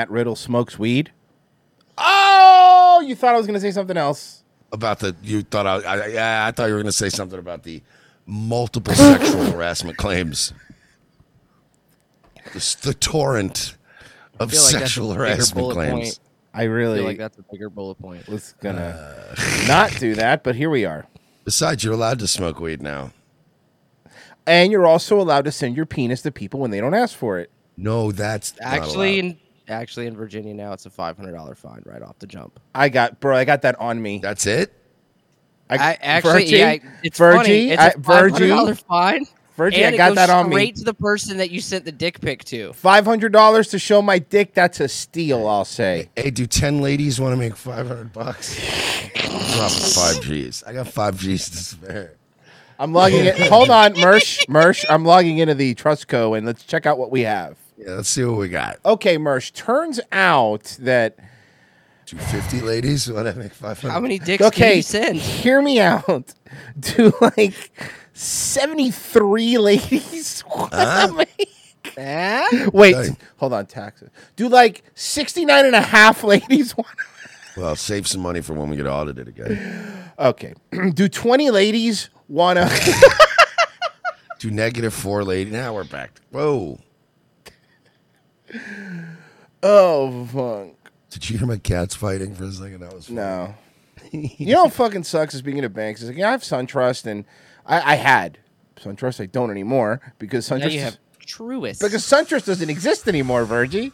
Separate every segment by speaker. Speaker 1: Matt Riddle smokes weed. Oh, you thought I was going to say something else.
Speaker 2: About the you thought I, I yeah I thought you were going to say something about the multiple sexual harassment claims. This, the torrent of
Speaker 3: feel like that's a
Speaker 2: sexual
Speaker 3: bigger
Speaker 2: harassment
Speaker 3: bullet
Speaker 2: claims.
Speaker 3: point.
Speaker 1: I really
Speaker 3: I feel like that's a bigger bullet point. Uh,
Speaker 1: was going to not do that, but here we are.
Speaker 2: Besides, you're allowed to smoke weed now.
Speaker 1: And you're also allowed to send your penis to people when they don't ask for it.
Speaker 2: No, that's not
Speaker 3: Actually,
Speaker 2: allowed.
Speaker 3: in, actually, in Virginia now, it's a five hundred dollar fine right off the jump.
Speaker 1: I got, bro, I got that on me.
Speaker 2: that's it.
Speaker 3: I actually,
Speaker 1: Virgie,
Speaker 3: yeah, I- it's funny.
Speaker 1: Virgie,
Speaker 3: It's a
Speaker 1: I-
Speaker 3: five hundred dollar
Speaker 1: Virgie,
Speaker 3: fine.
Speaker 1: Virgie,
Speaker 3: and
Speaker 1: I
Speaker 3: it
Speaker 1: got
Speaker 3: goes
Speaker 1: that on me.
Speaker 3: straight to the person that you sent the dick pic to.
Speaker 1: Five hundred dollars to show my dick. That's a steal, I'll say.
Speaker 2: Hey, do ten ladies want to make five hundred bucks? Drop five G's. I got five G's to spare.
Speaker 1: I'm logging in. Hold on, Mersh. Mersh, I'm logging into the Trustco and let's check out what we have.
Speaker 2: Yeah, let's see what we got.
Speaker 1: Okay, Mersh. Turns out that
Speaker 2: Two fifty ladies want to make five
Speaker 3: How
Speaker 2: hundred.
Speaker 3: many dicks did
Speaker 1: okay,
Speaker 3: you send?
Speaker 1: hear me out. Do like seventy three ladies. What am I-
Speaker 3: Eh?
Speaker 1: Wait,
Speaker 2: Dang.
Speaker 1: hold on, taxes. Do like 69 and a half ladies want
Speaker 2: Well, save some money for when we get audited again.
Speaker 1: Okay. Do 20 ladies want to
Speaker 2: Two negative four ladies. Now we're back. Whoa!
Speaker 1: Oh, fuck.
Speaker 2: Did you hear my cats fighting for a second? That was funny.
Speaker 1: No. you know what fucking sucks is being at banks. Is like, yeah, I have SunTrust and I, I had SunTrust. I don't anymore because
Speaker 3: Now
Speaker 1: SunTrust
Speaker 3: you have truest.
Speaker 1: because SunTrust doesn't exist anymore, Virgie.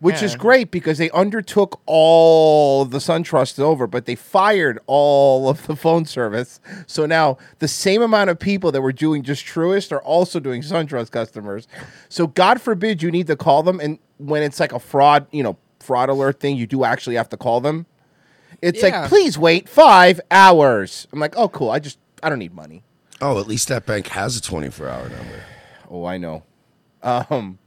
Speaker 1: Which is
Speaker 3: Yeah.
Speaker 1: great because they undertook all the SunTrust over, but they fired all of the phone service. So now the same amount of people that were doing just Truist are also doing SunTrust customers. So God forbid you need to call them, and when it's like a fraud, you know, fraud alert thing, you do actually have to call them. It's
Speaker 3: Yeah.
Speaker 1: like, please wait five hours. I'm like, oh, cool. I just I don't need money.
Speaker 2: Oh, at least that bank has a twenty-four hour number.
Speaker 1: Oh, I know. Um.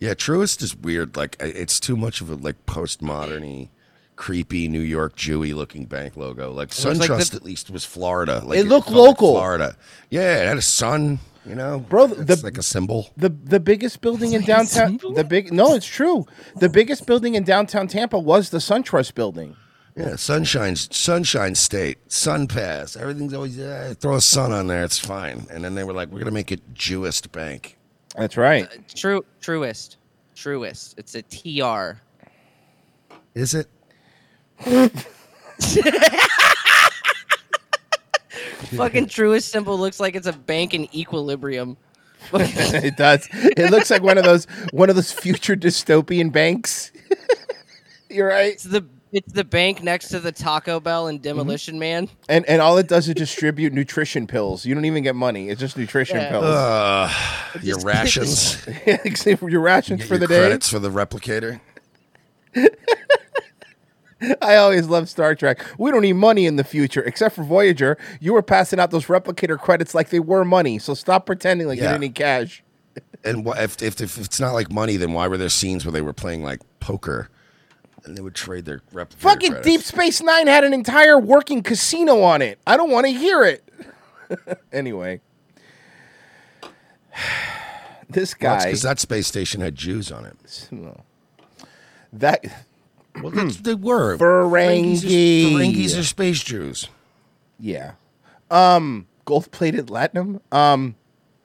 Speaker 2: Yeah, Truist is weird. Like I- it's too much of a like postmoderny, creepy New York Jewy looking bank logo. Like
Speaker 3: was like
Speaker 2: SunTrust
Speaker 3: the-
Speaker 2: at least was Florida. Like
Speaker 1: It looked
Speaker 2: felt like
Speaker 1: local.
Speaker 2: Florida. Yeah, it had a sun. You know,
Speaker 1: Bro, the-
Speaker 2: It's like a symbol.
Speaker 1: the the biggest building in downtown the big no it's true the biggest building in downtown Tampa was the SunTrust building
Speaker 2: Yeah, sunshine's sunshine state, sun pass. Everything's always yeah, throw a sun on there. It's fine. And then they were like, we're gonna make it Jewist bank.
Speaker 1: that's right
Speaker 3: True, truest, truest. It's a tr.
Speaker 2: Is it?
Speaker 3: Fucking truest symbol looks like it's a bank in equilibrium.
Speaker 1: it does it looks like one of those one of those future dystopian banks you're right Mm-hmm.
Speaker 3: It's the it's the bank next to the Taco Bell and Demolition Man.
Speaker 1: and and all it does is distribute nutrition pills you don't even get money it's just nutrition
Speaker 3: Yeah.
Speaker 1: pills
Speaker 2: Uh, your rations
Speaker 1: except for your rations
Speaker 2: Get
Speaker 1: for
Speaker 2: your
Speaker 1: the day
Speaker 2: credits for the replicator.
Speaker 1: I always love Star Trek we don't need money in the future except for Voyager you were passing out those replicator credits like they were money so stop pretending like you
Speaker 2: Yeah.
Speaker 1: didn't need cash
Speaker 2: And wh- if, if if it's not like money, then why were there scenes where they were playing like poker, and they would trade their replicator?
Speaker 1: Fucking
Speaker 2: credits?
Speaker 1: Deep Space Nine had an entire working casino on it. I don't want to hear it. anyway, this guy.
Speaker 2: because that space station had Jews on it.
Speaker 1: no. that
Speaker 2: Well, that's, they were
Speaker 1: Ferengi.
Speaker 2: Ferengis are space Jews.
Speaker 1: yeah. Um, gold plated platinum. Um,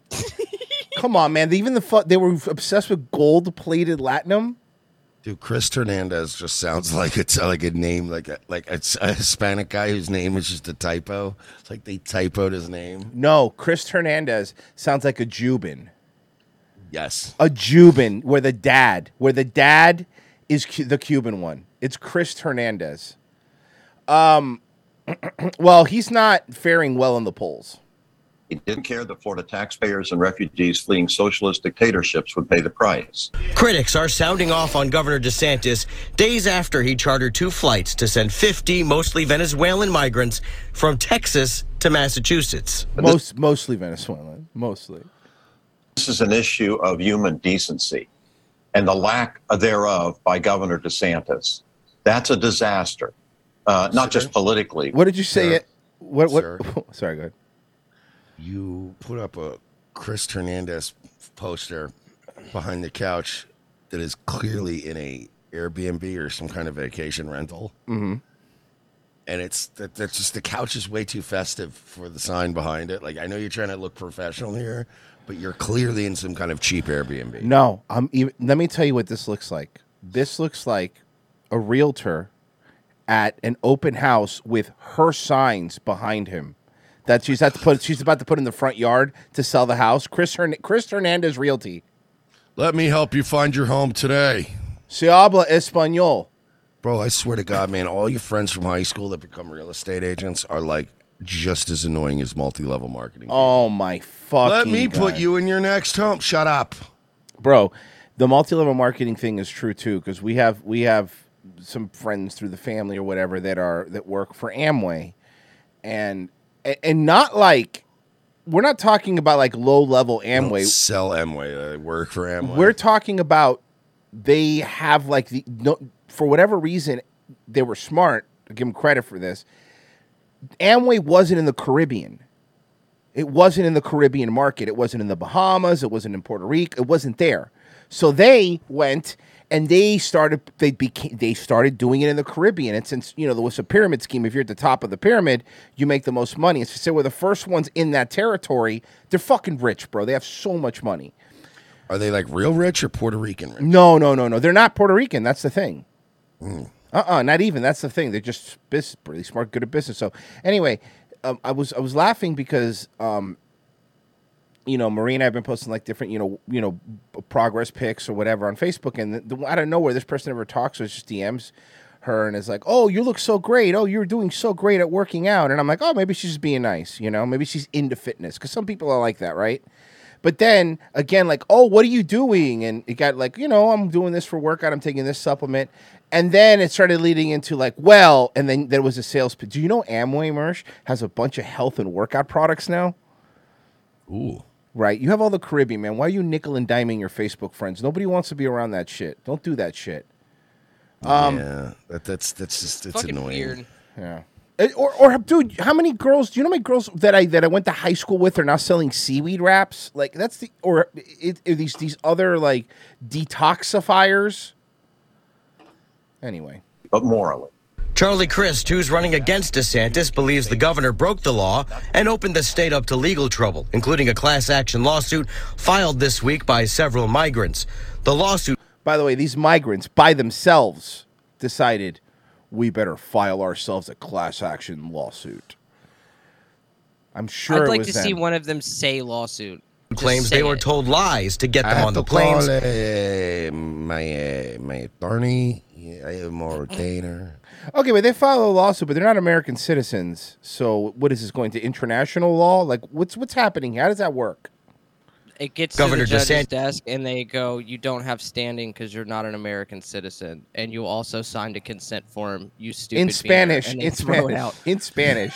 Speaker 1: come on, man. Even the fu- they were obsessed with gold plated platinum.
Speaker 2: Dude, Chris Hernandez just sounds like it's like a name, like a, like it's a Hispanic guy whose name was just a typo. It's like they typoed his name.
Speaker 1: No, Chris Hernandez sounds like a Jubin.
Speaker 2: Yes,
Speaker 1: a Jubin where the dad, where the dad is cu- the Cuban one. It's Chris Hernandez. Um, well, he's not faring well in the polls.
Speaker 4: He didn't care that Florida taxpayers and refugees fleeing socialist dictatorships would pay the price.
Speaker 5: Critics are sounding off on Governor DeSantis days after he chartered two flights to send 50 mostly Venezuelan migrants from Texas to Massachusetts.
Speaker 1: Most, mostly Venezuelan, mostly.
Speaker 4: This is an issue of human decency and the lack thereof by Governor DeSantis. That's a disaster, uh, not just politically.
Speaker 1: What did you say?
Speaker 2: Sir.
Speaker 1: It. What? What?
Speaker 2: Sir.
Speaker 1: Sorry, go ahead.
Speaker 2: you put up a Chris Hernandez poster behind the couch that is clearly in a Airbnb or some kind of vacation rental. And it's that that's just the couch is way too festive for the sign behind it. Like I know you're trying to look professional here, but you're clearly in some kind of cheap Airbnb.
Speaker 1: No, I'm even. Let me tell you what this looks like. This looks like a realtor at an open house with her signs behind him that she's had to put. She's about to put in the front yard to sell the house. Chris Hern- Chris Hernandez Realty,
Speaker 2: Let me help you find your home today.
Speaker 1: se habla español.
Speaker 2: Bro, I swear to God, man, all your friends from high school that become real estate agents are like just as annoying as multi-level marketing.
Speaker 1: Oh my fucking!
Speaker 2: Let me put
Speaker 1: God.
Speaker 2: you in your next home. Shut up.
Speaker 1: bro the multi-level marketing thing is true too because we have we have some friends through the family or whatever that are that work for amway and a- and not like we're not talking about like low level
Speaker 2: Don't
Speaker 1: amway
Speaker 2: sell Amway. I work for Amway.
Speaker 1: we're talking about they have like the no, for whatever reason they were smart. I Give them credit for this. Amway wasn't in the Caribbean. It wasn't in the Caribbean market. It wasn't in the Bahamas. It wasn't in Puerto Rico. It wasn't there. So they went and they started. They became. They started doing it in the Caribbean. And since you know there was a pyramid scheme, if you're at the top of the pyramid, you make the most money. And so say we're the first ones in that territory. They're fucking rich, bro. They have so much money.
Speaker 2: Are they like real rich or Puerto Rican rich?
Speaker 1: No, no, no, no. They're not Puerto Rican. That's the thing. Uh, uh not even. That's the thing. They're just bus really smart, good at business. So anyway, um, I was I was laughing because um, you know, Marie and I've been posting like different, you know, you know, progress pics or whatever on Facebook, and the, the, out of nowhere, this person ever talks, so it's just DMs her and is like, "Oh, you look so great. Oh, you're doing so great at working out." And I'm like, "Oh, maybe she's just being nice, you know? Maybe she's into fitness because some people are like that, right?" But then again, like, "Oh, what are you doing?" And it got like, you know, I'm doing this for workout. I'm taking this supplement, and then it started leading into like, well, and then there was a sales. pitch. Do you know Amway Mersh has a bunch of health and workout products now?
Speaker 2: Ooh.
Speaker 1: Right. You have all the Caribbean, man. Why are you nickel and diming your Facebook friends? Nobody wants to be around that shit. Don't do that shit. Um,
Speaker 2: yeah. That, that's that's just it's
Speaker 3: Fucking
Speaker 2: annoying.
Speaker 3: weird.
Speaker 1: Yeah. Eh, Or, or, dude, how many girls? Do you know how many girls that I that I went to high school with are now selling seaweed wraps? Like that's the or it, it- these these other like detoxifiers. Anyway,
Speaker 4: but morally.
Speaker 5: Charlie Crist, who's running against DeSantis, believes the governor broke the law and opened the state up to legal trouble, including a class action lawsuit filed this week by several migrants. The lawsuit
Speaker 1: by the way, these migrants by themselves decided we better file ourselves a class action lawsuit. I'm sure
Speaker 3: I'd
Speaker 1: it
Speaker 3: like
Speaker 1: was
Speaker 3: to see
Speaker 1: them.
Speaker 3: one of them say lawsuit. Just
Speaker 5: claims they
Speaker 3: say
Speaker 5: were
Speaker 3: it.
Speaker 5: told lies to get
Speaker 2: I
Speaker 5: them
Speaker 2: have
Speaker 5: on
Speaker 2: to
Speaker 5: the planes.
Speaker 2: call, uh, my uh, my attorney. Yeah, I am a retainer.
Speaker 1: Okay, but they filed a lawsuit, but they're not American citizens. So what is this going to international law? Like what's what's happening? How does that work?
Speaker 3: It gets
Speaker 5: Governor
Speaker 3: to the judge's
Speaker 5: DeSantis-
Speaker 3: desk and they go, "You don't have standing because you're not an American citizen, and you also signed a consent form. You stupid."
Speaker 1: In
Speaker 3: beaner,"
Speaker 1: Spanish,
Speaker 3: and they
Speaker 1: in
Speaker 3: throw it
Speaker 1: Spanish,
Speaker 3: out.
Speaker 1: in Spanish.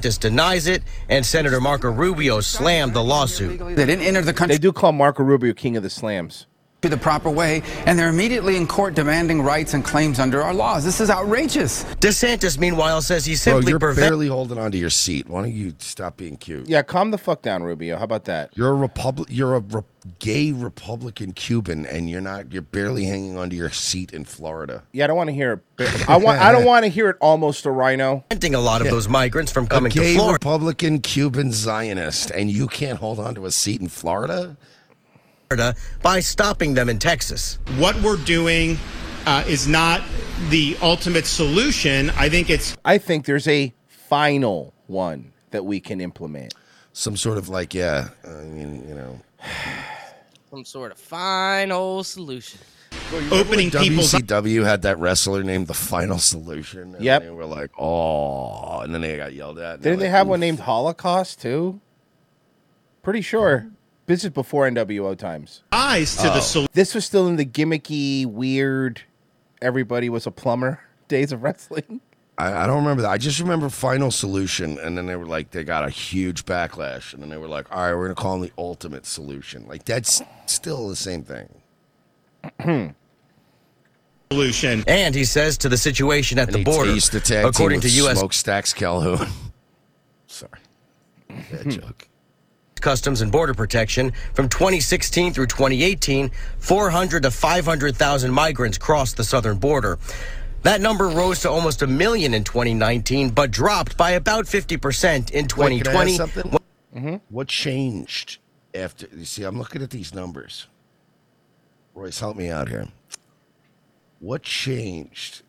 Speaker 5: Just denies it, and Senator Marco Rubio slammed the lawsuit.
Speaker 6: They didn't enter the
Speaker 1: They
Speaker 6: country
Speaker 1: do call Marco Rubio king of the slams.
Speaker 6: the proper way, and they're immediately in court demanding rights and claims under our laws. This is outrageous.
Speaker 5: DeSantis, meanwhile, says he
Speaker 2: Bro,
Speaker 5: simply
Speaker 2: you're
Speaker 5: prevented.
Speaker 2: barely holding onto your seat. Why don't you stop being cute?
Speaker 1: Yeah, calm the fuck down, Rubio. How about that?
Speaker 2: You're a republic. You're a re- gay Republican Cuban, and you're not. You're barely hanging onto your seat in Florida.
Speaker 1: Yeah, I don't want to hear it. I want I don't want to hear it almost a rhino.
Speaker 5: preventing a lot of those migrants from
Speaker 2: A
Speaker 5: coming to
Speaker 2: gay
Speaker 5: Florida.
Speaker 2: Republican Cuban Zionist, and you can't hold onto a seat in Florida.
Speaker 5: Florida by stopping them in Texas.
Speaker 7: what we're doing uh, is not the ultimate solution. I think it's
Speaker 1: I think there's a final one that we can implement.
Speaker 2: Some sort of like, yeah. I mean, you know,
Speaker 3: Some sort of fine old solution.
Speaker 7: opening people's
Speaker 2: WCW had that wrestler named the Final Solution. And
Speaker 1: Yep.
Speaker 2: They were like, oh, and then they got yelled at. and
Speaker 1: Didn't
Speaker 2: they're
Speaker 1: they
Speaker 2: like,
Speaker 1: have one
Speaker 2: "Oof."
Speaker 1: named Holocaust too? Pretty sure. This is before NWO times. Oh.
Speaker 7: eyes to the solution.
Speaker 1: This was still in the gimmicky, weird, everybody was a plumber days of wrestling.
Speaker 2: I, I don't remember that. I just remember Final Solution, and then they were like, they got a huge backlash, and then they were like, all right, we're gonna call them the Ultimate Solution. Like that's still the same thing.
Speaker 5: And he says to the situation at
Speaker 2: And
Speaker 5: the
Speaker 2: he
Speaker 5: border,
Speaker 2: teased the tag team
Speaker 5: according to
Speaker 2: with
Speaker 5: U.S.
Speaker 2: Hmm. Smokestacks Calhoun. Sorry, that joke.
Speaker 5: Customs and Border Protection, from 2016 through 2018, 400 to 500,000 migrants crossed the southern border. That number rose to almost a million in 2019, but dropped by about 50% in
Speaker 2: Wait, can I ask
Speaker 5: 2020.
Speaker 2: something?
Speaker 1: Mm-hmm.
Speaker 2: What changed after? You see, I'm looking at these numbers. Royce, help me out here. What changed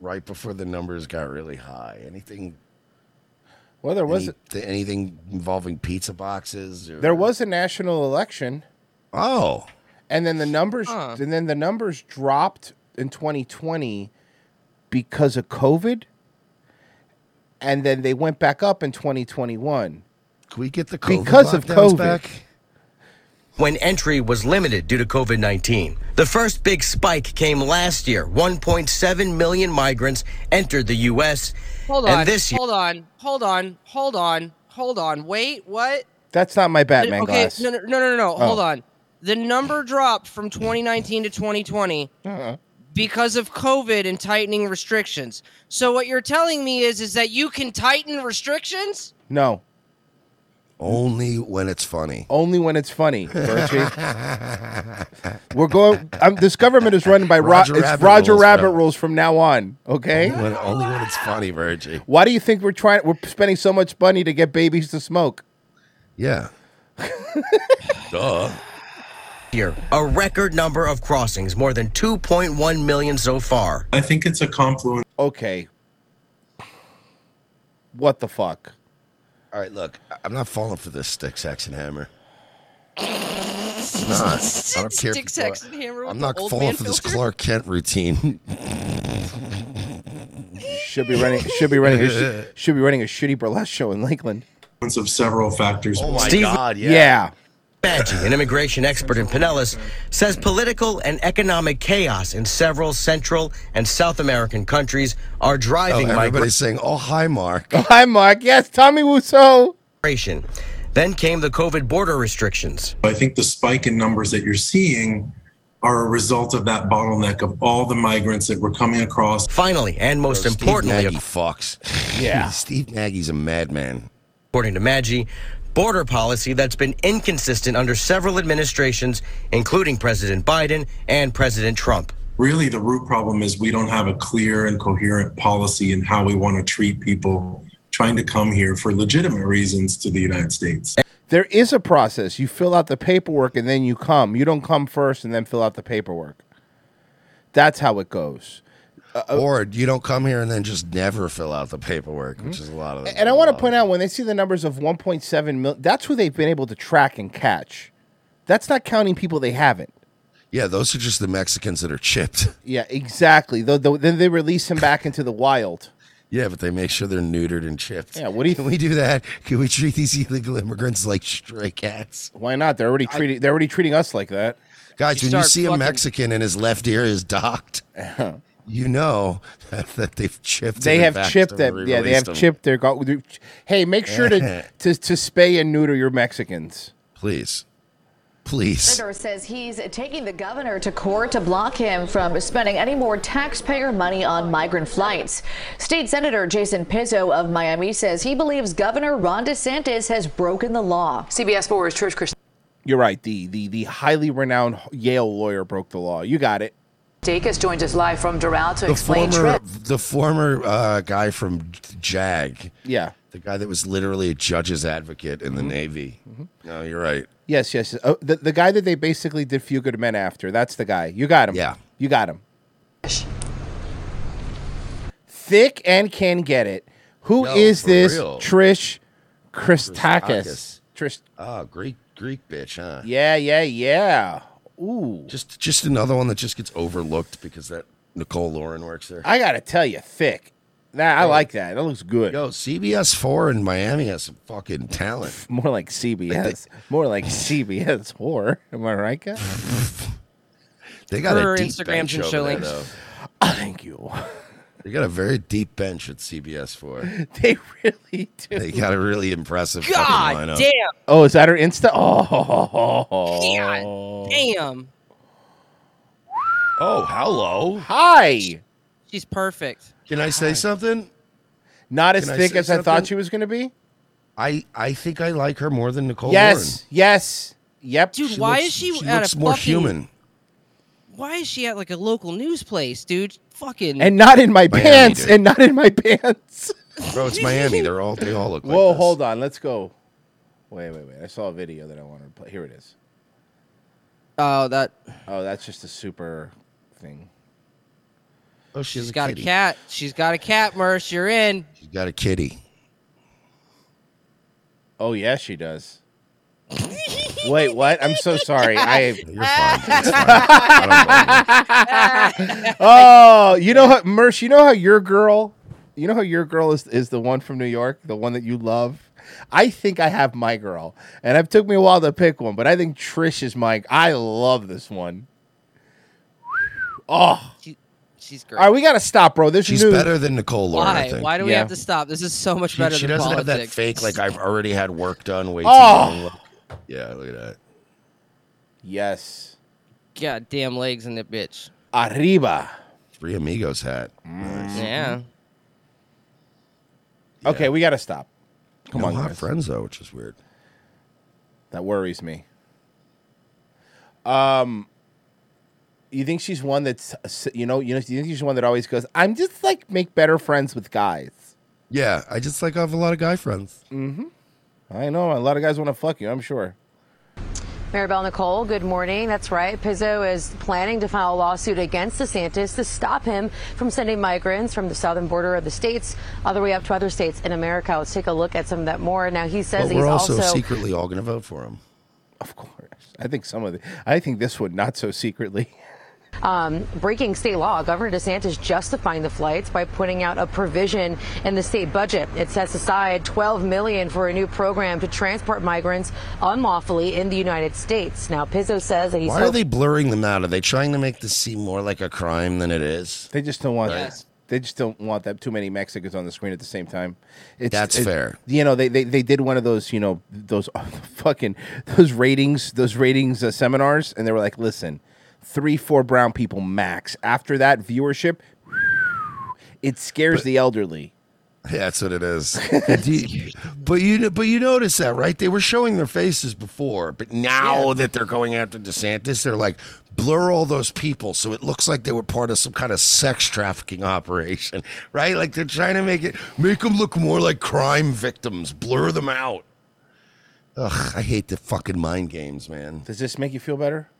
Speaker 2: right before the numbers got really high? Anything?
Speaker 1: Well, there was
Speaker 2: any- th- anything involving pizza boxes? Or,
Speaker 1: there was a national election,
Speaker 2: Oh,
Speaker 1: and then the numbers
Speaker 3: Huh.
Speaker 1: and then the numbers dropped in 2020 because of COVID, and then they went back up in 2021.
Speaker 2: can we get the COVID
Speaker 1: Because of
Speaker 2: lockdowns
Speaker 1: COVID.
Speaker 2: Back?
Speaker 5: when entry was limited due to COVID 19. The first big spike came last year. 1.7 million migrants entered the U.S.
Speaker 3: Hold
Speaker 5: and
Speaker 3: on.
Speaker 5: this year,
Speaker 3: hold on. Hold on. Hold on. Hold on. Wait. What?
Speaker 1: That's not my Batman
Speaker 3: okay.
Speaker 1: glass.
Speaker 3: No. No. No. No. no. Hold on. The number dropped from 2019 to 2020 because of COVID and tightening restrictions. So what you're telling me is, is that you can tighten restrictions?
Speaker 1: No,
Speaker 2: Only when it's funny.
Speaker 1: only when it's funny, Virgie. We're going. Um, this government is running by Ro-
Speaker 2: Roger
Speaker 1: it's
Speaker 2: Rabbit
Speaker 1: Roger
Speaker 2: rules,
Speaker 1: Rabbit
Speaker 2: bro.
Speaker 1: rules from now on. Okay.
Speaker 2: When, only when it's funny, Virgie.
Speaker 1: Why do you think we're trying? We're spending so much money to get babies to smoke.
Speaker 2: Yeah. Duh.
Speaker 5: year, a record number of crossings, more than 2.1 million so far.
Speaker 8: I think it's a confluence
Speaker 1: Okay. What the fuck?
Speaker 2: All right, look, I- I'm not falling for this sticks, axe, and hammer. It's not. I don't care if
Speaker 3: Sticks,
Speaker 2: you-
Speaker 3: axe, and hammer
Speaker 2: I'm
Speaker 3: with
Speaker 2: not
Speaker 3: the old
Speaker 2: falling
Speaker 3: man
Speaker 2: for this
Speaker 3: filter?
Speaker 2: Clark Kent routine.
Speaker 1: Should be running. Should be running. A sh- should be running a shitty burlesque show in Lakeland.
Speaker 8: of several factors.
Speaker 2: oh my
Speaker 5: Steve-
Speaker 2: God! Yeah.
Speaker 5: Maggi, an immigration expert in Pinellas, says political and economic chaos in several Central and South American countries are
Speaker 2: Oh,
Speaker 5: driving
Speaker 2: everybody's saying, "Oh, hi, Mark."
Speaker 1: Hi, Mark. Yes, Tommy Wiseau.
Speaker 5: migration. Then came the COVID border restrictions.
Speaker 8: I think the spike in numbers that you're seeing are a result of that bottleneck of all the migrants that were coming across.
Speaker 5: Finally, and most
Speaker 2: Steve
Speaker 5: importantly,
Speaker 2: Nagy fucks.
Speaker 1: Yeah.
Speaker 2: Steve Nagy's a madman.
Speaker 5: according to Maggi, border policy that's been inconsistent under several administrations, including President Biden and President Trump.
Speaker 8: Really, the root problem is we don't have a clear and coherent policy in how we want to treat people trying to come here for legitimate reasons to the United States.
Speaker 1: There is a process. You fill out the paperwork and then you come. You don't come first and then fill out the paperwork. That's how it goes. Uh,
Speaker 2: Or you don't come here and then just never fill out the paperwork, which is a lot of.
Speaker 1: And I want
Speaker 2: a
Speaker 1: to
Speaker 2: lot
Speaker 1: point
Speaker 2: of-
Speaker 1: out when they see the numbers of 1.7 million, that's who they've been able to track and catch. That's not counting people they haven't.
Speaker 2: Yeah, those are just the Mexicans that are chipped.
Speaker 1: Yeah, exactly. Though though- then they release them back into the wild.
Speaker 2: Yeah, but they make sure they're neutered and chipped.
Speaker 1: Yeah, what do you
Speaker 2: Can we do that? Can we treat these illegal immigrants like stray cats?
Speaker 1: Why not? They're already treating. They're already treating us like that.
Speaker 2: Guys,
Speaker 3: You
Speaker 2: when you
Speaker 3: start
Speaker 2: see a
Speaker 3: fucking-
Speaker 2: Mexican and his left ear is docked, you know that, that they've chipped. him
Speaker 1: They
Speaker 2: and
Speaker 1: have
Speaker 2: vaxxed
Speaker 1: chipped
Speaker 2: him
Speaker 1: them.
Speaker 2: and
Speaker 1: Yeah, they
Speaker 2: re-released
Speaker 1: have
Speaker 2: him.
Speaker 1: chipped their. Go- hey, make sure to, to to spay and neuter your Mexicans.
Speaker 2: Please, please.
Speaker 9: Senator says he's taking the governor to court to block him from spending any more taxpayer money on migrant flights. State Senator Jason Pizzo of Miami says he believes Governor Ron DeSantis has broken the law. CBS 4's Trish
Speaker 1: You're right. The the the highly renowned Yale lawyer broke the law. You got it.
Speaker 9: Christakis joins us live from Doral to
Speaker 2: The
Speaker 9: explain
Speaker 2: former,
Speaker 9: Trish.
Speaker 2: the former uh, guy from JAG,
Speaker 1: Yeah. Mm-hmm.
Speaker 2: the guy that was literally a judge's advocate in the Navy. No, you're right.
Speaker 1: Yes. Yes. Oh, the the guy that they basically did few good men after. That's the guy. You got him.
Speaker 2: Yeah.
Speaker 1: You got him. Thick and can get it. Who
Speaker 2: No,
Speaker 1: is
Speaker 2: for
Speaker 1: this?
Speaker 2: real.
Speaker 1: Trish Christakis.
Speaker 2: Christakis.
Speaker 1: Trish.
Speaker 2: Oh, Greek, Greek bitch, huh?
Speaker 1: Yeah. Yeah. Yeah. Ooh.
Speaker 2: Just, just another one that just gets overlooked because that Nicole Lauren works there.
Speaker 1: I gotta tell you, thick. Nah, I like that. That looks good.
Speaker 2: Yo, CBS four in Miami has some fucking talent.
Speaker 1: More like CBS. More like CBS horror. Am I right, guy?
Speaker 2: They got
Speaker 3: Her
Speaker 2: a deep
Speaker 3: Instagrams
Speaker 2: bench
Speaker 3: and
Speaker 2: over
Speaker 3: show
Speaker 2: there,
Speaker 3: links.
Speaker 2: though.
Speaker 1: Thank you.
Speaker 2: They got a very deep bench at CBS for.
Speaker 1: They really do.
Speaker 2: They got a really impressive fucking
Speaker 3: God
Speaker 2: lineup.
Speaker 3: damn.
Speaker 1: Oh, is that her Insta? Oh,
Speaker 3: God damn.
Speaker 2: Oh, hello.
Speaker 1: hi.
Speaker 3: She's perfect.
Speaker 2: Can I say something?
Speaker 1: Not as
Speaker 2: Can I
Speaker 1: thick
Speaker 2: say
Speaker 1: as I thought
Speaker 2: something?
Speaker 1: she was going to be.
Speaker 2: I I think I like her more than Nicole.
Speaker 1: Yes, yes, yep.
Speaker 3: Dude, why
Speaker 2: looks-
Speaker 3: is she,
Speaker 2: she
Speaker 3: at
Speaker 2: looks
Speaker 3: a
Speaker 2: more
Speaker 3: fucking,
Speaker 2: human.
Speaker 3: Why is she at like a local news place, dude? Fucking
Speaker 1: And not in
Speaker 3: Oh,
Speaker 1: my
Speaker 2: Miami,
Speaker 1: pants.
Speaker 2: dude.
Speaker 1: And not in my pants.
Speaker 2: Warren. Bro, it's Miami. They're all they all look.
Speaker 1: Whoa,
Speaker 2: like this.
Speaker 1: hold on. Let's go. Wait, wait, wait. I saw a video that I wanted to play. Here it is.
Speaker 3: oh, that
Speaker 1: Oh, that's just a super thing.
Speaker 2: Oh, she has
Speaker 3: she's got
Speaker 2: kitty.
Speaker 3: a cat. She's got a cat, Merce. You're in.
Speaker 2: She's got a kitty.
Speaker 1: Oh, yeah, she does. Wait, what? I'm so sorry. I
Speaker 2: You're fine. It's fine. I don't blame
Speaker 1: Oh, you know how Merce, you know how your girl, you know how your girl is is the one from New York, the one that you love. I think I have my girl, and it took me a while to pick one, but I think Trish is my. I love this one. Oh,
Speaker 3: She's
Speaker 1: all
Speaker 3: great.
Speaker 1: right, we gotta stop, bro. This
Speaker 2: you. She's
Speaker 1: news.
Speaker 2: better than Nicole. Lauren, I
Speaker 3: why?
Speaker 2: think.
Speaker 3: Why do we
Speaker 1: Yeah.
Speaker 3: have to stop? This is so much
Speaker 2: She-
Speaker 3: better
Speaker 2: she
Speaker 3: than
Speaker 2: doesn't
Speaker 3: politics.
Speaker 2: have that fake like I've already had work done way too
Speaker 1: Oh.
Speaker 2: long. look. Yeah, look at that.
Speaker 1: Yes,
Speaker 3: goddamn legs in the bitch.
Speaker 1: arriba.
Speaker 2: Three Amigos hat. Nice.
Speaker 3: Yeah.
Speaker 1: Mm-hmm. Okay, we gotta stop. Come
Speaker 2: no
Speaker 1: on,
Speaker 2: hot
Speaker 1: guys.
Speaker 2: friends though, which is weird.
Speaker 1: That worries me. Um, you think she's one that's you know you know you think she's one that always goes, I'm just like make better friends with guys.
Speaker 2: Yeah, I just like I have a lot of guy friends.
Speaker 1: Mm-hmm. I know a lot of guys want to fuck you. I'm sure.
Speaker 9: Maribel Nicole, good morning. That's right. Pizzo is planning to file a lawsuit against DeSantis to stop him from sending migrants from the southern border of the states all the way up to other states in America. Let's take a look at some of that more. Now, he says
Speaker 2: But we're
Speaker 9: he's
Speaker 2: also,
Speaker 9: also.
Speaker 2: secretly all gonna vote for him.
Speaker 1: Of course, I think some of the I think this one not so secretly.
Speaker 9: um, breaking state law. Governor DeSantis justifying the flights by putting out a provision in the state budget. It sets aside 12 million for a new program to transport migrants unlawfully in the United States. Now, Pizzo says that he's
Speaker 2: Why are they blurring them out? Are they trying to make this seem more like a crime than it is?
Speaker 1: They just don't want
Speaker 3: Yes.
Speaker 1: They just don't want that too many Mexicans on the screen at the same time. It's,
Speaker 2: That's fair.
Speaker 1: You know, they, they they did one of those, you know, those fucking those ratings, those ratings uh, seminars, and they were like, listen, three, four brown people max. After that, viewership, it scares the elderly.
Speaker 2: Yeah, that's what it is. but, you, but you but you notice that, right? They were showing their faces before, but now that they're going after DeSantis, they're like blur all those people so it looks like they were part of some kind of sex trafficking operation, right? Like they're trying to make it make them look more like crime victims, blur them out. Ugh, I hate the fucking mind games, man.
Speaker 1: Does this make you feel better?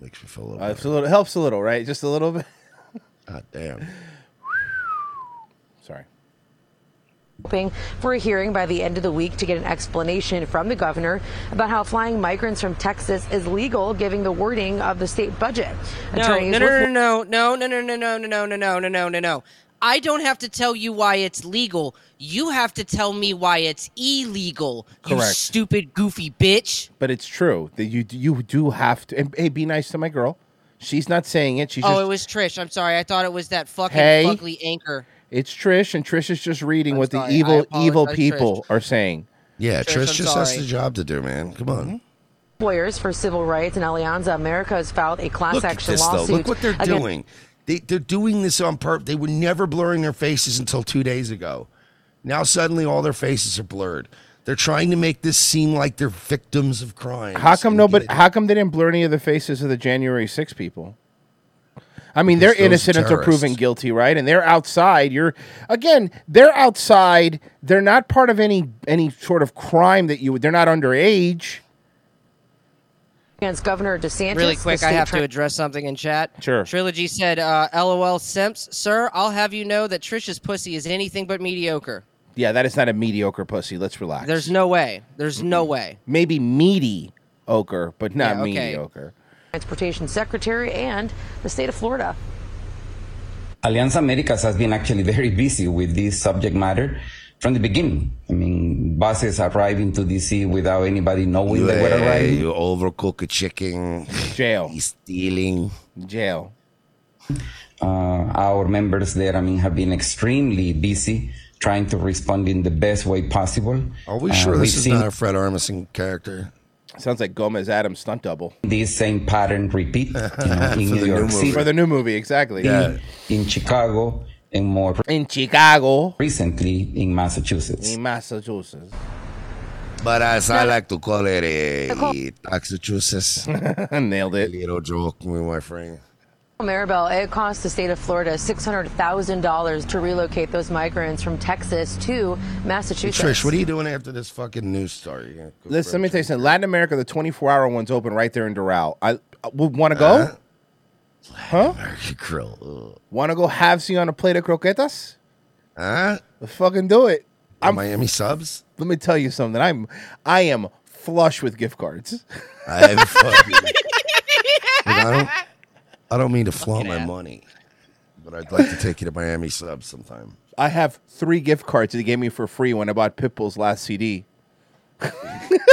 Speaker 2: Makes me feel a little.
Speaker 1: Uh, it's a little helps a little, right? Just a little bit.
Speaker 2: God damn.
Speaker 1: Sorry.
Speaker 9: hoping for a hearing by the end of the week to get an explanation from the governor about how flying migrants from Texas is legal, giving the wording of the state budget.
Speaker 3: No,
Speaker 9: Attorneys
Speaker 3: no,
Speaker 9: look-
Speaker 3: no, no, no, no, no, no, no, no, no, no, no, no, no, no, no. I don't have to tell you why it's legal. You have to tell me why it's illegal. You
Speaker 1: Correct.
Speaker 3: stupid goofy bitch.
Speaker 1: But it's true that you you do have to. And hey, be nice to my girl. She's not saying it. She's
Speaker 3: Oh,
Speaker 1: just,
Speaker 3: it was Trish. I'm sorry. I thought it was that fucking
Speaker 1: Hey.
Speaker 3: fuckly anchor.
Speaker 1: It's Trish, and Trish is just reading what
Speaker 3: sorry.
Speaker 1: the
Speaker 3: I
Speaker 1: evil, evil
Speaker 3: apologize,
Speaker 1: people are saying.
Speaker 2: Yeah,
Speaker 3: Trish,
Speaker 2: Trish,
Speaker 3: I'm
Speaker 2: just has
Speaker 3: sorry.
Speaker 2: the job to do, man. Come on.
Speaker 9: lawyers for civil rights and Alianza America has filed a class
Speaker 2: Look at
Speaker 9: action
Speaker 2: this,
Speaker 9: lawsuit
Speaker 2: though. Look what they're
Speaker 9: against
Speaker 2: doing. They, they're doing this on purpose. They were never blurring their faces until two days ago. Now suddenly all their faces are blurred. They're trying to make this seem like they're victims of crime.
Speaker 1: How come nobody? How come they didn't blur any of the faces of the January 6 people? I mean, they're
Speaker 2: Because those
Speaker 1: innocent until proven
Speaker 2: terrorists.
Speaker 1: guilty, right? And they're outside. You're again, they're outside. They're not part of any any sort of crime that you. They're not underage.
Speaker 9: against Governor DeSantis.
Speaker 3: Really
Speaker 9: the
Speaker 3: quick, I
Speaker 9: state
Speaker 3: have to
Speaker 9: attorney-
Speaker 3: address something in chat.
Speaker 1: Sure.
Speaker 3: Trilogy said, uh, "LOL, simps, sir. I'll have you know that Trish's pussy is anything but mediocre.
Speaker 1: Yeah, that is not a mediocre pussy. Let's relax.
Speaker 3: There's no way. There's no way.
Speaker 1: maybe meaty ochre, but not
Speaker 3: Yeah, okay.
Speaker 1: mediocre.
Speaker 9: Transportation Secretary and the state of Florida.
Speaker 6: Alianza Americas has been actually very busy with this subject matter from the beginning. I mean, buses arriving to DC without anybody knowing
Speaker 2: You,
Speaker 6: they were arriving.
Speaker 2: you overcook a chicken.
Speaker 1: Jail,
Speaker 2: He's stealing.
Speaker 1: jail.
Speaker 6: Uh, our members there, I mean, have been extremely busy trying to respond in the best way possible.
Speaker 2: Are we
Speaker 6: Uh,
Speaker 2: sure
Speaker 6: we've
Speaker 2: this is
Speaker 6: seen
Speaker 2: not a Fred Armisen character?
Speaker 1: Sounds like Gomez Adams stunt double
Speaker 6: this same pattern repeat you know, in New
Speaker 2: new
Speaker 6: York
Speaker 2: movie.
Speaker 6: City,
Speaker 1: uh, for the new movie. Exactly.
Speaker 2: Yeah.
Speaker 6: in Chicago, and more
Speaker 1: in Chicago,
Speaker 6: recently in Massachusetts.
Speaker 1: in Massachusetts.
Speaker 2: But as I like to call it, a Massachusetts.
Speaker 1: Nailed it.
Speaker 2: Little joke, with my friend.
Speaker 10: Maribel, it cost the state of Florida $600,000 to relocate those migrants from Texas to Massachusetts.
Speaker 2: Trish, what are you doing after this fucking news story? Yeah, good
Speaker 1: Listen, let me
Speaker 2: friend.
Speaker 1: tell you something. Latin America, the 24 hour one's open right there in Doral. I, I would want to go.
Speaker 2: Uh-huh.
Speaker 1: Huh?
Speaker 2: American Grill. Ugh.
Speaker 1: Want to go have see on a plate of croquetas?
Speaker 2: Huh?
Speaker 1: Let's fucking do it.
Speaker 2: The Miami subs?
Speaker 1: Let me tell you something. I'm I am flush with gift cards.
Speaker 2: I have fucking. Look, I, don't, I don't mean to flaunt my money, but I'd like to take you to Miami subs sometime.
Speaker 1: I have three gift cards that they gave me for free when I bought Pitbull's last CD.
Speaker 2: I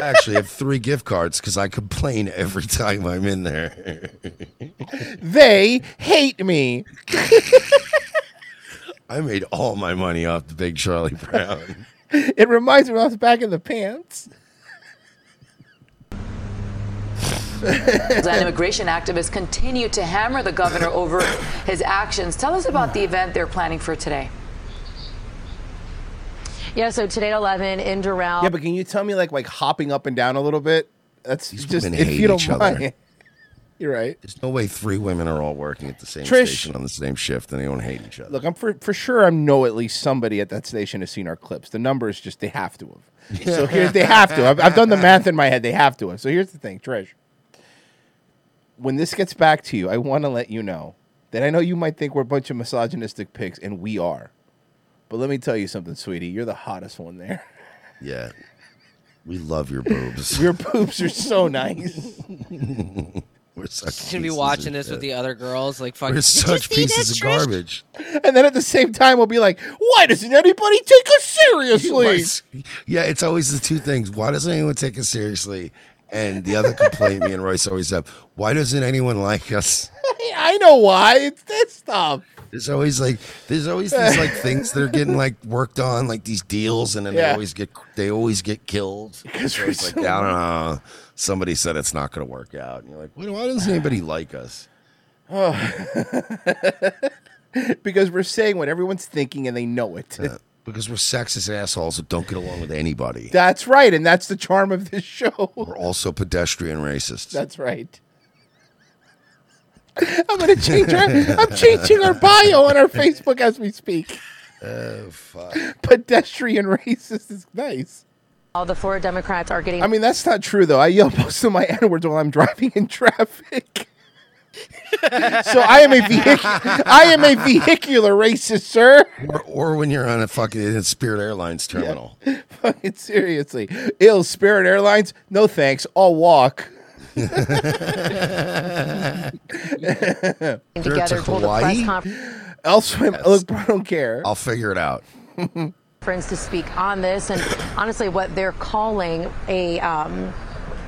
Speaker 2: actually have three gift cards because I complain every time I'm in there.
Speaker 1: They hate me.
Speaker 2: I made all my money off the Big Charlie Brown.
Speaker 1: It reminds me when I was back in the pants.
Speaker 9: And immigration activists continue to hammer the governor over his actions. Tell us about the event they're planning for today.
Speaker 10: Yeah, so today at 11 in Doral.
Speaker 1: Yeah, but can you tell me like like hopping up and down a little bit? That's
Speaker 2: These
Speaker 1: just
Speaker 2: women
Speaker 1: if
Speaker 2: hate
Speaker 1: you don't
Speaker 2: each other.
Speaker 1: mind. You're right.
Speaker 2: There's no way three women are all working at the same
Speaker 1: Trish.
Speaker 2: station on the same shift and they don't hate each other.
Speaker 1: Look, I'm for, for sure I know at least somebody at that station has seen our clips. The numbers just they have to have. So here's they have to. I've, I've done the math in my head. They have to have. So here's the thing, Trish. When this gets back to you, I want to let you know that I know you might think we're a bunch of misogynistic pigs, and we are. But let me tell you something, sweetie. You're the hottest one there.
Speaker 2: Yeah. We love your boobs.
Speaker 1: Your boobs are so nice.
Speaker 2: We're such
Speaker 3: She's gonna be
Speaker 2: pieces
Speaker 3: watching
Speaker 2: of
Speaker 3: this with
Speaker 2: shit.
Speaker 3: the other girls. Like, fucking.
Speaker 2: We're
Speaker 3: Did you
Speaker 2: such
Speaker 3: see that,
Speaker 2: pieces of
Speaker 3: Trish?
Speaker 2: garbage.
Speaker 1: And then at the same time, we'll be like, why doesn't anybody take us seriously?
Speaker 2: Royce- Yeah, it's always the two things. Why doesn't anyone take us seriously? And the other complaint me and Royce always have. Why doesn't anyone like us?
Speaker 1: I know why. It's that stuff.
Speaker 2: There's always like there's always these like things that are getting like worked on, like these deals, and then they
Speaker 1: Yeah.
Speaker 2: always get they always get killed.
Speaker 1: Because
Speaker 2: So
Speaker 1: we're
Speaker 2: it's like,
Speaker 1: so-
Speaker 2: I don't know. Somebody said it's not gonna work out. And you're like, why, why doesn't anybody like us?
Speaker 1: because we're saying what everyone's thinking and they know it.
Speaker 2: Because we're sexist assholes that don't get along with anybody.
Speaker 1: That's right, and that's the charm of this show.
Speaker 2: We're also pedestrian racists.
Speaker 1: That's right. I'm gonna change our I'm changing our bio on our Facebook as we speak.
Speaker 2: Oh, fuck.
Speaker 1: Pedestrian racist is nice.
Speaker 10: All the Florida Democrats are getting
Speaker 1: I mean that's not true though. I yell most of my N words while I'm driving in traffic. so I am a vehic- I am a vehicular racist, sir.
Speaker 2: Or, or when you're on a fucking in a Spirit Airlines terminal.
Speaker 1: Fucking seriously. Ill Spirit Airlines, no thanks. I'll walk.
Speaker 10: together
Speaker 2: to
Speaker 10: told a press
Speaker 2: Hawaii?
Speaker 10: conference
Speaker 1: I'll swim. Look, bro, I don't care.
Speaker 2: I'll figure it out.
Speaker 10: to speak on this and honestly what they're calling a um,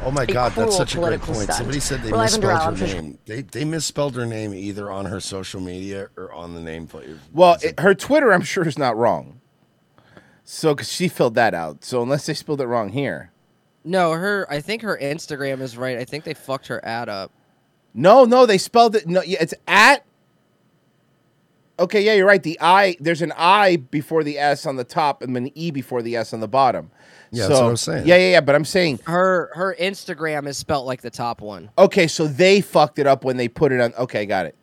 Speaker 2: Oh my god, that's
Speaker 10: cruel
Speaker 2: such a great
Speaker 10: political
Speaker 2: point.
Speaker 10: stunt.
Speaker 2: Somebody said they
Speaker 10: Well, I've been
Speaker 2: misspelled
Speaker 10: around
Speaker 2: her
Speaker 10: for-
Speaker 2: name. They, they misspelled her name either on her social media or on the name plate.
Speaker 1: Well, it, her Twitter, I'm sure, is not wrong. So, because she filled that out. So, unless they spelled it wrong here.
Speaker 3: No, her. I think her Instagram is right. I think they fucked her ad up.
Speaker 1: No, Oh, no, they spelled it. No, yeah, it's at. Okay, yeah, you're right. The I, there's an I before the S on the top and an E before the S on the bottom.
Speaker 2: Yeah,
Speaker 1: so,
Speaker 2: that's what I'm saying.
Speaker 1: Yeah, yeah, yeah. But I'm saying,
Speaker 3: Her her Instagram is spelt like the top one.
Speaker 1: okay, so they fucked it up when they put it on. Okay, got it.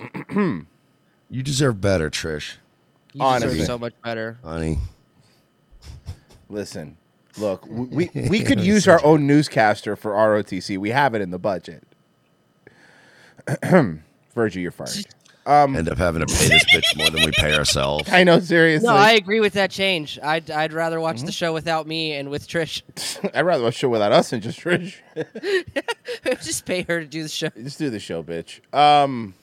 Speaker 2: You deserve better, Trish.
Speaker 3: You
Speaker 1: Honestly.
Speaker 3: deserve so much better.
Speaker 2: Honey.
Speaker 1: Listen, look, we, we, we could use our own newscaster for ROTC. We have it in the budget. Virgie, you're fired.
Speaker 2: End up having to pay this bitch more than we pay ourselves.
Speaker 1: I know, seriously.
Speaker 3: No, I agree with that change. I'd I'd rather watch
Speaker 1: Mm-hmm.
Speaker 3: the show without me and with Trish.
Speaker 1: I'd rather watch a show without us than just Trish.
Speaker 3: Just pay her to do the show.
Speaker 1: just do the show, bitch. Um,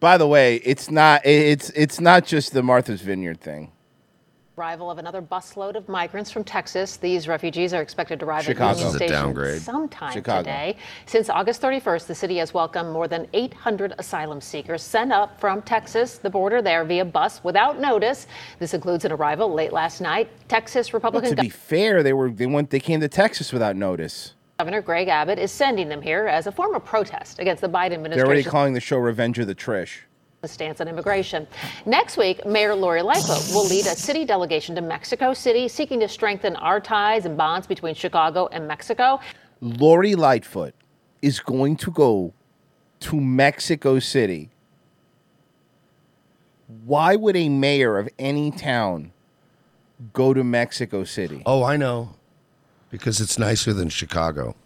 Speaker 1: by the way, it's not it's it's not just the Martha's Vineyard thing.
Speaker 10: arrival of another busload of migrants from Texas. These refugees are expected to arrive
Speaker 1: Chicago.
Speaker 10: at Union
Speaker 1: This is a
Speaker 10: Station
Speaker 2: downgrade.
Speaker 10: sometime
Speaker 1: Chicago.
Speaker 10: today. Since August 31st, the city has welcomed more than 800 asylum seekers sent up from Texas, the border there, via bus without notice. This includes an arrival late last night. Texas
Speaker 1: But
Speaker 10: Republican
Speaker 1: to be fair, they were they went they came to Texas without notice.
Speaker 10: Governor Greg Abbott is sending them here as a form of protest against the Biden
Speaker 1: They're already
Speaker 10: administration's
Speaker 1: calling the show Revenge of the Trish.
Speaker 10: stance on immigration. Next week, Mayor Lori Lightfoot will lead a city delegation to Mexico City seeking to strengthen our ties and bonds between Chicago and Mexico.
Speaker 1: Lori Lightfoot is going to go to Mexico City. Why would a mayor of any town go to Mexico City?
Speaker 2: Oh, I know. Because it's nicer than Chicago.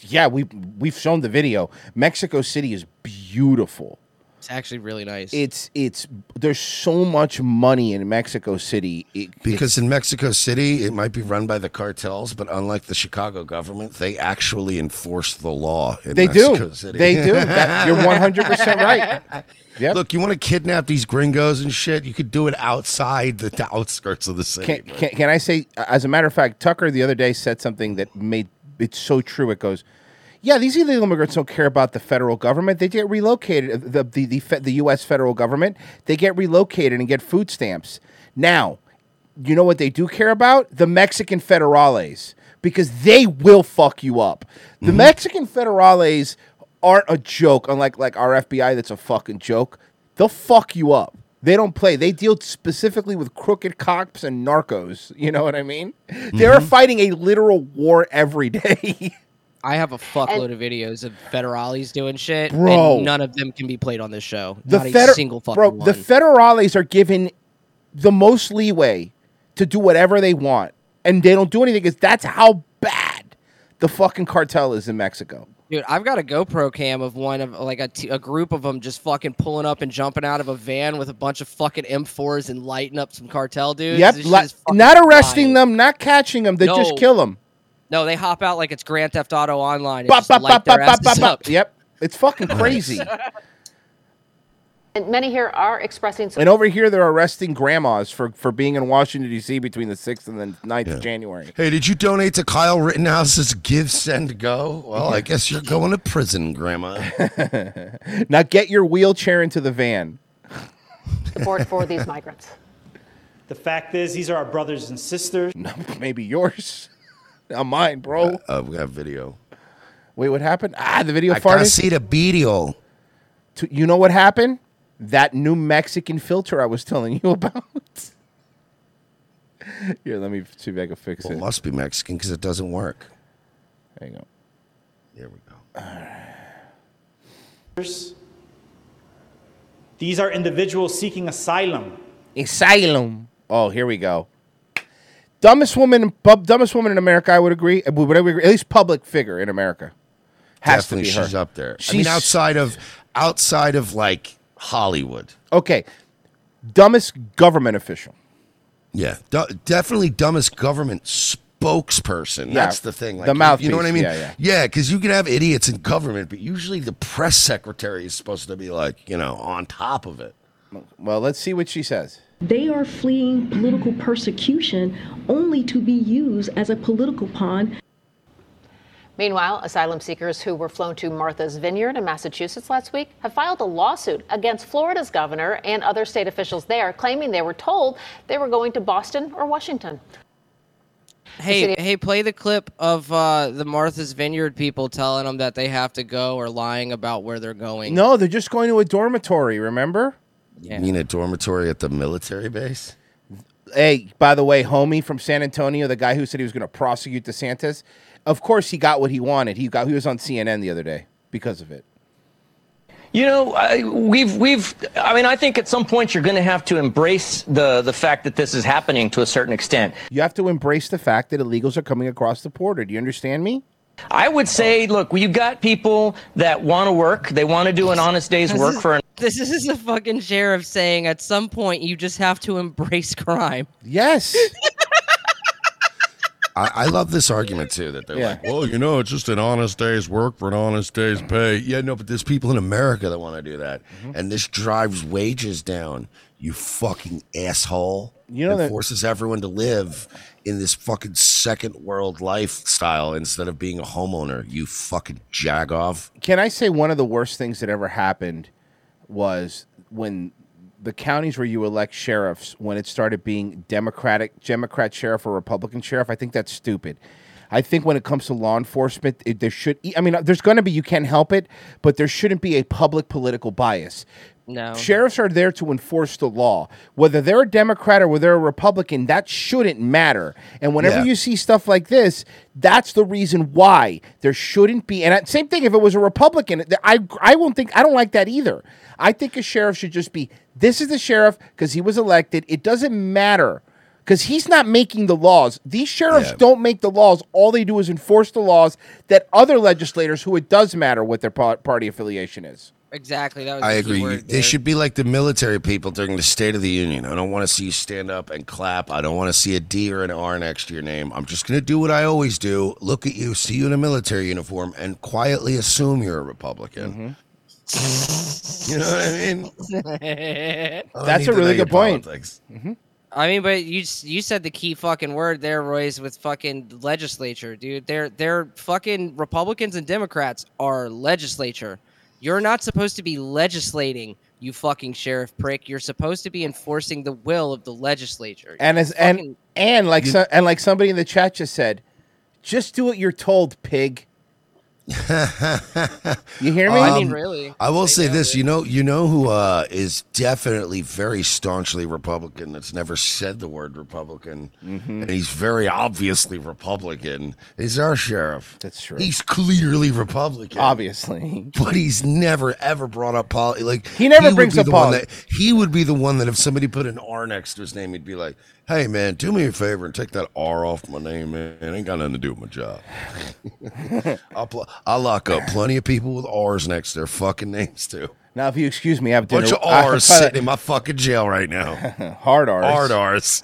Speaker 1: Yeah, we we've shown the video. Mexico City is beautiful.
Speaker 3: It's actually really nice.
Speaker 1: It's it's there's so much money in Mexico City. It,
Speaker 2: Because in Mexico City, it might be run by the cartels, but unlike the Chicago government, they actually enforce the law. In
Speaker 1: They do.
Speaker 2: Mexico City.
Speaker 1: They do. That- you're 100% right.
Speaker 2: Look, you want to kidnap these gringos and shit? You could do it outside the, the outskirts of the city.
Speaker 1: can, can, can I say, as a matter of fact, Tucker the other day said something that made it so true. It goes, yeah, these illegal immigrants don't care about the federal government. They get relocated, the, the, the, fe- the U.S. federal government. They get relocated and get food stamps. Now, you know what they do care about? The Mexican federales, because they will fuck you up. The Mexican federales aren't a joke, unlike like our FBI that's a fucking joke. They'll fuck you up. They don't play. They deal specifically with crooked cops and narcos. You know what I mean? They're
Speaker 3: Mhm.
Speaker 1: fighting a literal war every day.
Speaker 3: I have a fuckload of videos of federales doing shit,
Speaker 1: Bro.
Speaker 3: And none of them can be played on this show.
Speaker 1: the
Speaker 3: Not
Speaker 1: feder-
Speaker 3: a single fucking
Speaker 1: bro,
Speaker 3: one.
Speaker 1: the federales are given the most leeway to do whatever they want, and they don't do anything because that's how bad the fucking cartel is in Mexico.
Speaker 3: Dude, I've got a GoPro cam of one of like a, t- a group of them just fucking pulling up and jumping out of a van with a bunch of fucking M4s and lighting up some cartel dudes.
Speaker 1: yep,
Speaker 3: This shit
Speaker 1: li-
Speaker 3: is fucking
Speaker 1: not arresting
Speaker 3: wild.
Speaker 1: them, not catching them. They just
Speaker 3: No.
Speaker 1: kill them.
Speaker 3: No, they hop out like it's Grand Theft Auto Online. And
Speaker 1: Bop,
Speaker 3: just
Speaker 1: bop,
Speaker 3: light
Speaker 1: bop,
Speaker 3: their
Speaker 1: bop, bop,
Speaker 3: asses
Speaker 1: bop.
Speaker 3: up.
Speaker 1: Yep, it's fucking crazy.
Speaker 10: And many here are expressing
Speaker 1: and over here, they're arresting grandmas for for being in Washington D.C. between the sixth and the 9th of January.
Speaker 2: Hey, did you donate to Kyle Rittenhouse's Give, Send, Go? Well, I guess you're going to prison, Grandma.
Speaker 1: now get your wheelchair into the van.
Speaker 10: support for these migrants.
Speaker 11: The fact is, these are our brothers and sisters.
Speaker 1: Maybe yours, not mine, bro.
Speaker 2: Uh, we got video.
Speaker 1: Wait, what happened? Ah, the video
Speaker 2: I
Speaker 1: farted.
Speaker 2: can't see the video.
Speaker 1: You know what happened? That new Mexican filter I was telling you about. Here, let me see if I can fix
Speaker 2: Well, it
Speaker 1: it.
Speaker 2: must be Mexican because it doesn't work.
Speaker 1: There you go.
Speaker 2: There we go.
Speaker 11: These are individuals seeking asylum.
Speaker 1: Asylum. Oh, here we go. Dumbest woman, in pub, dumbest woman in America. I would agree. Uh, Would I agree? At least public figure in America has
Speaker 2: Definitely
Speaker 1: to be her.
Speaker 2: she's up there. I
Speaker 1: She's-
Speaker 2: mean, outside of outside of like Hollywood.
Speaker 1: Okay, dumbest government official.
Speaker 2: Yeah, du- definitely dumbest government spokesperson.
Speaker 1: Yeah,
Speaker 2: That's the thing.
Speaker 1: the
Speaker 2: you- You know what I
Speaker 1: mouthpiece.
Speaker 2: mean?
Speaker 1: Yeah, yeah.
Speaker 2: because you can have idiots in government, but usually the press secretary is supposed to be like you know on top of it.
Speaker 1: Well, let's see what she says.
Speaker 12: They are fleeing political persecution only to be used as a political pawn.
Speaker 10: Meanwhile, asylum seekers who were flown to Martha's Vineyard in Massachusetts last week have filed a lawsuit against Florida's governor and other state officials there, claiming they were told they were going to Boston or Washington.
Speaker 3: Hey, hey, play the clip of uh, the Martha's Vineyard people telling them that they have to go or lying about where they're going.
Speaker 1: No, they're just going to a dormitory. Remember?
Speaker 2: You mean a dormitory at the military base?
Speaker 1: Hey, by the way, homie from San Antonio, the guy who said he was going to prosecute DeSantis, of course he got what he wanted. He got he was on CNN the other day because of it.
Speaker 13: You know, I, we've we've. I mean, I think at some point you're going to have to embrace the the fact that this is happening to a certain extent.
Speaker 1: You have to embrace the fact that illegals are coming across the border. Do you understand me?
Speaker 13: I would say, look, you've got people that want to work. They want to do an honest day's work for an
Speaker 3: This is the fucking sheriff saying at some point you just have to embrace crime.
Speaker 1: Yes.
Speaker 2: I, I love this argument too that they're
Speaker 1: Yeah.
Speaker 2: like, well, you know, it's just an honest day's work for an honest day's pay. Yeah, no, but there's people in America that want to do that,
Speaker 1: Mm-hmm.
Speaker 2: and this drives wages down. You fucking asshole!
Speaker 1: You know
Speaker 2: and
Speaker 1: that-
Speaker 2: forces everyone to live in this fucking second world lifestyle instead of being a homeowner. You fucking jagoff.
Speaker 1: Can I say one of the worst things that ever happened was when the counties where you elect sheriffs, when it started being Democratic, Democrat sheriff or Republican sheriff, I think that's stupid. I think when it comes to law enforcement, it, there should. e, I mean, uh, there's going to be. You can't help it, but there shouldn't be a public political bias.
Speaker 3: No.
Speaker 1: Sheriffs are there to enforce the law. Whether they're a Democrat or whether they're a Republican, that shouldn't matter. And whenever
Speaker 2: Yeah.
Speaker 1: you see stuff like this, that's the reason why there shouldn't be. And I- same thing if it was a Republican, th- I I won't think I don't like that either. I think a sheriff should just be this is the sheriff because he was elected. It doesn't matter because he's not making the laws. These sheriffs don't make the laws. All they do is enforce the laws that other legislators, who it does matter what their par- party affiliation is.
Speaker 3: Exactly. That was
Speaker 2: I
Speaker 3: the key
Speaker 2: agree.
Speaker 3: word
Speaker 2: They
Speaker 3: there.
Speaker 2: should be like the military people during the State of the Union. I don't want to see you stand up and clap. I don't want to see a D or an R next to your name. I'm just going to do what I always do look at you, see you in a military uniform, and quietly assume you're a Republican.
Speaker 3: Mm-hmm.
Speaker 2: You know what I mean? I don't need
Speaker 1: That's a
Speaker 2: to know
Speaker 1: really
Speaker 2: your
Speaker 1: good point. Mm-hmm.
Speaker 2: politics.
Speaker 3: I mean, but you s- you said the key fucking word there, Royce, with fucking legislature, dude. They're they're fucking Republicans and Democrats are legislature. You're not supposed to be legislating, you fucking sheriff prick. You're supposed to be enforcing the will of the legislature.
Speaker 1: And as and and like
Speaker 3: You-
Speaker 1: so, and like somebody in the chat just said, just do what you're told, pig. you hear me?
Speaker 2: Um, I will say this: you know, you know who uh, is definitely very staunchly Republican. That's never said the word Republican,
Speaker 1: Mm-hmm.
Speaker 2: and he's very obviously Republican. Is our sheriff?
Speaker 1: That's true.
Speaker 2: He's clearly Republican,
Speaker 1: obviously,
Speaker 2: but he's never ever brought up politics. Like
Speaker 1: He never
Speaker 2: would
Speaker 1: brings
Speaker 2: be
Speaker 1: up
Speaker 2: the one
Speaker 1: polit-
Speaker 2: that- He would be the one that if somebody put an R next to his name, he'd be like, "Hey man, do me a favor and take that R off my name, man. It ain't got nothing to do with my job." I'll pl- I lock up plenty of people with R's next to their fucking names too.
Speaker 1: Now, if you excuse me, I have dinner.
Speaker 2: Bunch of
Speaker 1: I have
Speaker 2: R's
Speaker 1: kinda-
Speaker 2: sitting in my fucking jail right now.
Speaker 1: Hard R's.
Speaker 2: Hard R's.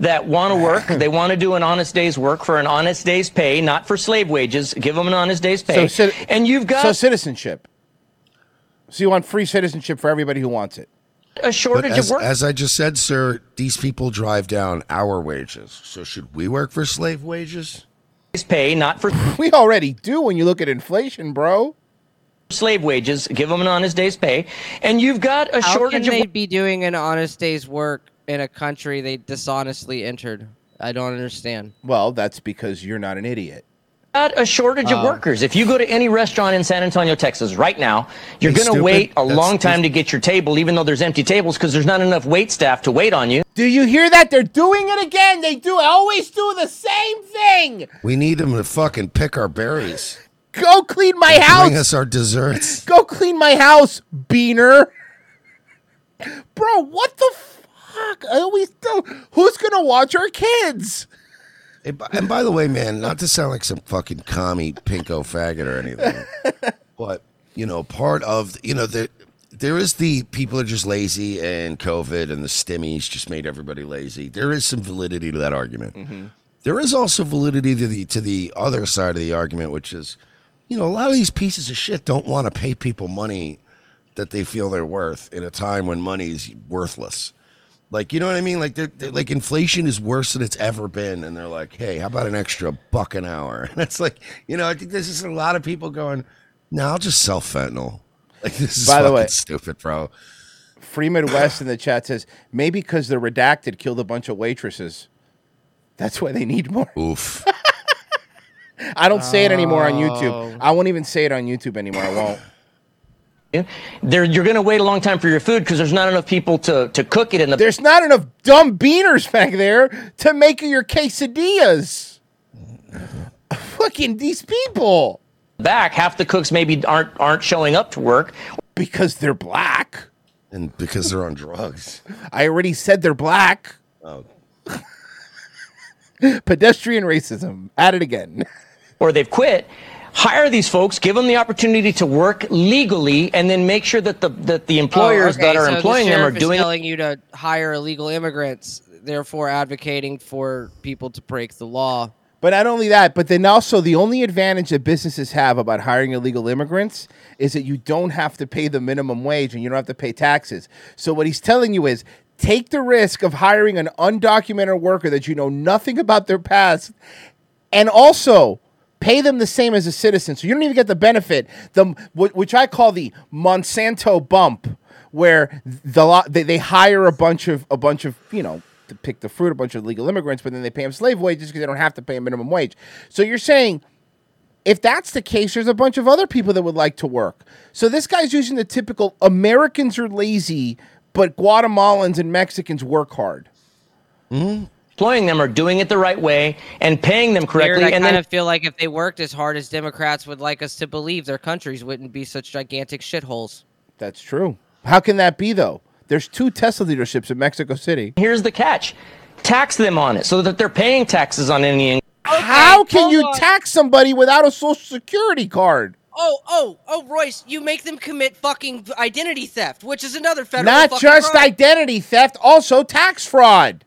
Speaker 13: that want to work. They want to do an honest day's work for an honest day's pay, not for slave wages. Give them an honest day's pay.
Speaker 1: So citi-
Speaker 13: and you've got
Speaker 1: so citizenship. So you want free citizenship for everybody who wants it.
Speaker 13: a shortage
Speaker 2: But as,
Speaker 13: of work.
Speaker 2: as I just said, sir, these people drive down our wages. So should we work for slave wages?
Speaker 13: Pay not for.
Speaker 1: We already do when you look at inflation, bro.
Speaker 13: Slave wages. Give them an honest day's pay, and you've got
Speaker 3: How
Speaker 13: a
Speaker 3: can
Speaker 13: shortage of
Speaker 3: they be doing an honest day's work in a country they dishonestly entered? I don't understand. Oh,
Speaker 1: Well, that's because you're not an idiot.
Speaker 13: got a shortage of
Speaker 1: Oh.
Speaker 13: workers. If you go to any restaurant in San Antonio, Texas, right now, you're
Speaker 1: He's
Speaker 13: going to
Speaker 1: stupid.
Speaker 13: wait a
Speaker 1: That's-
Speaker 13: long time to get your table, even though there's empty tables because there's not enough wait staff to wait on you.
Speaker 1: Do you hear that? They're doing it again. They do always do the same thing.
Speaker 2: We need them to fucking pick our berries.
Speaker 1: Go clean my
Speaker 2: Bring
Speaker 1: house.
Speaker 2: us our desserts.
Speaker 1: Go clean my house, Beaner. Bro, what the fuck? I always don't. Who's gonna watch our kids?
Speaker 2: And by, and by the way, man, not to sound like some fucking commie pinko faggot or anything, but you know, part of you know there there is the people are just lazy and COVID and the stimmies just made everybody lazy. There is some validity to that argument.
Speaker 1: Mm-hmm.
Speaker 2: There is also validity to the to the other side of the argument, which is, you know, a lot of these pieces of shit don't want to pay people money that they feel they're worth in a time when money is worthless. Like you know what I mean? Like they're, they're- like inflation is worse than it's ever been, and they're like, hey, how about an extra buck an hour? And it's like, you know, I think there's just a lot of people going, no, I'll just sell fentanyl. Like this is
Speaker 1: By the
Speaker 2: fucking
Speaker 1: way-
Speaker 2: stupid, bro.
Speaker 1: Free Midwest in the chat says maybe because they're redacted killed a bunch of waitresses. That's why they need more.
Speaker 2: Oof.
Speaker 1: I don't say it anymore on YouTube.
Speaker 13: Oh.
Speaker 1: I won't even say it on YouTube anymore. I won't.
Speaker 13: There, you're going to wait a long time for your food because there's not enough people to, to cook it in the.
Speaker 1: There's not enough dumb beaners back there to make your quesadillas. Fucking these people.
Speaker 13: back. Half the cooks maybe aren't aren't showing up to work
Speaker 1: because they're black.
Speaker 2: And because they're on drugs.
Speaker 1: I already said they're black.
Speaker 2: Oh.
Speaker 1: Pedestrian racism. At it again.
Speaker 13: or they've quit. Hire these folks, give them the opportunity to work legally, and then make sure that the that the employers
Speaker 3: Oh,
Speaker 13: that
Speaker 3: okay,
Speaker 13: are
Speaker 3: so the
Speaker 13: employing them are
Speaker 3: sheriff is
Speaker 13: doing
Speaker 3: telling you to hire illegal immigrants, therefore advocating for people to break the law.
Speaker 1: But not only that, but then also the only advantage that businesses have about hiring illegal immigrants is that you don't have to pay the minimum wage and you don't have to pay taxes. So what he's telling you is take the risk of hiring an undocumented worker that you know nothing about their past and also pay them the same as a citizen. So you don't even get the benefit, the wh- which I call the Monsanto bump where the lot they, they hire a bunch of a bunch of, you know, to pick the fruit, a bunch of illegal immigrants, but then they pay them slave wages because they don't have to pay a minimum wage. So you're saying if that's the case, there's a bunch of other people that would like to work. So this guy's using the typical Americans are lazy, but Guatemalans and Mexicans work hard. Mm-hmm.
Speaker 13: Employing them or doing it the right way and paying them
Speaker 3: Weird.
Speaker 13: correctly.
Speaker 3: I
Speaker 13: and
Speaker 3: kind
Speaker 13: then
Speaker 3: of feel like if they worked as hard as Democrats would like us to believe, their countries wouldn't be such gigantic shitholes.
Speaker 1: That's true. How can that be though? There's two Tesla dealerships in Mexico City.
Speaker 13: Here's the catch tax them on it so that they're paying taxes on any income.
Speaker 1: How can you tax somebody without a social security card?
Speaker 3: Oh, oh, oh, Royce, you make them commit fucking identity theft, which is another federal
Speaker 1: Not
Speaker 3: fucking
Speaker 1: just
Speaker 3: crime.
Speaker 1: identity theft, also tax fraud.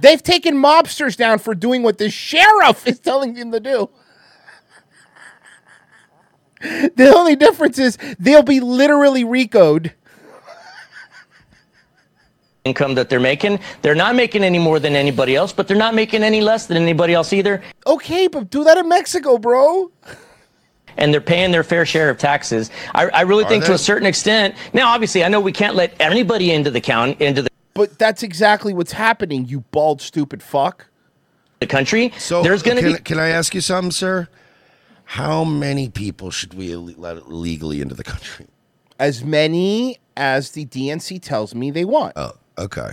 Speaker 1: They've taken mobsters down for doing what the sheriff is telling them to do. The only difference is they'll be literally recoed.
Speaker 13: income that they're making. They're not making any more than anybody else, but they're not making any less than anybody else either.
Speaker 1: Okay, but do that in Mexico, bro.
Speaker 13: And they're paying their fair share of taxes. I, I really
Speaker 1: Are
Speaker 13: think to
Speaker 1: they?
Speaker 13: a certain extent. Now, obviously, I know we can't let anybody into the count into the
Speaker 1: But that's exactly what's happening, you bald, stupid fuck.
Speaker 13: The country.
Speaker 2: So
Speaker 1: There's gonna
Speaker 2: can,
Speaker 1: be-
Speaker 2: can I ask you something, sir? How many people should we ille- let illegally into the country?
Speaker 1: As many as the DNC tells me they want.
Speaker 2: Oh, okay.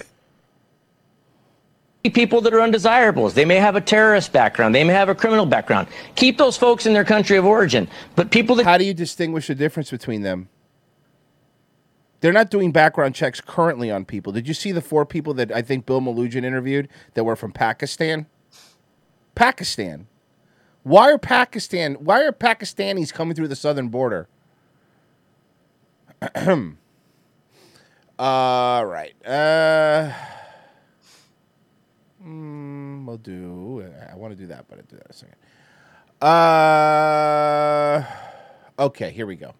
Speaker 13: people that are undesirables. They may have a terrorist background. They may have a criminal background. Keep those folks in their country of origin. But people that
Speaker 1: How do you distinguish the difference between them? They're not doing background checks currently on people. Did you see the four people that I think Bill Malugin interviewed that were from Pakistan? Pakistan. Why are Pakistan? Why are Pakistanis coming through the southern border? All right. Uh, mm, we'll do. I want to do that, but I do that in a second. Uh, okay, here we go.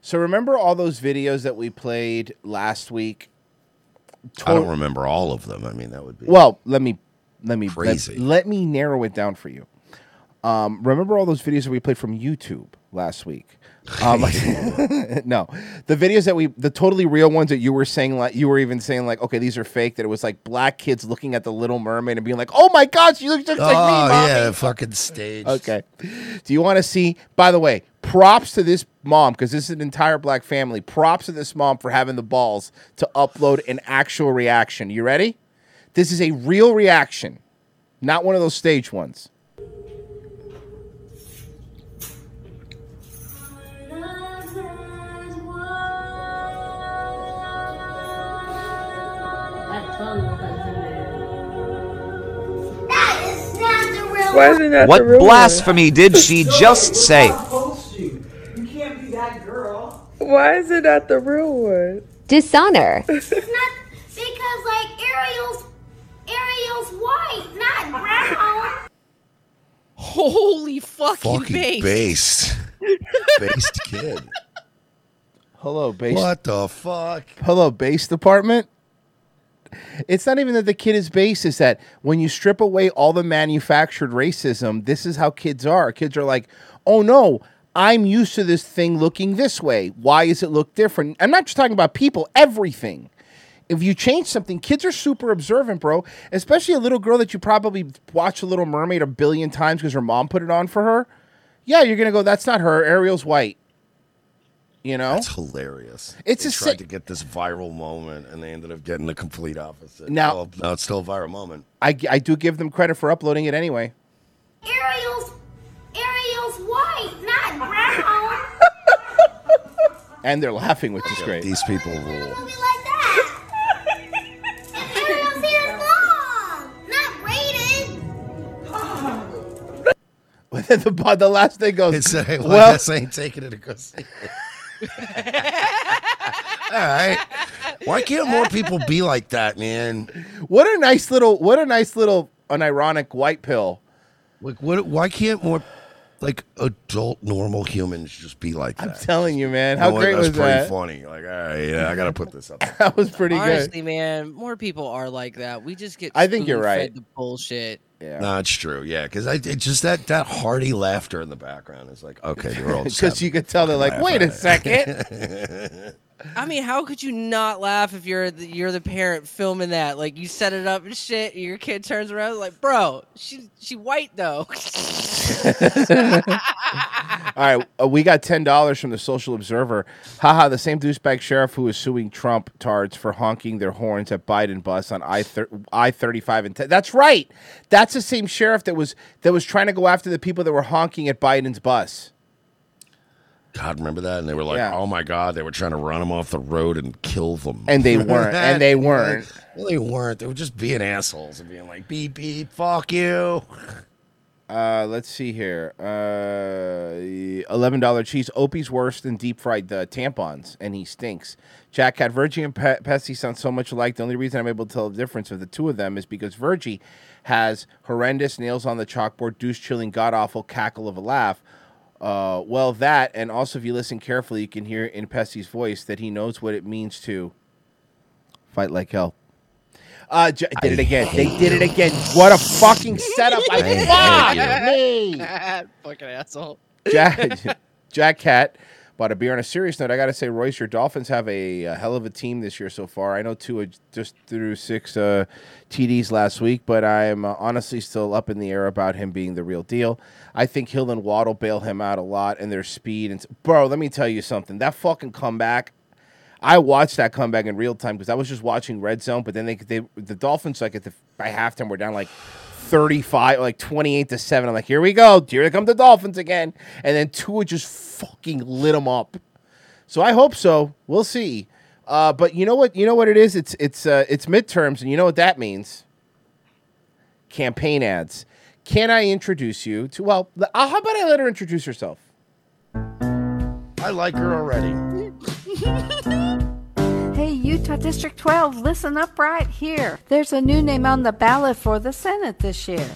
Speaker 1: So remember all those videos that we played last week?
Speaker 2: I
Speaker 1: Tot-
Speaker 2: don't remember all of them. I mean, that would be
Speaker 1: Well, let me let me let-
Speaker 2: Crazy.
Speaker 1: Let, me narrow it down for you. Um, remember all those videos that we played from YouTube last week? Um, no, the videos that we the totally real ones that you were saying like you were even saying like okay these are fake that it was like black kids looking at the Little Mermaid and being like oh my god she looks just
Speaker 2: oh
Speaker 1: like me mommy.
Speaker 2: yeah, the fucking stage.
Speaker 1: Okay. Do you want to see? By the way, props to this mom because this is an entire black family. Props to this mom for having the balls to upload an actual reaction. You ready? This is a real reaction, not one of those stage ones.
Speaker 14: What blasphemy did she just say?
Speaker 15: Why is it not the real one?
Speaker 16: Dishonor.
Speaker 17: Because like Ariel's Ariel's white, not brown.
Speaker 3: Holy fucking,
Speaker 2: Fucking
Speaker 3: base.
Speaker 2: based. based kid.
Speaker 1: Hello, base.
Speaker 2: What the fuck?
Speaker 1: Hello, base department. It's not even that the kid is base, it's that when you strip away all the manufactured racism, this is how kids are. Kids are like, oh no, I'm used to this thing looking this way. Why does it look different? I'm not just talking about people, everything. If you change something, kids are super observant, bro. Especially a little girl that you probably watched The Little Mermaid a billion times because her mom put it on for her. Yeah, you're gonna go, that's not her. Ariel's white. You know?
Speaker 2: That's hilarious.
Speaker 1: It's
Speaker 2: they
Speaker 1: a
Speaker 2: tried
Speaker 1: sick-
Speaker 2: to get this viral moment and they ended up getting the complete opposite.
Speaker 1: Now-
Speaker 2: Well, now it's still a viral moment.
Speaker 1: I, I do give them credit for uploading it anyway.
Speaker 17: Ariel's Ariel's white, not brown.
Speaker 1: and they're laughing, which is great.
Speaker 2: These people rule.
Speaker 17: Ariel's hair is long, not braided.
Speaker 1: the, bu- the last thing goes.
Speaker 2: It's like, well,
Speaker 1: well,
Speaker 2: I guess I ain't taking it to go see it. All right. Why can't more people be like that, man?
Speaker 1: what a nice little, what a nice little, an ironic white pill.
Speaker 2: Like, what? Why can't more like adult normal humans just be like that?
Speaker 1: I'm telling you, man.
Speaker 2: You
Speaker 1: How
Speaker 2: know what?
Speaker 1: great was
Speaker 2: That's pretty
Speaker 1: that?
Speaker 2: funny. Like, all right, yeah, I gotta put this up.
Speaker 1: That was pretty good.
Speaker 3: Honestly, man, more people are like that. We just get.
Speaker 1: I think you're
Speaker 3: spoon-fed
Speaker 1: right.
Speaker 3: The bullshit.
Speaker 1: Yeah.
Speaker 2: No, it's true. Yeah, because I it just that that hearty laughter in the background is like, okay, they're all just
Speaker 1: Because you could tell they're like,
Speaker 2: having
Speaker 1: wait a
Speaker 2: laugh at
Speaker 1: second.
Speaker 2: it.
Speaker 3: I mean, how could you not laugh if you're the, you're the parent filming that? Like you set it up and shit. And your kid turns around like, bro, she she white though.
Speaker 1: All right, uh, we got ten dollars from the Social Observer. Haha, the same douchebag sheriff who is suing Trump tards for honking their horns at Biden bus on I I thirty five and ten. That's right. That's the same sheriff that was that was trying to go after the people that were honking at Biden's bus.
Speaker 2: God, remember that? And they were like,
Speaker 1: Yeah.
Speaker 2: "Oh my God!" They were trying to run them off the road and kill them,
Speaker 1: And they weren't. And they weren't.
Speaker 2: Well, they weren't. They were just being assholes and being like, "Beep beep, fuck you."
Speaker 1: Uh, let's see here. Uh, eleven dollar cheese. Opie's worse than deep fried uh, tampons, and he stinks. Jack had Virgie and Pe- Pesci sound so much alike. The only reason I'm able to tell the difference of the two of them is because Virgie has horrendous nails on the chalkboard, douche chilling, god awful cackle of a laugh. Uh, well, that, and also if you listen carefully, you can hear in Pesci's voice that he knows what it means to fight like hell. Uh, J- did it again. They did it again. What a fucking setup! I fuck. me.
Speaker 3: Fucking asshole.
Speaker 1: Jack, Jack Cat bought a beer. On a serious note, I got to say, Royce, your Dolphins have a, uh hell of a team this year so far. I know Tua just threw six uh, TDs last week, but I'm uh, honestly still up in the air about him being the real deal. I think Hill and Waddle bail him out a lot, and their speed and s- bro. Let me tell you something. That fucking comeback. I watched that comeback in real time because I was just watching Red Zone, but then they, they the Dolphins like at the by halftime were down like thirty five, like twenty eight to seven. I'm like, here we go, here come the Dolphins again, and then Tua just fucking lit them up. So I hope so. We'll see. Uh, but you know what? You know what it is. It's it's uh, it's midterms, and you know what that means. Campaign ads. Can I introduce you to? Well, l- uh, how about I let her introduce herself?
Speaker 2: I like her already.
Speaker 16: Hey, Utah District 12, listen up right here. There's a new name on the ballot for the Senate this year.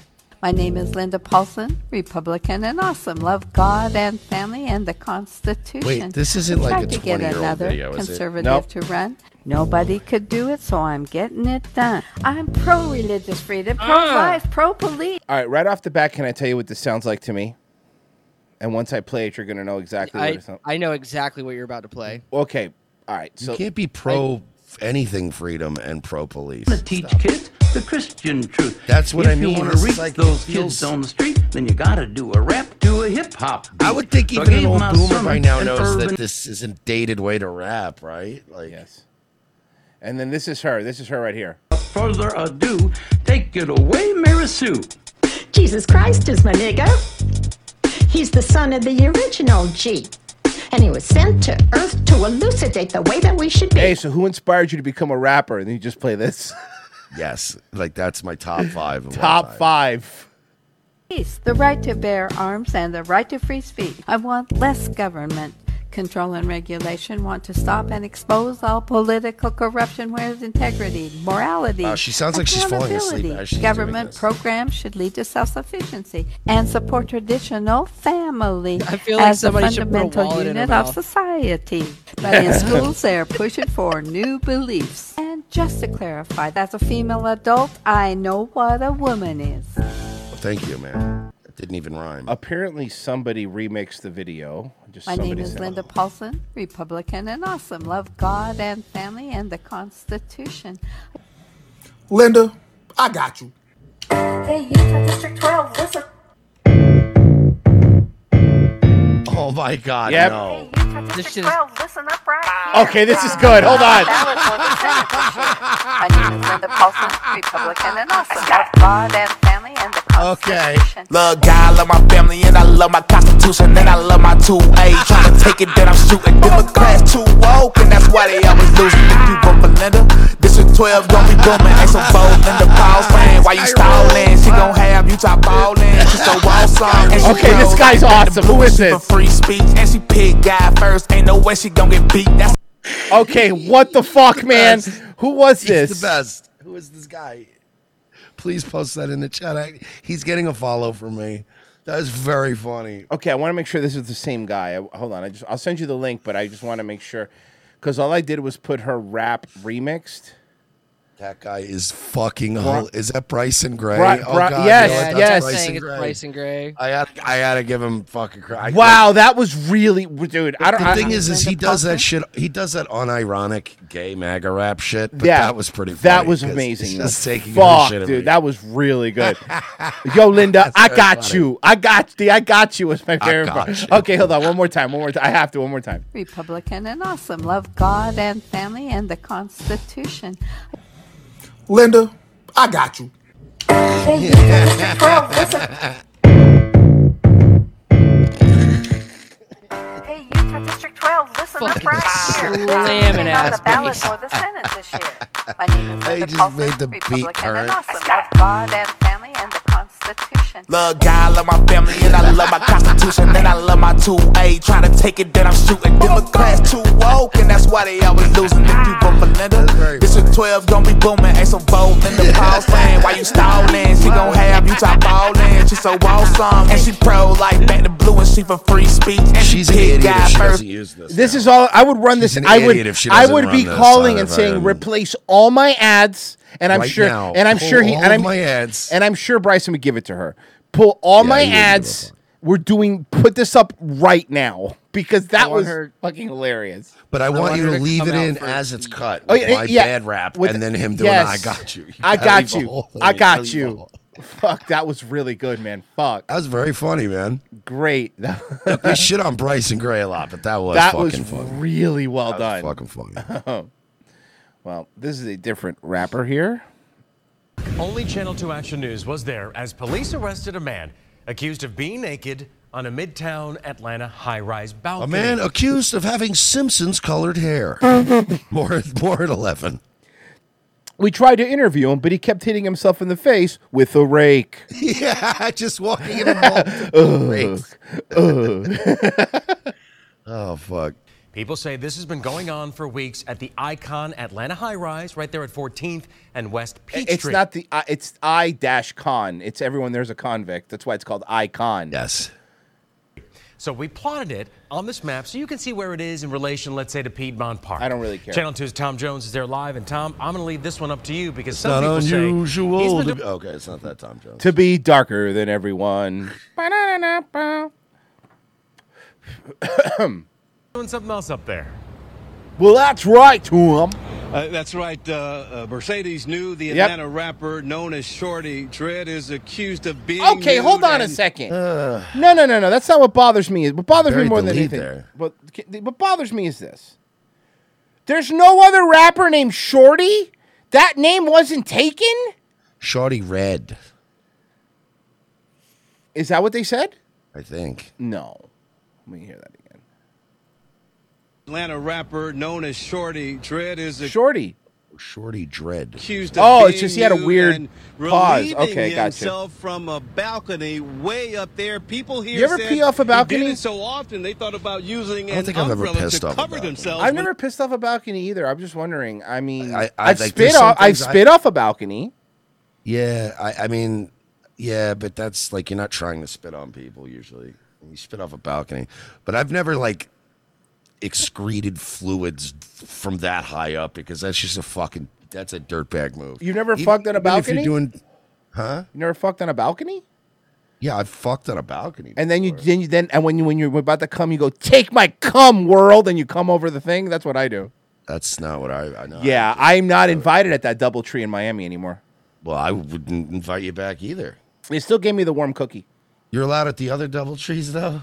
Speaker 16: My name is Linda Paulson, Republican and awesome. Love God and family and the Constitution.
Speaker 2: Wait, this isn't like
Speaker 16: Tried
Speaker 2: a
Speaker 16: to get
Speaker 2: 20-year-old
Speaker 16: another
Speaker 2: video, is it?
Speaker 16: conservative
Speaker 2: Nope.
Speaker 16: to run. Nobody could do it, so I'm getting it done. I'm pro religious freedom, pro life, pro police.
Speaker 1: All right, right off the bat, can I tell you what this sounds like to me? And once I play it, you're gonna know exactly what
Speaker 3: I
Speaker 1: it sounds.
Speaker 3: I know exactly what you're about to play.
Speaker 1: Okay, all right. So
Speaker 2: you can't be pro f- anything freedom and pro police.
Speaker 18: to teach kids the Christian truth.
Speaker 2: That's what
Speaker 18: if
Speaker 2: I mean.
Speaker 18: you want
Speaker 2: It's
Speaker 18: to reach
Speaker 2: like
Speaker 18: those
Speaker 2: it feels-
Speaker 18: kids on the street, then you got to do a rap to a hip hop.
Speaker 2: I would think
Speaker 18: So I
Speaker 2: even an
Speaker 18: gave
Speaker 2: old
Speaker 18: my
Speaker 2: boomer
Speaker 18: sermon
Speaker 2: by now
Speaker 18: an
Speaker 2: knows
Speaker 18: urban-
Speaker 2: that this is a dated way to rap, right? Like,
Speaker 1: yes. And then this is her. This is her right here.
Speaker 18: Further ado, take it away, Mary Sue.
Speaker 19: Jesus Christ is my nigga. He's the son of the original G. And he was sent to earth to elucidate the way that we should be.
Speaker 1: Hey, so who inspired you to become a rapper? And then you just play this.
Speaker 2: Yes, like that's my top five. Of all
Speaker 1: Top
Speaker 2: time.
Speaker 1: five.
Speaker 16: peace, the right to bear arms, and the right to free speech. I want less government control and regulation. Want to stop and expose all political corruption. Where's integrity, morality?
Speaker 2: Wow, she sounds like she's falling asleep
Speaker 16: accountability?
Speaker 2: as she's doing
Speaker 16: Government
Speaker 2: this.
Speaker 16: programs should lead to self-sufficiency and support traditional family I
Speaker 3: feel like
Speaker 16: as a
Speaker 3: somebody should put a
Speaker 16: fundamental
Speaker 3: wallet in her
Speaker 16: unit of
Speaker 3: mouth.
Speaker 16: society. But in schools, they're pushing for new beliefs. And just to clarify, as a female adult, I know what a woman is.
Speaker 2: Well, thank you, man. It didn't even rhyme.
Speaker 1: Apparently, somebody remixed the video. Just
Speaker 16: My name
Speaker 1: somebody
Speaker 16: is
Speaker 1: said-
Speaker 16: Linda Paulson, Republican and awesome. Love God and family and the Constitution.
Speaker 20: Linda, I got you.
Speaker 19: Hey, Utah District 12, listen.
Speaker 2: Oh my God!
Speaker 1: Yep.
Speaker 2: No.
Speaker 16: This
Speaker 3: shit
Speaker 19: listen up right
Speaker 1: Okay, this is good. Hold on.
Speaker 16: Ballot for the Senate this year. My name is Linda Paulson, Republican and awesome. Love God and family and the
Speaker 20: Okay.
Speaker 16: Constitution.
Speaker 20: Love God, love my family, and I love my constitution, and I love my 2A. Trying
Speaker 1: Uh-huh.
Speaker 20: to take it, then I'm shooting.
Speaker 1: Oh
Speaker 20: Democrats too woke, and that's why they always losing. If you vote for Linda, District 12 don't be booming. Ain't so bold, Linda Paulson. Why you stalling? She gon' have Utah ballin'. She's so awesome. and she
Speaker 1: Okay, this
Speaker 20: cold
Speaker 1: guy's
Speaker 20: like the
Speaker 1: awesome. Who is
Speaker 20: blues. She
Speaker 1: this?
Speaker 20: For free speech, and she picked God first. Ain't no way she gon' get beat. That's
Speaker 1: Okay, what the fuck, man? Who was this?
Speaker 2: He's the best. Who is this guy? Please post that in the chat. I, he's getting a follow from me. That is very funny.
Speaker 1: Okay, I want to make sure this is the same guy. I, hold on, I just I'll send you the link, but I just want to make sure because all I did was put her rap remixed,
Speaker 2: That guy is fucking.
Speaker 1: Bri-
Speaker 2: hol- is that Bryson Gray?
Speaker 1: Bri-
Speaker 2: oh,
Speaker 1: Bri-
Speaker 2: God,
Speaker 1: yes,
Speaker 2: no, that's
Speaker 1: yes.
Speaker 2: Bryson
Speaker 1: Saying it's
Speaker 2: Gray.
Speaker 1: Bryson
Speaker 3: Gray.
Speaker 2: I had, I had to give him fucking credit.
Speaker 1: Wow, that was really, dude. I don't.
Speaker 2: the
Speaker 1: I-
Speaker 2: thing
Speaker 1: I-
Speaker 2: is, is he does that shit. He does that unironic gay MAGA rap shit. But
Speaker 1: Yeah.
Speaker 2: that was pretty. Funny
Speaker 1: That was
Speaker 2: 'cause
Speaker 1: amazing.
Speaker 2: It's just
Speaker 1: though.
Speaker 2: taking
Speaker 1: Fuck,
Speaker 2: the shit away.
Speaker 1: dude, that was really good. Yo, Linda, I
Speaker 2: very
Speaker 1: got
Speaker 2: funny.
Speaker 1: you. I got the. I got you. Was my favorite
Speaker 16: got
Speaker 1: part. Okay, hold on. One more time. One more time. I have to. One more time.
Speaker 16: Republican and awesome. Love God and family and the Constitution.
Speaker 20: Linda, I got you.
Speaker 16: District 12, listen up right here.
Speaker 2: slamming
Speaker 16: on the
Speaker 2: ass
Speaker 16: ballot
Speaker 2: bass.
Speaker 16: for the Senate this year. My name is
Speaker 2: They
Speaker 16: Linda
Speaker 2: just
Speaker 16: Paulson,
Speaker 2: made the beat
Speaker 16: Republican and
Speaker 2: current.
Speaker 16: awesome. Love God and family and the Constitution.
Speaker 20: Love God, love my family, and I love my constitution, and I love my 2A. Try to take it, then I'm shooting. Democrats too woke, and that's why they always losing. If you vote for Linda, District 12 gonna be booming. Ain't so bold Linda Paulson. Why you stalling? She gon' have you top ballin'. She so awesome, and she pro like back to blue, and she for free speech. And
Speaker 2: She's an idiot if she doesn't use this.
Speaker 1: This is all I would run this.
Speaker 2: an
Speaker 1: I would.
Speaker 2: idiot if she
Speaker 1: I
Speaker 2: doesn't
Speaker 1: would be
Speaker 2: run this uh,
Speaker 1: calling
Speaker 2: on
Speaker 1: and
Speaker 2: her
Speaker 1: saying,
Speaker 2: own.
Speaker 1: replace all my ads, and I'm
Speaker 2: Right
Speaker 1: sure,
Speaker 2: now,
Speaker 1: and I'm
Speaker 2: pull
Speaker 1: sure he,
Speaker 2: all
Speaker 1: and I'm
Speaker 2: of my ads.
Speaker 1: and I'm sure Bryson would give it to her. Pull all
Speaker 2: Yeah,
Speaker 1: my
Speaker 2: he would give a
Speaker 1: ads. We're doing. Put this up right now because that
Speaker 2: want
Speaker 1: was fucking hilarious.
Speaker 2: But I,
Speaker 1: I
Speaker 2: want
Speaker 1: want
Speaker 2: you
Speaker 1: her
Speaker 2: to
Speaker 1: to
Speaker 2: leave
Speaker 1: come
Speaker 2: it
Speaker 1: out
Speaker 2: in
Speaker 1: for-
Speaker 2: as it's cut.
Speaker 1: Oh,
Speaker 2: With
Speaker 1: yeah,
Speaker 2: my
Speaker 1: yeah.
Speaker 2: bad rap,
Speaker 1: With-
Speaker 2: and then him doing
Speaker 1: yes.
Speaker 2: "I got you." You
Speaker 1: I
Speaker 2: gotta leave
Speaker 1: got
Speaker 2: the
Speaker 1: you.
Speaker 2: whole thing.
Speaker 1: I got
Speaker 2: leave the
Speaker 1: you. Fuck, that was really good, man. Fuck.
Speaker 2: That was very funny, man.
Speaker 1: Great.
Speaker 2: Look, they shit on Bryson Gray a lot, but that was
Speaker 1: that was
Speaker 2: fucking funny.
Speaker 1: really well
Speaker 2: That
Speaker 1: done.
Speaker 2: was fucking funny.
Speaker 1: well, this is a different rapper here.
Speaker 21: Only Channel 2 Action News was there as police arrested a man accused of being naked on a midtown Atlanta high rise balcony.
Speaker 2: A man accused of having Simpsons colored hair. more, more at eleven.
Speaker 1: We tried to interview him, but he kept hitting himself in the face with a rake.
Speaker 2: yeah, just walking in a mall.
Speaker 1: Ugh.
Speaker 2: Ugh. oh fuck.
Speaker 21: People say this has been going on for weeks at the icon Atlanta high rise right there at 14th and West Peachtree.
Speaker 1: It's not the I it's I dash con. It's everyone there's a convict. That's why it's called icon.
Speaker 2: Yes.
Speaker 21: So we plotted it on this map so you can see where it is in relation, let's say, to Piedmont Park. I don't
Speaker 1: really care.
Speaker 21: Channel 2's Tom Jones is there live, and Tom, I'm going to leave this one up to you because some
Speaker 2: Not
Speaker 21: people say he's
Speaker 2: unusual.
Speaker 21: been
Speaker 2: to
Speaker 21: do-
Speaker 2: be- okay, it's not that Tom Jones.
Speaker 1: To be darker than everyone.
Speaker 21: doing something else up there.
Speaker 1: Well, that's right, Tom.
Speaker 22: Uh, that's right. Uh, uh, Mercedes knew the
Speaker 1: Yep.
Speaker 22: Atlanta rapper known as Shorty Dredd is accused of being.
Speaker 1: Okay,
Speaker 22: nude
Speaker 1: hold on a
Speaker 22: and-
Speaker 1: second.
Speaker 2: Uh,
Speaker 1: no, no, no, no. That's not what bothers me. What bothers me
Speaker 2: Buried
Speaker 1: more
Speaker 2: the
Speaker 1: than
Speaker 2: lead
Speaker 1: anything.
Speaker 2: there.
Speaker 1: What what bothers me is this. There's no other rapper named Shorty. That name wasn't taken.
Speaker 2: Shorty Red,
Speaker 1: Is that what they said?
Speaker 2: I think.
Speaker 1: No. Let me hear that again.
Speaker 22: Atlanta rapper known as Shorty Dredd is a-
Speaker 1: Shorty.
Speaker 2: Shorty Dread.
Speaker 22: accused of
Speaker 1: Oh, it's
Speaker 22: being
Speaker 1: just he had a
Speaker 22: nude
Speaker 1: weird
Speaker 22: and
Speaker 1: pause.
Speaker 22: relieving
Speaker 1: Okay, gotcha.
Speaker 22: himself from a balcony way up there. People here.
Speaker 1: You ever
Speaker 22: said
Speaker 1: pee off a
Speaker 22: he
Speaker 1: balcony?
Speaker 22: did it so often they thought about using
Speaker 2: I don't
Speaker 22: an
Speaker 2: think I've ever
Speaker 22: umbrella
Speaker 2: pissed
Speaker 22: to
Speaker 2: off a
Speaker 22: cover
Speaker 2: balcony.
Speaker 22: themselves.
Speaker 1: I've never pissed off a balcony either. I'm just wondering. I mean, I,
Speaker 2: I-
Speaker 1: have
Speaker 2: like,
Speaker 1: spit
Speaker 2: there's some
Speaker 1: off. I've
Speaker 2: things I-
Speaker 1: spit off a balcony.
Speaker 2: Yeah, I, I mean, yeah, but that's like you're not trying to spit on people usually. You spit off a balcony, but I've never like excreted fluids from that high up because that's just a fucking that's a dirtbag move.
Speaker 1: You've never
Speaker 2: Even-
Speaker 1: fucked on a
Speaker 2: even if you're
Speaker 1: balcony.
Speaker 2: doing, huh?
Speaker 1: You never fucked on a balcony.
Speaker 2: Yeah, I fucked on a balcony.
Speaker 1: And then you then you then and when you when you're about to come, you go take my cum world, and you come over the thing. That's what I do.
Speaker 2: That's not what I, I know.
Speaker 1: yeah, I'm not invited at that double tree in Miami anymore.
Speaker 2: Well, I wouldn't invite you back either.
Speaker 1: They still gave me the warm cookie.
Speaker 2: You're allowed at the other double trees though.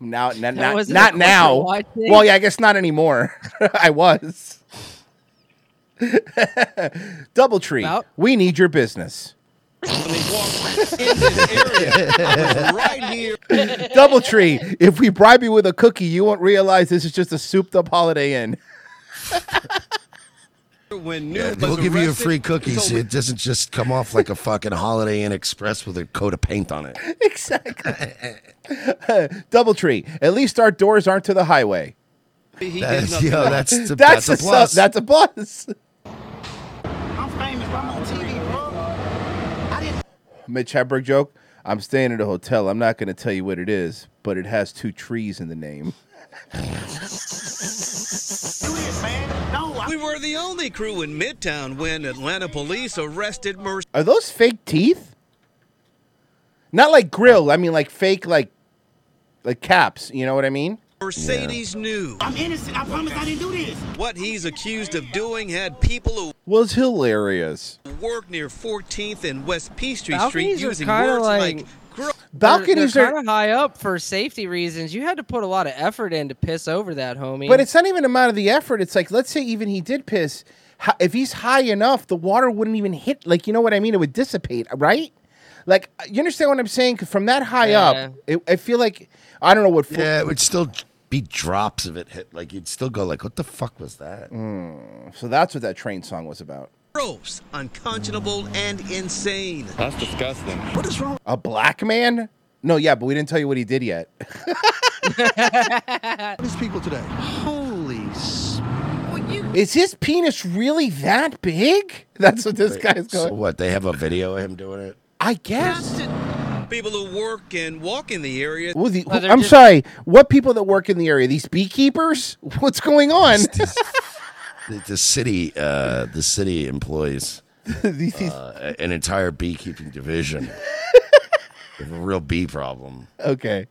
Speaker 1: Now, not,
Speaker 2: That
Speaker 1: not,
Speaker 2: wasn't a
Speaker 1: not
Speaker 2: corporate
Speaker 1: now.
Speaker 2: wide thing?
Speaker 1: Well, yeah, I guess not anymore. I was. Double tree. We need your business. Double tree. If we bribe you with a cookie, you won't realize this is just a souped up Holiday Inn.
Speaker 22: When nude
Speaker 2: Yeah,
Speaker 22: was
Speaker 2: we'll give you a
Speaker 22: arrested,
Speaker 2: free cookie
Speaker 22: so
Speaker 2: so it doesn't just come off like a fucking Holiday Inn Express with a coat of paint on it.
Speaker 1: exactly. Double tree. At least our doors aren't to the highway.
Speaker 22: he did
Speaker 2: That's-
Speaker 22: nothing
Speaker 2: yo,
Speaker 22: wrong.
Speaker 2: that's the-
Speaker 1: That's,
Speaker 2: that's a
Speaker 1: a su-
Speaker 2: plus.
Speaker 1: that's a plus.
Speaker 17: I'm famous. I'm on TV, bro. I didn't
Speaker 1: Mitch Hedberg joke. I'm staying at a hotel. I'm not going to tell you what it is, but it has two trees in the name.
Speaker 22: We were the only crew in Midtown when Atlanta police arrested Mer-
Speaker 1: Are those fake teeth? Not like grill. I mean, like fake, like like caps. You know what I mean?
Speaker 22: Mercedes New.
Speaker 17: I'm innocent. I promise I didn't do this.
Speaker 22: What he's accused of doing had people
Speaker 1: Was hilarious.
Speaker 22: who work near 14th and West Peachtree
Speaker 3: Balconies
Speaker 22: Street
Speaker 3: are
Speaker 22: using
Speaker 3: kinda
Speaker 22: words
Speaker 3: like-
Speaker 22: like, gro-
Speaker 1: Balconies
Speaker 3: they're,
Speaker 1: are-
Speaker 3: kind of high up for safety reasons. You had to put a lot of effort in to piss over that, homie.
Speaker 1: But it's not even amount of the effort. It's like let's say even he did piss. ho- If he's high enough, the water wouldn't even hit. Like you know what I mean? It would dissipate, right? Like you understand what I'm saying? 'Cause From that high
Speaker 2: Yeah.
Speaker 1: up, it, I feel like I don't know what. fo-
Speaker 2: Yeah, it would still be drops of it hit. Like you'd still go like, "What the fuck was that?"
Speaker 1: Mm, so that's what that train song was about.
Speaker 22: gross, unconscionable, and insane.
Speaker 1: That's disgusting. What is wrong? A black man? No, yeah, but we didn't tell you what he did yet.
Speaker 22: These people today. Holy. s-
Speaker 1: Is his penis really that big? That's what this
Speaker 2: Wait,
Speaker 1: guy's
Speaker 2: So
Speaker 1: going.
Speaker 2: what? They have a video of him doing it.
Speaker 1: I guess.
Speaker 22: People who work and walk in the area.
Speaker 1: Well, the- I'm sorry. What people that work in the area? These beekeepers? What's going on?
Speaker 2: The, the city, uh, the city employs uh, an entire beekeeping division. They have a real bee problem.
Speaker 1: okay.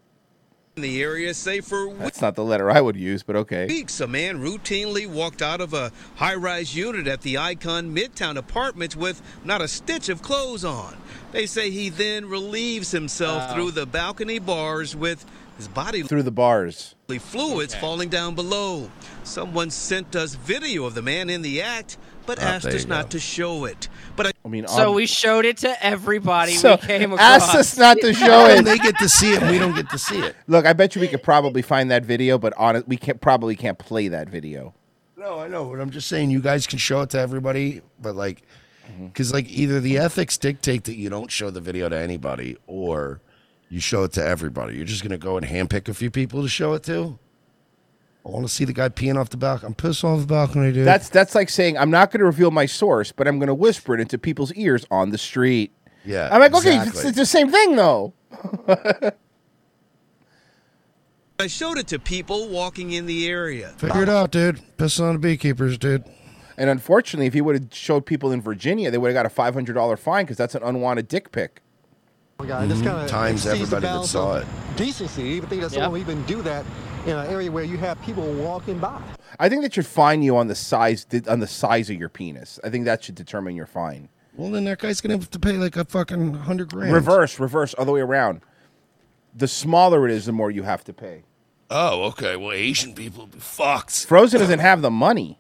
Speaker 22: In the area, say for
Speaker 1: That's not the letter I would use, but okay.
Speaker 22: weeks, a man routinely walked out of a high rise unit at the Icon Midtown Apartments with not a stitch of clothes on. They say he then relieves himself
Speaker 1: Wow.
Speaker 22: through the balcony bars with his body
Speaker 1: Through the bars.
Speaker 22: fluids falling down below. Someone sent us video of the man in the act, but
Speaker 1: Ah,
Speaker 22: asked
Speaker 1: there
Speaker 22: us
Speaker 1: you
Speaker 22: not to show it. But I,
Speaker 1: I mean,
Speaker 3: so we showed it to everybody
Speaker 1: Um, So,
Speaker 3: we came across.
Speaker 1: ask us not to show it.
Speaker 2: They get to see it. We don't get to see it.
Speaker 1: Look, I bet you we could probably find that video, but on we can't probably can't play that video.
Speaker 2: No, I know, but I'm just saying you guys can show it to everybody, but like,
Speaker 1: Mm-hmm.
Speaker 2: because like either the ethics dictate that you don't show the video to anybody, or you show it to everybody. You're just gonna go and handpick a few people to show it to. I want to see the guy peeing off the balcony. I'm pissed off the balcony, dude.
Speaker 1: That's that's like saying I'm not going to reveal my source, but I'm going to whisper it into people's ears on the street.
Speaker 2: Yeah,
Speaker 1: I'm like, okay, it's,
Speaker 2: exactly.
Speaker 1: it's the same thing though.
Speaker 22: I showed it to people walking in the area.
Speaker 2: Figure it out, dude. Piss on the beekeepers, dude.
Speaker 1: And unfortunately, if he would have showed people in Virginia, they would have got a five hundred dollar fine because that's an unwanted dick pic.
Speaker 4: guy. This kind of
Speaker 2: Mm, Times everybody that saw it.
Speaker 4: Decency. You would think that
Speaker 1: Yeah.
Speaker 4: someone would even do that in an area where you have people walking by.
Speaker 1: I think that should fine you on the size on the size of your penis. I think that should determine your fine.
Speaker 2: Well, then that guy's gonna have to pay like a fucking hundred grand.
Speaker 1: Reverse, reverse, other way around. The smaller it is, the more you have to pay.
Speaker 2: Oh, okay. Well, Asian people be fucked.
Speaker 1: Frozen doesn't have the money.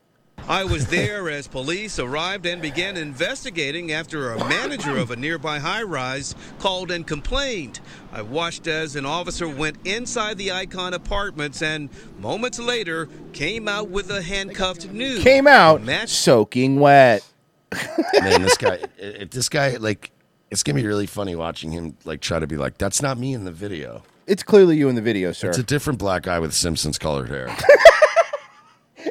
Speaker 22: I was there as police arrived and began investigating after a manager of a nearby high rise called and complained. I watched as an officer went inside the Icon Apartments and moments later came out with a handcuffed nude.
Speaker 1: Came out
Speaker 22: Match-
Speaker 1: soaking wet.
Speaker 2: Man, this guy, i- if this guy, like, it's gonna be really funny watching him, like, try to be like, that's not me in the video.
Speaker 1: It's clearly you in the video, sir.
Speaker 2: It's a different black guy with Simpsons colored hair.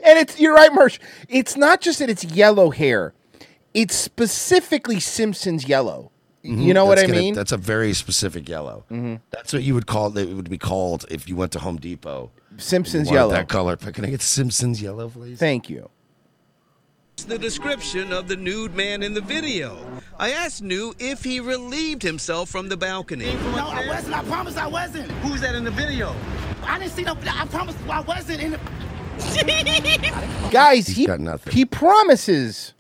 Speaker 1: And it's you're right, Marsh. It's not just that it's yellow hair; it's specifically Simpson's yellow. You
Speaker 2: Mhm.
Speaker 1: know what
Speaker 2: That's
Speaker 1: I
Speaker 2: gonna-
Speaker 1: mean? Mm-hmm.
Speaker 2: That's a very specific yellow. That's what you would call it. Would be called if you went to Home Depot.
Speaker 1: Simpsons
Speaker 2: You wanted
Speaker 1: yellow.
Speaker 2: That color. But can I get Simpsons yellow, please?
Speaker 1: Thank you.
Speaker 22: the description of the nude man in the video. I asked New if he relieved himself from the balcony.
Speaker 17: No, I wasn't. I promise I wasn't.
Speaker 22: Who was that in the video?
Speaker 17: I didn't see no. I promise I wasn't in the.
Speaker 1: Guys, he he promises.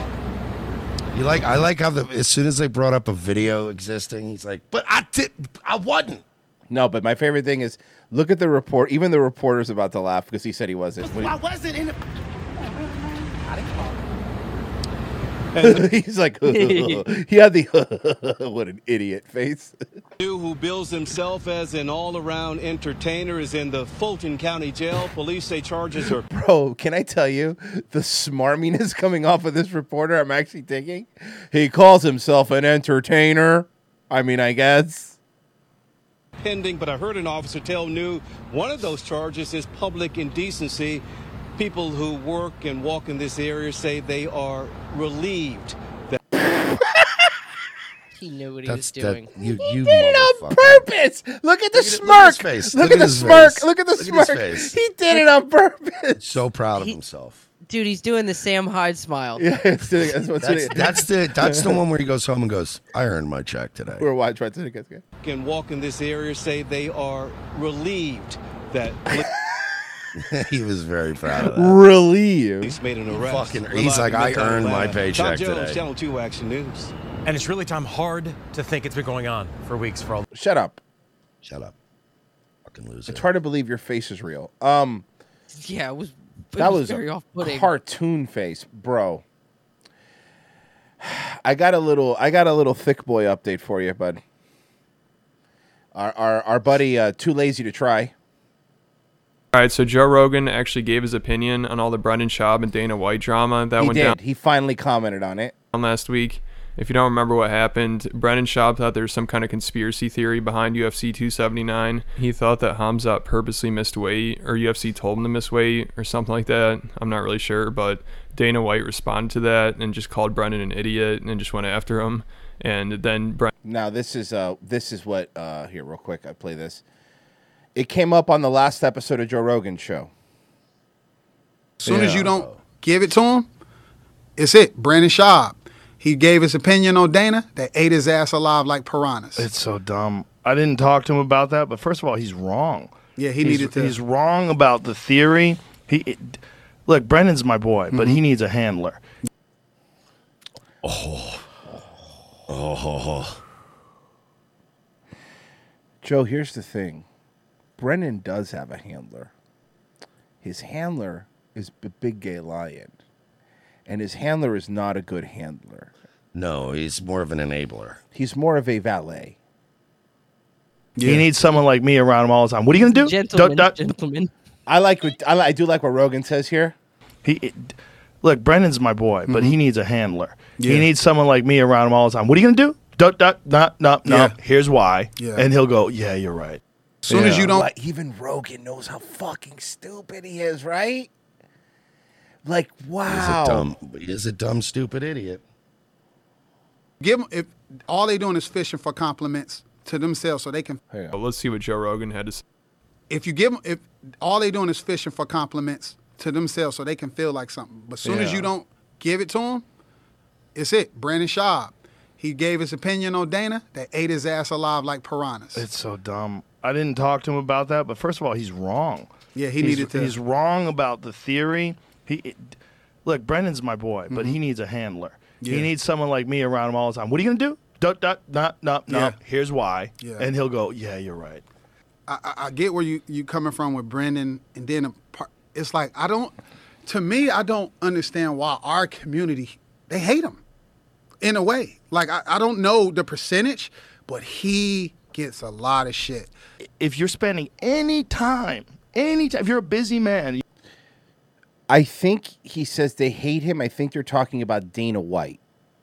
Speaker 2: You like? I like how the as soon as they brought up a video existing, he's like, but I did. I wasn't.
Speaker 1: No, but my favorite thing is look at the report. Even the reporter's about to laugh because he said he wasn't. When he-
Speaker 17: I wasn't in the.
Speaker 1: He's like, he had the what an idiot face.
Speaker 22: New, who bills himself as an all-around entertainer, is in the Fulton County Jail. Police say charges are
Speaker 1: Bro, can I tell you the smarminess coming off of this reporter? I'm actually thinking he calls himself an entertainer. I mean, I guess.
Speaker 22: pending, but I heard an officer tell New one of those charges is public indecency. People who work and walk in this area say they are relieved that
Speaker 3: He knew what he
Speaker 2: That's
Speaker 3: was doing.
Speaker 2: that you. you
Speaker 1: did it on
Speaker 2: motherfucker.
Speaker 1: purpose. Look at the smirk. Look at,
Speaker 2: face.
Speaker 1: Look
Speaker 2: Look
Speaker 1: at
Speaker 2: at
Speaker 1: the
Speaker 2: his
Speaker 1: smirk.
Speaker 2: face.
Speaker 1: Look at the
Speaker 2: Look at his
Speaker 1: smirk.
Speaker 2: face.
Speaker 1: He did it on purpose.
Speaker 2: So proud of himself.
Speaker 3: Dude, he's doing the Sam Hyde smile.
Speaker 1: Yeah, it's doing- that's what's
Speaker 2: That's, that's the that's the one where he goes home and goes, "I earned my check today."
Speaker 1: We're watching. Right, to get,
Speaker 22: Can walk in this area say they are relieved that
Speaker 2: he was very proud of that.
Speaker 1: Relieved.
Speaker 22: police made an arrest.
Speaker 2: Fucking- he's
Speaker 22: Relied
Speaker 2: like,
Speaker 22: on
Speaker 2: "I
Speaker 22: Midtown
Speaker 2: earned my
Speaker 22: Atlanta."
Speaker 2: paycheck
Speaker 22: Tom Jones,
Speaker 2: today.
Speaker 22: Channel 2 Action News.
Speaker 21: And it's really, Tom, hard to think it's been going on for weeks for all.
Speaker 1: Shut up.
Speaker 2: Shut up. Fucking loser.
Speaker 1: It's hard to believe your face is real. Um,
Speaker 3: Yeah, it was. It
Speaker 1: that
Speaker 3: was,
Speaker 1: was
Speaker 3: very
Speaker 1: a
Speaker 3: off-putting.
Speaker 1: cartoon face, bro. I got a little, I got a little thick boy update for you, bud. Our our, our buddy, uh, too lazy to try.
Speaker 5: All right, so Joe Rogan actually gave his opinion on all the Brendan Schaub and Dana White drama that
Speaker 1: he
Speaker 5: went
Speaker 1: did.
Speaker 5: down
Speaker 1: He finally commented on it.
Speaker 5: on last week. If you don't remember what happened, Brendan Schaub thought there was some kind of conspiracy theory behind UFC 279. He thought that Hamzat purposely missed weight, or UFC told him to miss weight, or something like that. I'm not really sure, but Dana White responded to that and just called Brendan an idiot and just went after him. And then Brendan.
Speaker 1: Now this is uh this is what uh here real quick I play this. It came up on the last episode of Joe Rogan's show.
Speaker 7: As soon as you don't give it to him, it's it. Brandon Schaub. He gave his opinion on Dana. They ate his ass alive like piranhas.
Speaker 23: It's so dumb. I didn't talk to him about that, but first of all, he's wrong.
Speaker 7: Yeah, he
Speaker 23: He's-
Speaker 7: needed to-
Speaker 23: He's wrong about the theory. He it, look, Brendan's my boy, but
Speaker 7: Mm-hmm.
Speaker 23: he needs a handler.
Speaker 2: Oh. Oh.
Speaker 1: Joe, here's the thing. Brennan does have a handler. His handler is B- Big Gay Lion. And his handler is not a good handler.
Speaker 2: No, he's more of an enabler.
Speaker 1: He's more of a valet.
Speaker 23: He needs someone like me around him all the time. What are you gonna do? Duck, duck.
Speaker 3: gentlemen.
Speaker 1: I like what I, li- I do like what Rogan says here. Mm-hmm.
Speaker 23: He it, look, Brendan's my boy, but he needs a handler.
Speaker 7: Yeah.
Speaker 23: He needs someone like me around him all the time. What are you gonna do? Duck, duck, nah, nah, nah.
Speaker 7: Yeah.
Speaker 23: Here's why.
Speaker 7: Yeah.
Speaker 23: And he'll go, yeah, you're right.
Speaker 7: As soon as
Speaker 23: Yeah.
Speaker 7: you don't,
Speaker 1: Like, even Rogan knows how fucking stupid he is, right? Like
Speaker 2: He's
Speaker 1: wow.
Speaker 2: a dumb. He is a dumb, stupid idiot.
Speaker 7: give him if all they doing is fishing for compliments to themselves, so they can.
Speaker 5: But let's see what Joe Rogan had to say.
Speaker 7: If you give them, if all they doing is fishing for compliments to themselves, so they can feel like something. But as soon as
Speaker 5: Yeah.
Speaker 7: you don't give it to him, it's it. Brandon Schaub. He gave his opinion on Dana. They ate his ass alive like piranhas.
Speaker 23: It's so dumb. I didn't talk to him about that, but first of all, he's wrong.
Speaker 7: Yeah, he
Speaker 23: He's-
Speaker 7: needed to-
Speaker 23: He's wrong about the theory. He it, look, Brendan's my boy, but he needs a handler.
Speaker 7: Mm-hmm. Yeah.
Speaker 23: He needs someone like me around him all the time. What are you gonna do? Duck, duck, nah, nah, nah.
Speaker 7: Yeah.
Speaker 23: Here's why.
Speaker 7: Yeah.
Speaker 23: And he'll go, yeah, you're right.
Speaker 7: I, I- I get where you you coming from with Brendan, and then a part, it's like I don't. To me, I don't understand why our community they hate him, in a way. Like I, I don't know the percentage, but he gets a lot of shit.
Speaker 23: If you're spending any time, any time, if you're a busy man,
Speaker 1: I think he says they hate him. I think they're talking about Dana White,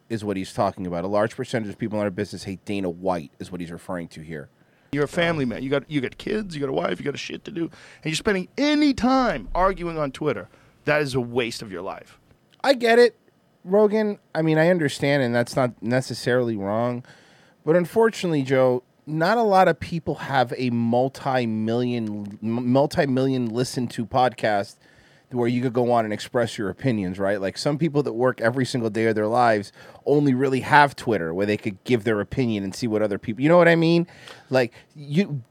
Speaker 1: is what he's talking about. A large percentage of people in our business hate Dana White, is what he's referring to here.
Speaker 23: You're a family man. You got you got kids. You got a wife. You got a shit to do, and you're spending any time arguing on Twitter. That is a waste of your life.
Speaker 1: I get it, Rogan. I mean, I understand, and that's not necessarily wrong. But unfortunately, Joe, not a lot of people have a multi-million, m- multi-million listen-to podcast where you could go on and express your opinions, right? Like some people that work every single day of their lives only really have Twitter where they could give their opinion and see what other people. You know what I mean? Like you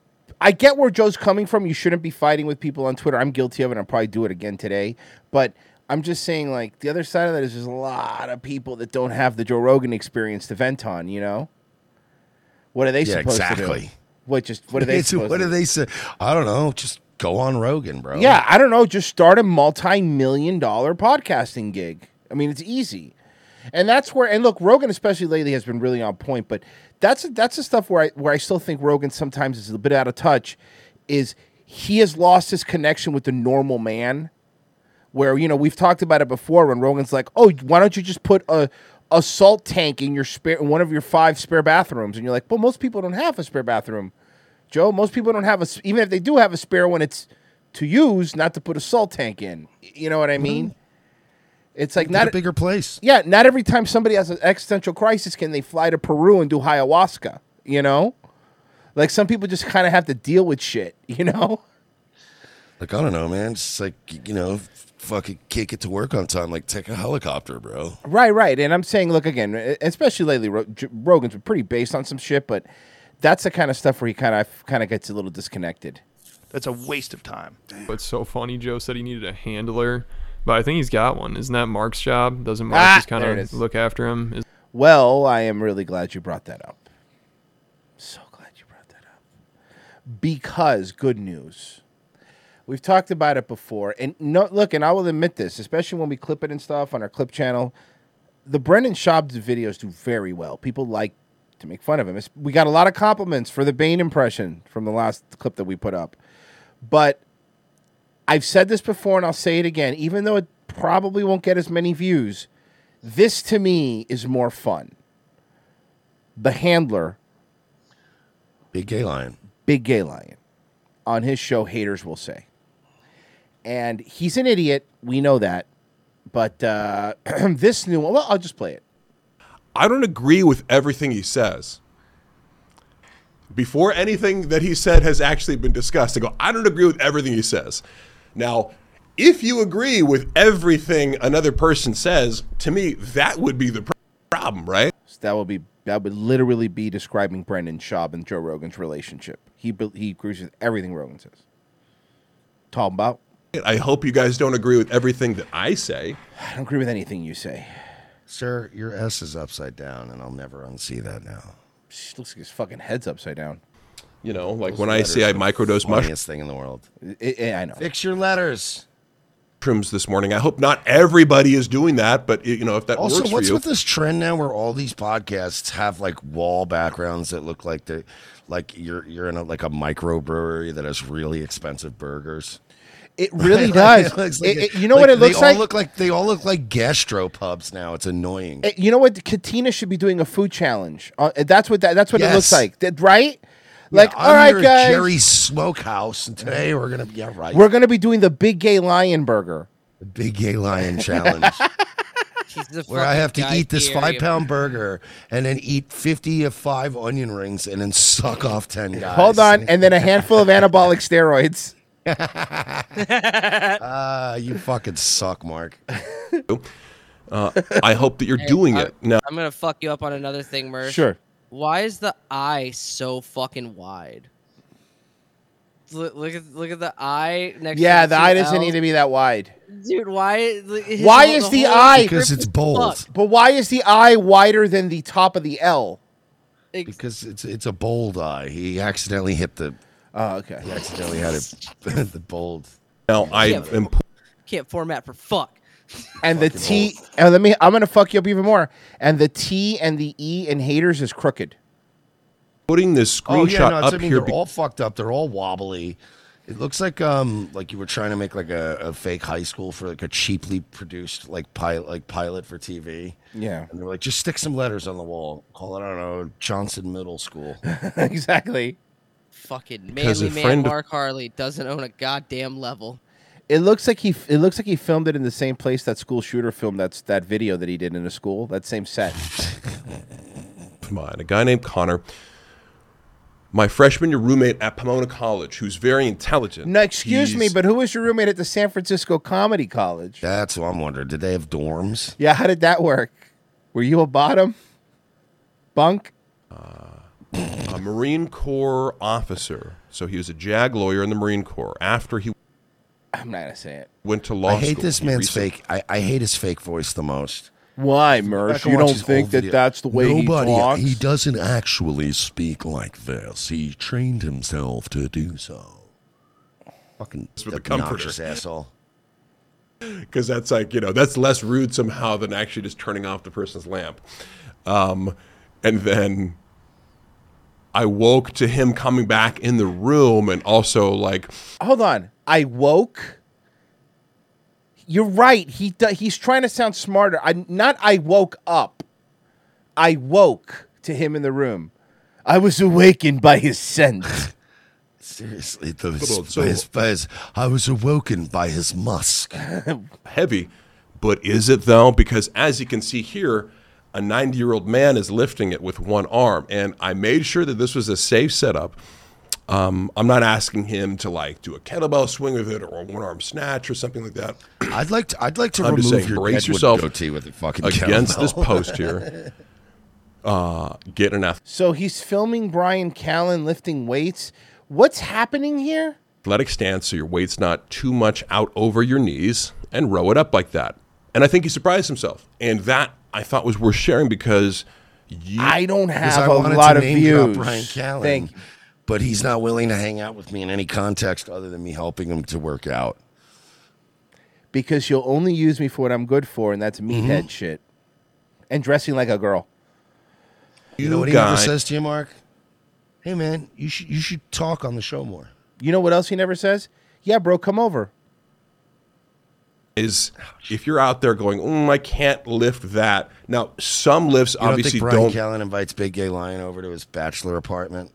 Speaker 1: I get where Joe's coming from. You shouldn't be fighting with people on Twitter. I'm guilty of it. I'll probably do it again today. But I'm just saying, like, the other side of that is there's a lot of people that don't have the Joe Rogan experience to vent on, you know? What are they
Speaker 2: Yeah,
Speaker 1: supposed to do?
Speaker 2: exactly.
Speaker 1: What just what are they
Speaker 2: It's-
Speaker 1: supposed
Speaker 2: What
Speaker 1: to
Speaker 2: do they say? I don't know. Just go on Rogan, bro.
Speaker 1: Yeah, I don't know. Just start a multi-million dollar podcasting gig. I mean, it's easy, and that's where. And look, Rogan especially lately has been really on point. But that's that's the stuff where I where I still think Rogan sometimes is a bit out of touch. Is he has lost his connection with the normal man? Where you know we've talked about it before when Rogan's like, "Oh, why don't you just put a a salt tank in your spare in one of your five spare bathrooms?" And you're like, "Well, most people don't have a spare bathroom." Joe, most people don't have a, s- even if they do have a spare one, it's to use, not to put a salt tank in. You know what I mean? It's like not
Speaker 2: Mm-hmm.
Speaker 1: e
Speaker 2: a bigger place.
Speaker 1: Yeah, not every time somebody has an existential crisis can they fly to Peru and do ayahuasca. You know, like some people just kind of have to deal with shit. You know,
Speaker 2: Like, I don't know, man. Just like, you know, fucking can't get to work on time. Like, take a helicopter, bro.
Speaker 1: right, right. And I'm saying, look again, e- especially lately, Ro- J- Rogan's been pretty based on some shit, but that's the kind of stuff where he kind of kind of gets a little disconnected.
Speaker 23: That's a waste of time.
Speaker 5: But it's so funny. Joe said he needed a handler, but I think he's got one. Isn't that Mark's job? Doesn't Mark
Speaker 1: Ah,
Speaker 5: just kind
Speaker 1: there it is.
Speaker 5: of look after him? Is-
Speaker 1: Well, I am really glad you brought that up. So glad you brought that up. Because good news. We've talked about it before. And no look, and I will admit this, especially when we clip it and stuff on our clip channel, the Brendan Schaub videos do very well. People like to make fun of him. It's- we got a lot of compliments for the Bane impression from the last clip that we put up. But I've said this before and I'll say it again, even though it probably won't get as many views, this to me is more fun. The handler,
Speaker 2: Big gay lion.
Speaker 1: Big Gay Lion, on his show, Haters Will Say. And he's an idiot. We know that. But uh, this new one, well, I'll just play it.
Speaker 6: I don't agree with everything he says. Before anything that he said has actually been discussed, I go, I don't agree with everything he says. Now, if you agree with everything another person says, to me, that would be the pro- problem, right?
Speaker 1: So that would be that would literally be describing Brendan Schaub and Joe Rogan's relationship. He be- he agrees with everything Rogan says. Talking about,
Speaker 6: I hope you guys don't agree with everything that I say.
Speaker 1: I don't agree with anything you say.
Speaker 2: Sir, your S is upside down, and I'll never unsee that now.
Speaker 1: She looks like his fucking head's upside down.
Speaker 6: You know, like
Speaker 2: Those
Speaker 6: when I
Speaker 2: letters
Speaker 6: say
Speaker 2: are
Speaker 6: I
Speaker 2: the
Speaker 6: microdose mushrooms.
Speaker 2: funniest thing in the world.
Speaker 1: I know.
Speaker 2: Fix your letters.
Speaker 6: mushrooms this morning. I hope not everybody is doing that, but you know if that
Speaker 2: also,
Speaker 6: works for
Speaker 2: what's
Speaker 6: you.
Speaker 2: with this trend now where all these podcasts have like wall backgrounds that look like they like you're you're in a, like a microbrewery that has really expensive burgers.
Speaker 1: It really does. It- it- you know what it looks
Speaker 2: they all
Speaker 1: like?
Speaker 2: Look like they all look like gastro pubs now. It's annoying.
Speaker 1: Eh, You know what? Katina should be doing a food challenge. Uh, that's what that, that's what it looks
Speaker 2: Yes.
Speaker 1: like, That- right? Like,
Speaker 2: Yeah, I'm
Speaker 1: all right,
Speaker 2: here at
Speaker 1: guys,
Speaker 2: Jerry's Smokehouse, and today we're gonna yeah right.
Speaker 1: we're gonna be doing the Big Gay Lion Burger, the
Speaker 2: Big Gay Lion Challenge. where I have to eat this five pound burger and then eat 50 of five onion rings and then suck off 10 guys.
Speaker 1: Hold on, and then a handful of anabolic steroids.
Speaker 2: Ah, you fucking suck, Mark.
Speaker 6: uh, I hope that you're doing
Speaker 3: I'm-
Speaker 6: it now.
Speaker 3: I'm gonna fuck you up on another thing, Murph.
Speaker 6: Sure.
Speaker 3: Why is the eye so fucking wide? Look, look at look at the eye next.
Speaker 1: yeah,
Speaker 3: to
Speaker 1: the
Speaker 3: two
Speaker 1: eye doesn't need
Speaker 3: Ls.
Speaker 1: to be that wide.
Speaker 3: Dude, why? his
Speaker 1: why
Speaker 3: whole-
Speaker 1: is the,
Speaker 3: whole
Speaker 1: eye?
Speaker 3: script is fucked.
Speaker 1: But why is the eye wider than the top of the L?
Speaker 2: Because it's it's a bold eye. He accidentally hit the.
Speaker 1: Oh, okay.
Speaker 2: He accidentally had it, the bold.
Speaker 6: Now I
Speaker 3: Yeah,
Speaker 6: am.
Speaker 3: Can't format for fuck.
Speaker 1: And the T. And let me. I'm gonna fuck you up even more. And the T and the E in haters is crooked.
Speaker 6: Putting this
Speaker 2: Oh yeah,
Speaker 6: screenshot
Speaker 2: no, it's,
Speaker 6: up
Speaker 2: I mean
Speaker 6: here.
Speaker 2: they're
Speaker 6: be-
Speaker 2: all fucked up. They're all wobbly. It looks like um like you were trying to make like a, a fake high school for like a cheaply produced like pilot like pilot for TV.
Speaker 1: Yeah.
Speaker 2: and they were like, just stick some letters on the wall. Call it I don't know Johnson Middle School.
Speaker 1: exactly.
Speaker 3: Fucking
Speaker 2: Because
Speaker 3: manly
Speaker 2: a
Speaker 3: man,
Speaker 2: friend of-
Speaker 3: Mark Harley doesn't own a goddamn level.
Speaker 1: It looks like he. f- It looks like he filmed it in the same place that school shooter filmed that's that video that he did in a school. That same set.
Speaker 6: Come on, a guy named Connor. My freshman year roommate at Pomona College, who's very intelligent.
Speaker 1: No, excuse me,
Speaker 6: He's-
Speaker 1: but who was your roommate at the San Francisco Comedy College?
Speaker 2: That's what I'm wondering. Did they have dorms?
Speaker 1: Yeah, how did that work? Were you a bottom bunk?
Speaker 6: a Marine Corps officer. So he was a JAG lawyer in the Marine Corps. After he
Speaker 1: I'm not gonna say it.
Speaker 6: went to law
Speaker 2: I hate
Speaker 6: school,
Speaker 2: this
Speaker 6: he
Speaker 2: man's
Speaker 6: recently-
Speaker 2: fake. I, I hate his fake voice the most.
Speaker 1: Why,
Speaker 2: Back and
Speaker 1: Mersh? You
Speaker 2: watch
Speaker 1: don't
Speaker 2: his
Speaker 1: think
Speaker 2: old
Speaker 1: that
Speaker 2: video.
Speaker 1: that's the way
Speaker 2: Nobody,
Speaker 1: he talks?
Speaker 2: He doesn't actually speak like this. He trained himself to do so. Fucking
Speaker 6: with the
Speaker 2: obnoxious
Speaker 6: comforter.
Speaker 2: asshole.
Speaker 6: because that's like you know that's less rude somehow than actually just turning off the person's lamp um, and then i woke to him coming back in the room and also like
Speaker 1: Hold on. I woke. You're right. He do- he's trying to sound smarter. I not I woke up. I woke to him in the room. I was awakened by his scent.
Speaker 2: Seriously, the,
Speaker 6: But
Speaker 2: his,
Speaker 6: also- Uh-huh.
Speaker 2: by his, by his- I was awoken by his musk.
Speaker 6: heavy But is it though? Because as you can see here, a 90 year old man is lifting it with one arm. And I made sure that this was a safe setup. Um, I'm not asking him to like do a kettlebell swing with it or a one arm snatch or something like that.
Speaker 2: I'd like to. I'd like to
Speaker 6: I'm
Speaker 2: remove
Speaker 6: just saying,
Speaker 2: your
Speaker 6: brace
Speaker 2: Deadwood
Speaker 6: yourself
Speaker 2: goatee with the fucking
Speaker 6: against this
Speaker 2: kettlebell.
Speaker 6: post here. Uh, get an
Speaker 1: So he's filming Brian Callen lifting weights. What's happening here?
Speaker 6: athletic stance so your weight's not too much out over your knees and row it up like that. And I think he surprised himself. And that I thought was worth sharing because you,
Speaker 1: I don't
Speaker 2: Because I
Speaker 1: have a
Speaker 2: wanted
Speaker 1: lot
Speaker 2: to
Speaker 1: of
Speaker 2: name drop
Speaker 1: views.
Speaker 2: Brian Callen,
Speaker 1: Thank
Speaker 2: but he's not willing to hang out with me in any context other than me helping him to work out.
Speaker 1: Because you'll only use me for what I'm good for, and that's
Speaker 2: Mm-hmm.
Speaker 1: meathead shit. And dressing like a girl.
Speaker 2: You, know what he
Speaker 1: guy-
Speaker 2: never says to you, Mark? Hey man, you should you should talk on the show more.
Speaker 1: You know what else he never says? Yeah, bro, come over.
Speaker 6: is if you're out there going, mm, I can't lift that. Now, some lifts
Speaker 2: You don't
Speaker 6: obviously
Speaker 2: think Brian
Speaker 6: don't.
Speaker 2: Callen invites Big Gay Lion over to his bachelor apartment?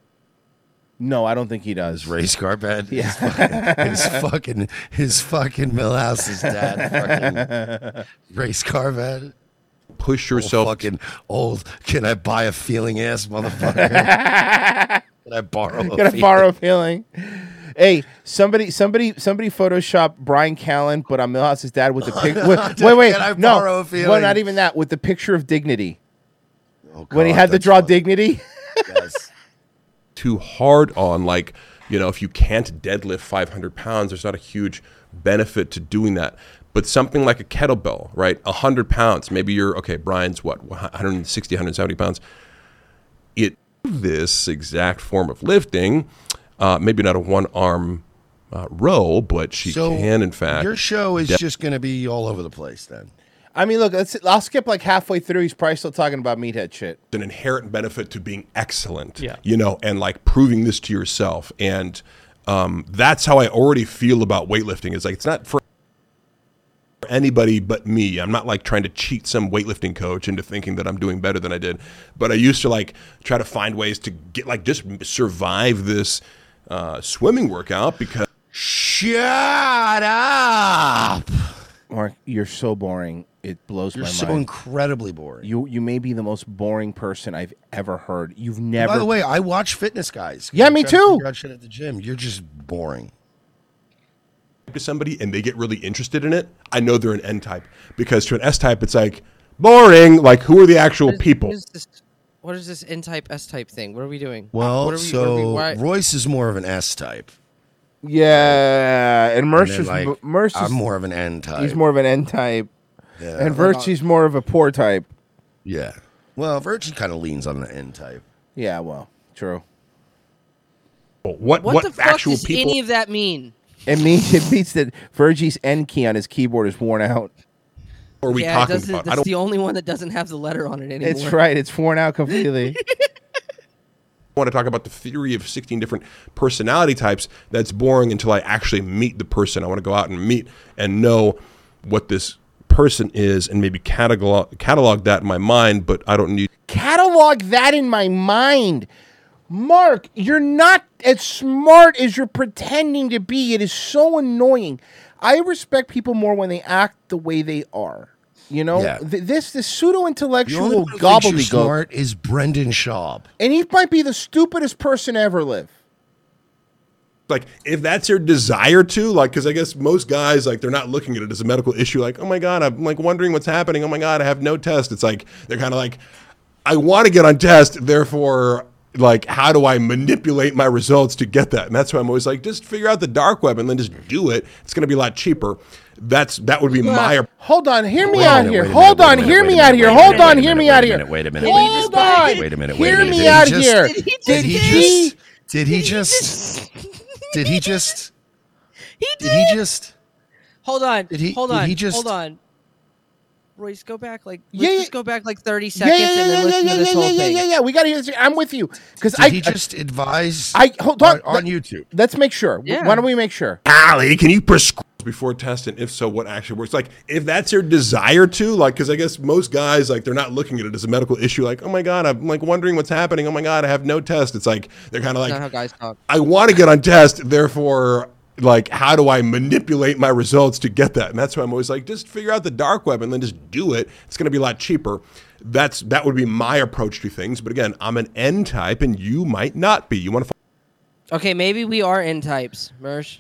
Speaker 1: No, I don't think he does.
Speaker 2: His race car bed.
Speaker 1: Yeah.
Speaker 2: His fucking his fucking Millhouse's dad fucking race car bed.
Speaker 6: Push yourself.
Speaker 2: Oh, fucking old. Can I buy a feeling ass motherfucker? Can I borrow? A
Speaker 1: Gotta
Speaker 2: feeling?
Speaker 1: borrow a feeling. Hey, somebody, somebody, somebody, Photoshop Brian Callen, but on Milhouse's dad with the picture.
Speaker 2: no,
Speaker 1: wait,
Speaker 2: dude,
Speaker 1: wait, wait,
Speaker 2: can I
Speaker 1: no,
Speaker 2: borrow a
Speaker 1: well,
Speaker 2: feeling?
Speaker 1: not even that. With the picture of dignity,
Speaker 2: Oh,
Speaker 1: when he
Speaker 6: God,
Speaker 1: had to
Speaker 6: that's
Speaker 1: draw dignity.
Speaker 6: too hard on like you know if you can't deadlift 500 pounds there's not a huge benefit to doing that but something like a kettlebell right 100 pounds maybe you're okay brian's what 160 170 pounds it this exact form of lifting uh, maybe not a one arm uh, row but she
Speaker 2: So,
Speaker 6: can in fact
Speaker 2: Your show is
Speaker 6: de-
Speaker 2: just going to be all over the place then.
Speaker 1: I mean, look, let's, I'll skip like halfway through. He's probably still talking about meathead shit.
Speaker 6: an inherent benefit to being excellent.
Speaker 1: Yeah.
Speaker 6: You know, and like proving this to yourself. And um, that's how I already feel about weightlifting. It's like it's not for anybody but me. I'm not like trying to cheat some weightlifting coach into thinking that I'm doing better than I did. But I used to like try to find ways to get like just survive this uh, swimming workout because
Speaker 2: Shut up.
Speaker 1: Mark, you're so boring. It blows
Speaker 2: You're
Speaker 1: my
Speaker 2: so
Speaker 1: mind.
Speaker 2: incredibly boring.
Speaker 1: You you may be the most boring person I've ever heard. You've never.
Speaker 2: By the way, I watch fitness guys.
Speaker 1: Yeah,
Speaker 2: I'm
Speaker 1: me
Speaker 2: trying to
Speaker 1: too.
Speaker 2: figure out shit at the gym. You're just boring.
Speaker 6: to somebody and they get really interested in it, I know they're an N type because to an S type, it's like boring. Like, who are the actual people?
Speaker 3: What is this, what is this N type S type thing? What are we doing?
Speaker 2: Well,
Speaker 3: What are we- what are we-
Speaker 2: so
Speaker 3: why-
Speaker 2: Royce is more of an S type.
Speaker 1: yeah, and
Speaker 2: And then,
Speaker 1: Mercer's
Speaker 2: like,
Speaker 1: Mercer's
Speaker 2: I'm more of an N type.
Speaker 1: He's more of an N type,
Speaker 2: Yeah.
Speaker 1: and Virtue's more of a poor type.
Speaker 2: Yeah. Well, Virtue kind of leans on the N type.
Speaker 1: Yeah, well, true.
Speaker 6: What
Speaker 3: What, the fuck does any of that mean?
Speaker 1: It means it means that Virgie's N key on his keyboard is worn out.
Speaker 6: Or
Speaker 3: yeah, it doesn't- That's the only one that doesn't have the letter on it anymore.
Speaker 1: It's right. It's worn out completely.
Speaker 6: want to talk about the theory of 16 different personality types that's boring until I actually meet the person. I want to go out and meet and know what this person is and maybe catalog catalog that in my mind, but I don't need
Speaker 1: Catalog that in my mind. Mark, you're not as smart as you're pretending to be. It is so annoying. I respect people more when they act the way they are. You know,
Speaker 2: Yeah.
Speaker 1: Th- this this pseudo
Speaker 2: The only
Speaker 1: intellectual
Speaker 2: one who thinks you're
Speaker 1: gobbledygook,
Speaker 2: smart is Brendan Schaub.
Speaker 1: and he might be the stupidest person to ever live.
Speaker 6: like if that's your desire to like because I guess most guys like they're not looking at it as a medical issue like oh my god I'm like wondering what's happening oh my god I have no test it's like they're kind of like I want to get on test therefore like how do I manipulate my results to get that and that's why I'm always like just figure out the dark web and then just do it it's gonna be a lot cheaper that's that would be my
Speaker 1: Uh, hold on, hear me
Speaker 6: Wait a
Speaker 1: out
Speaker 6: minute,
Speaker 1: here.
Speaker 6: wait a minute, wait
Speaker 1: Hold
Speaker 6: a
Speaker 1: on,
Speaker 6: minute,
Speaker 1: hear
Speaker 6: wait a
Speaker 1: me
Speaker 6: minute,
Speaker 1: out here.
Speaker 6: wait a
Speaker 1: Hold
Speaker 6: minute,
Speaker 1: on,
Speaker 6: wait a
Speaker 1: hear me
Speaker 6: minute,
Speaker 1: out
Speaker 6: wait a
Speaker 1: here.
Speaker 6: minute, wait a minute, wait a
Speaker 1: Hold on.
Speaker 2: Wait a minute. Wait a
Speaker 1: Hear
Speaker 2: minute.
Speaker 1: me
Speaker 2: Did
Speaker 1: out
Speaker 2: he just-
Speaker 1: here.
Speaker 2: Did he just? Did he just? Did he just?
Speaker 3: He
Speaker 2: did. he just?
Speaker 3: Hold on.
Speaker 2: Did he-
Speaker 3: hold
Speaker 2: did
Speaker 3: on.
Speaker 2: he just-
Speaker 3: Hold on. Royce, go back like
Speaker 1: Yeah,
Speaker 3: let's
Speaker 1: yeah.
Speaker 3: just go back like thirty
Speaker 1: Yeah,
Speaker 3: seconds
Speaker 1: yeah,
Speaker 3: and
Speaker 1: yeah,
Speaker 3: then
Speaker 1: yeah,
Speaker 3: listen
Speaker 1: yeah,
Speaker 3: to
Speaker 1: yeah,
Speaker 3: this
Speaker 1: yeah,
Speaker 3: whole
Speaker 1: yeah,
Speaker 3: thing.
Speaker 1: yeah, yeah. We got to hear this. I'm with you because
Speaker 2: Did
Speaker 1: I
Speaker 2: he just advise?
Speaker 1: I hold on
Speaker 2: on
Speaker 1: let-
Speaker 2: YouTube?
Speaker 1: Let's make sure.
Speaker 6: Yeah.
Speaker 1: Why don't we make sure?
Speaker 6: Allie, can you prescribe before test? And if so, what actually works? Like, if that's your desire to, like, because I guess most guys, like, they're not looking at it as a medical issue. Like, oh my God, I'm like wondering what's happening. Oh my God, I have no test. It's like, they're kind of
Speaker 3: That's not how
Speaker 6: like,
Speaker 3: guys talk.
Speaker 6: I want to get on test. Therefore, like how do i manipulate my results to get that and that's why i'm always like just figure out the dark web and then just do it it's going to be a lot cheaper that's that would be my approach to things but again i'm an n type and you might not be you want to
Speaker 3: Okay, maybe we are N types, Mersh.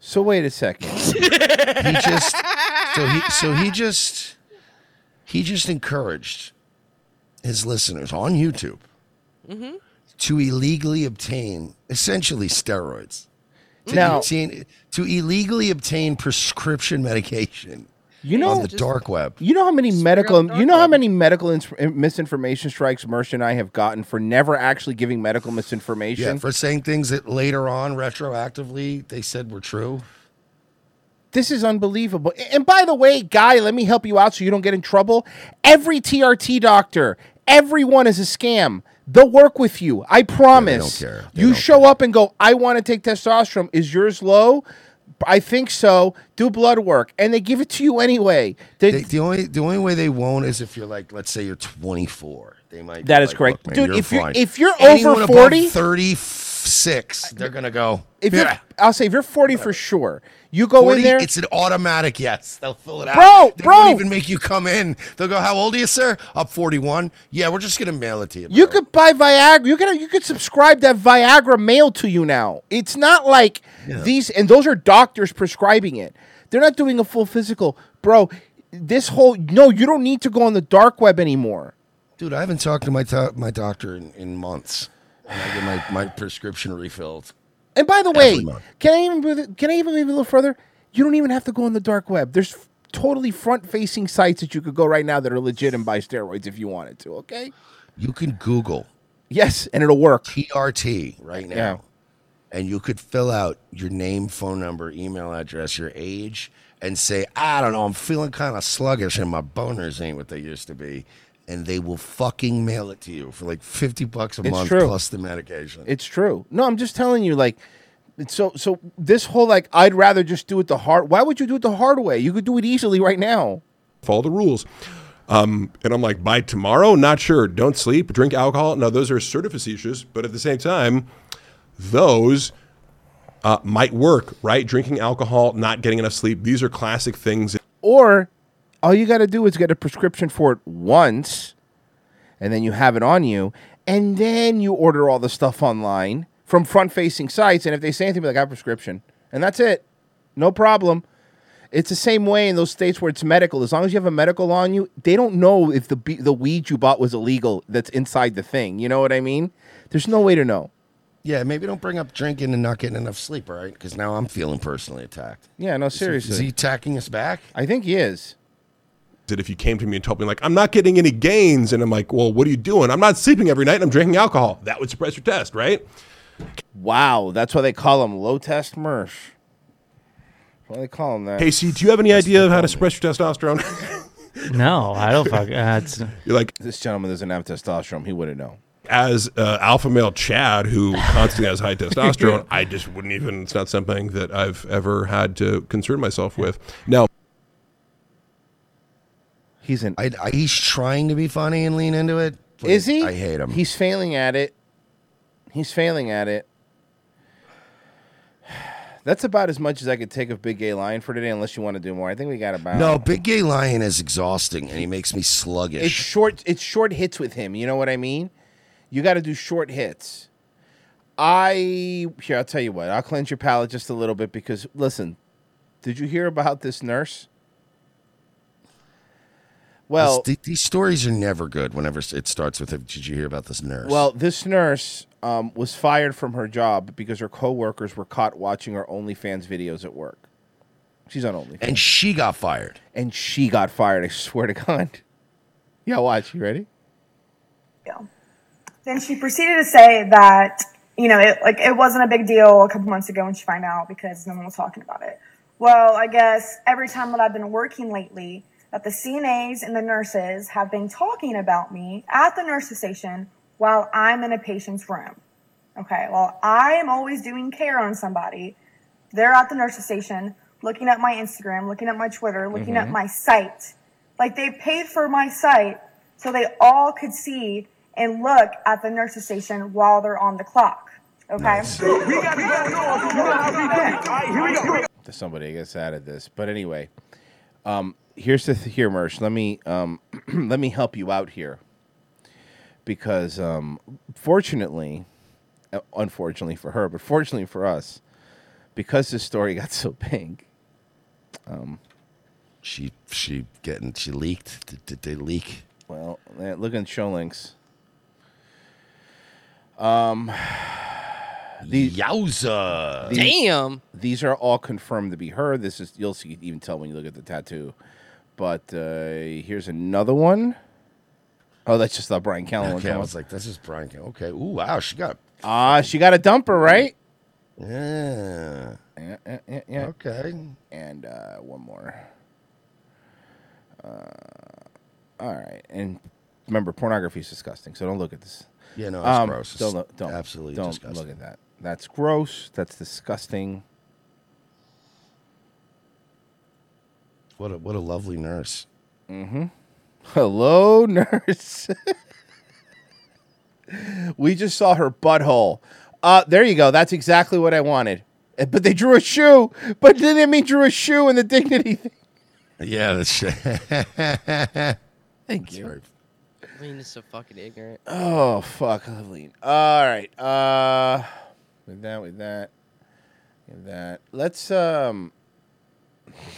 Speaker 1: So wait a second.
Speaker 2: he just so he so he just he just encouraged his listeners on YouTube
Speaker 17: Mm-hmm.
Speaker 2: to illegally obtain essentially steroids. To,
Speaker 1: Now-
Speaker 2: obtain, to illegally obtain prescription medication.
Speaker 1: You know
Speaker 2: on the dark web.
Speaker 1: You know how many medical you know how many medical ins- misinformation strikes Mersh and I have gotten for never actually giving medical misinformation.
Speaker 2: Yeah, for saying things that later on retroactively they said were true.
Speaker 1: This is unbelievable. A- And by the way, guy, let me help you out so you don't get in trouble. Every TRT doctor, everyone is a scam. They'll work with you. I promise.
Speaker 2: care.
Speaker 1: You show up and go, I want to take testosterone. Is yours low? I think so. Do blood work. And they give it to you anyway. They,
Speaker 2: They- the only the only way they won't is if you're like, let's say you're 24. They might.
Speaker 1: That
Speaker 2: be
Speaker 1: is
Speaker 2: like,
Speaker 1: correct.
Speaker 2: "Look, man,
Speaker 1: Dude, if you're-
Speaker 2: fine."
Speaker 1: if you're
Speaker 2: Anyone
Speaker 1: over
Speaker 2: above
Speaker 1: 40
Speaker 2: 36, they're gonna go.
Speaker 1: if you're,
Speaker 2: "Yeah,
Speaker 1: I'll say if you're 40 for sure, you go
Speaker 2: 40,
Speaker 1: in there.
Speaker 2: It's an automatic yes. They'll fill it out.
Speaker 1: Bro,
Speaker 2: they won't even make you come in. They'll go, "How old are you, sir?" I'm 41. Yeah, we're just gonna mail it to you.
Speaker 1: You could buy Viagra. You could you could subscribe that Viagra mail to you now. It's not like
Speaker 2: Yeah.
Speaker 1: these and those are doctors prescribing it. They're not doing a full physical, bro. This whole no, you don't need to go on the dark web anymore.
Speaker 2: Dude, I haven't talked to my to- my doctor in, in months. And I get my, my prescription refilled.
Speaker 1: And by the way,
Speaker 2: Every month.
Speaker 1: can I even go- can I even go a little further? You don't even have to go on the dark web. There's f- totally front facing sites that you could go right now that are legit and buy steroids if you wanted to. Okay.
Speaker 2: You can Google.
Speaker 1: Yes, and it'll work.
Speaker 2: TRT right now. And you could fill out your name, phone number, email address, your age, and say, I don't know, I'm feeling kind of sluggish and my boners ain't what they used to be. And they will fucking mail it to you for like 50 bucks a
Speaker 1: It's
Speaker 2: month
Speaker 1: true.
Speaker 2: plus the medication.
Speaker 1: It's true. No, I'm just telling you, like, it's so so this whole like I'd rather just do it the hard. Why would you do it the hard way? You could do it easily right now.
Speaker 6: follow the rules. Um, and I'm like, by tomorrow, not sure. Don't sleep, drink alcohol. Now, those are certificates issues, but at the same time, those uh, might work, right? Drinking alcohol, not getting enough sleep. These are classic things.
Speaker 1: Or all you got to do is get a prescription for it once, and then you have it on you, and then you order all the stuff online from front-facing sites. And if they say anything, be like, "I have a prescription," and that's it. No problem. It's the same way in those states where it's medical. As long as you have a medical on you, they don't know if the be- the weed you bought was illegal. That's inside the thing. You know what I mean? There's no way to know.
Speaker 2: Yeah, maybe don't bring up drinking and not getting enough sleep, all right? Because now I'm feeling personally attacked.
Speaker 1: Yeah, no,
Speaker 2: he-
Speaker 1: seriously.
Speaker 2: is he attacking us back?
Speaker 1: I think he is.
Speaker 6: That if you came to me and told me, like, I'm not getting any gains, and I'm like, well, what are you doing? I'm not sleeping every night and I'm drinking alcohol. That would suppress your test, right?
Speaker 1: Wow, that's why they call him low test Mersh. Why they call him that?
Speaker 6: Casey, do you have any idea of how to suppress your testosterone?
Speaker 8: No, I don't fuck. Uh, it's,
Speaker 6: You're like
Speaker 1: this gentleman doesn't have testosterone. He wouldn't know.
Speaker 6: as uh, alpha male Chad, who constantly has high testosterone, I just wouldn't even. It's not something that I've ever had to concern myself with. Now,
Speaker 1: he's an.
Speaker 2: I, I, he's trying to be funny and lean into it. but
Speaker 1: Is he?
Speaker 2: I hate him.
Speaker 1: He's failing at it. He's failing at it. That's about as much as I could take of Big Gay Lion for today, unless you want to do more. I think we got about
Speaker 2: No, Big Gay Lion is exhausting and he makes me
Speaker 1: It's
Speaker 2: sluggish.
Speaker 1: short. It's short hits with him. You know what I mean? You got to do short hits. I here. I'll tell you what. I'll cleanse your palate just a little bit because listen. Did you hear about this nurse? Well,
Speaker 2: This- th- these stories are never good whenever s- it starts with, Did you hear about this nurse?
Speaker 1: well, this nurse um, was fired from her job because her coworkers were caught watching her OnlyFans videos at work. She's on OnlyFans,
Speaker 2: and she got fired.
Speaker 1: And she got fired. I swear to God. Yeah, watch. You ready?
Speaker 9: Then she proceeded to say that, you know, it like it wasn't a big deal a couple months ago when she found out because no one was talking about it. Well, I guess every time that I've been working lately, that the CNAs and the nurses have been talking about me at the nurses station while I'm in a patient's room. Okay, well, I am always doing care on somebody. They're at the nurses station looking at my Instagram, looking at my Twitter, looking at
Speaker 11: Mhm.
Speaker 9: my site. Like they paid for my site so they all could see and look at the nurses station while they're on the clock. Okay.
Speaker 17: We gotta go north. You know how we do it. All right, here we go.
Speaker 1: to somebody I guess added this. But anyway, um, here's the th- here, Mersh. Let me um, let me help you out here because um, fortunately, uh, unfortunately for her, but fortunately for us, because this story got so big, um,
Speaker 2: She she getting she leaked. Did, did they leak?
Speaker 1: Well, eh, look at show links. Um, the
Speaker 2: Yowza!
Speaker 3: Damn.
Speaker 1: These are all confirmed to be her. This is you'll see even tell when you look at the tattoo. But uh, here's another one. Oh, that's just the Brian Callen one.
Speaker 2: Okay, I was like, this is Brian. Callen. Okay. Ooh, wow, she got.
Speaker 1: Ah, she got a dumper, right?
Speaker 2: Yeah.
Speaker 1: Yeah, yeah, yeah, yeah.
Speaker 2: Okay.
Speaker 1: And uh, one more. Uh, all right. And remember, pornography is disgusting, so don't look at this. Um,
Speaker 2: Yeah, no, it's gross. It's
Speaker 1: Don't, look- don't,
Speaker 2: absolutely
Speaker 1: don't look
Speaker 2: disgusting.
Speaker 1: at that. That's gross. That's disgusting.
Speaker 2: What a what a lovely nurse.
Speaker 1: Mm-hmm. Hello, nurse. we just saw her butthole. Uh, there you go. That's exactly what I wanted. Uh, But they drew a shoe. But then they mean drew a shoe in the dignity thing.
Speaker 2: Yeah, that's shit.
Speaker 1: Thank
Speaker 2: you.
Speaker 3: Lean is so fucking ignorant.
Speaker 1: Oh fuck, Lean. All right. Uh, with that, with that, with that. Let's um.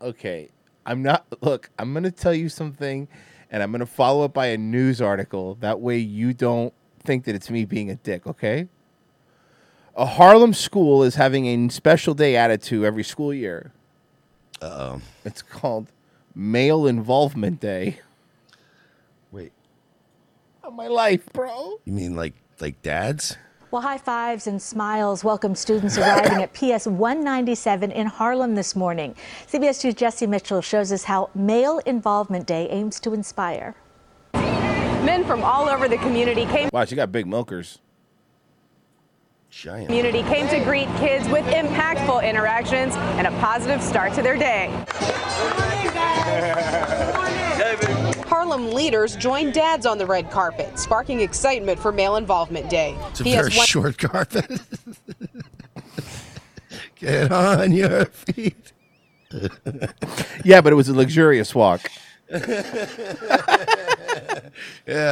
Speaker 1: Okay, I'm not. Look, I'm gonna tell you something, and I'm gonna follow up by a news article. That way, you don't think that it's me being a dick. Okay. A Harlem school is having a special day added to every school year.
Speaker 2: Uh oh.
Speaker 1: It's called Male Involvement Day.
Speaker 2: Wait.
Speaker 1: Of my life, bro.
Speaker 2: You mean like like dads?
Speaker 10: Well, high fives and smiles welcome students arriving at PS 197 in Harlem this morning. CBS 2's Jesse Mitchell shows us how Male Involvement Day aims to inspire.
Speaker 11: Men from all over the community came
Speaker 1: Wow, she got big milkers.
Speaker 2: Giant.
Speaker 11: community came to greet kids with impactful interactions and a positive start to their day. Harlem leaders joined dads on the red carpet, sparking excitement for male involvement day.
Speaker 2: It's a
Speaker 11: He has
Speaker 2: very
Speaker 11: one-
Speaker 2: short carpet. Get on your feet.
Speaker 1: Yeah, but it was a luxurious walk.
Speaker 2: yeah,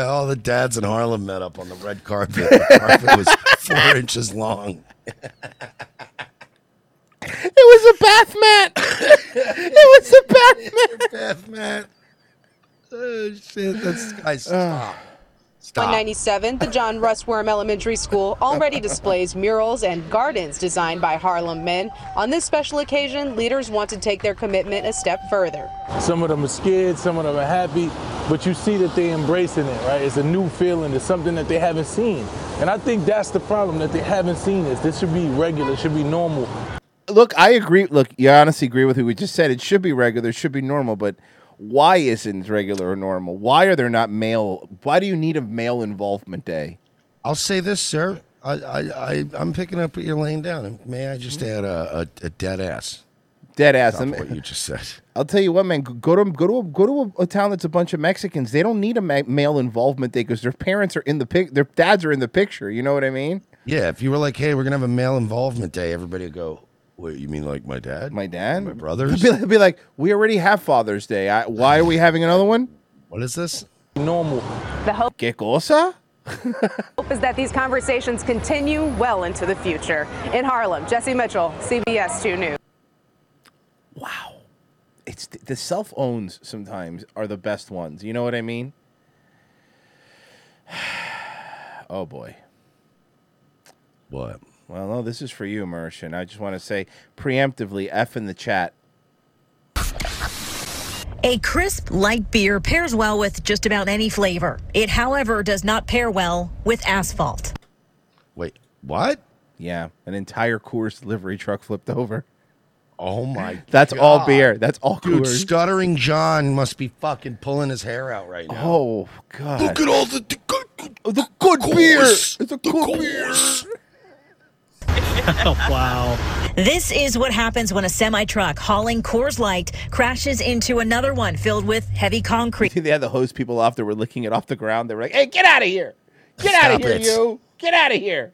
Speaker 2: all the dads in Harlem met up on the red carpet. The carpet was four inches long.
Speaker 1: It was a bath mat. it was a bath mat.
Speaker 2: Bath mat. Oh shit! That's guys. Stop. Stop.
Speaker 11: 197, the John Russ Worm Elementary School already displays murals and gardens designed by Harlem men. On this special occasion, leaders want to take their commitment a step further.
Speaker 12: Some of them are scared, some of them are happy, but you see that they're embracing it, right? It's a new feeling, it's something that they haven't seen. And I think that's the problem that they haven't seen is this should be regular, should be normal.
Speaker 1: Look, I agree. Look, you honestly agree with what we just said. It should be regular. It should be normal. But why isn't regular or normal? Why are there not male? Why do you need a male involvement day?
Speaker 2: I'll say this, sir. I, I, I, I'm picking up what you're laying down. And May I just add a, a, a dead ass?
Speaker 1: Mm-hmm. Dead ass.
Speaker 2: Off
Speaker 1: I'm-
Speaker 2: what you just said.
Speaker 1: I'll tell you what, man. g- Go to go to a, go to a, a town that's a bunch of Mexicans. They don't need a ma- male involvement day because their parents are in the pic. Their dads are in the picture. You know what I mean?
Speaker 2: Yeah, if you were like, hey, we're gonna have a male involvement day, everybody would go, wait, you mean like my dad?
Speaker 1: My dad?
Speaker 2: My
Speaker 1: It'd
Speaker 2: brothers?
Speaker 1: be, it'd be like we already have Father's Day. I, why are we having another one?
Speaker 2: What is this?
Speaker 12: Normal.
Speaker 11: The hope
Speaker 1: ¿Qué cosa?
Speaker 11: hope is that these conversations continue well into the future. In Harlem, Jesse Mitchell, CBS 2 News.
Speaker 1: it's th- the self owns sometimes are the best ones. You know what I mean? oh boy.
Speaker 2: What?
Speaker 1: Well, no, this is for you, Mersh, and I just want to say preemptively, F in the chat.
Speaker 24: A crisp, light beer pairs well with just about any flavor. It, however, does not pair well with asphalt.
Speaker 2: Wait, what?
Speaker 1: Yeah, an entire Coors delivery truck flipped over.
Speaker 2: Oh my!
Speaker 1: That's all
Speaker 2: God.
Speaker 1: beer. That's all
Speaker 2: Dude,
Speaker 1: Coors.
Speaker 2: stuttering John must be fucking pulling his hair out right now.
Speaker 1: Oh God!
Speaker 2: Look at all the the
Speaker 1: good, the good beer.
Speaker 2: Coors.
Speaker 1: It's a good beer.
Speaker 13: Oh,
Speaker 24: wow. This is what happens when a semi truck hauling Coors Light crashes into another one filled with heavy concrete.
Speaker 1: they had the hose people off that were licking it off the ground. They were like, "Hey, get out of here! Get out
Speaker 24: Stop
Speaker 1: of here,
Speaker 24: it.
Speaker 1: you! Get out of here!"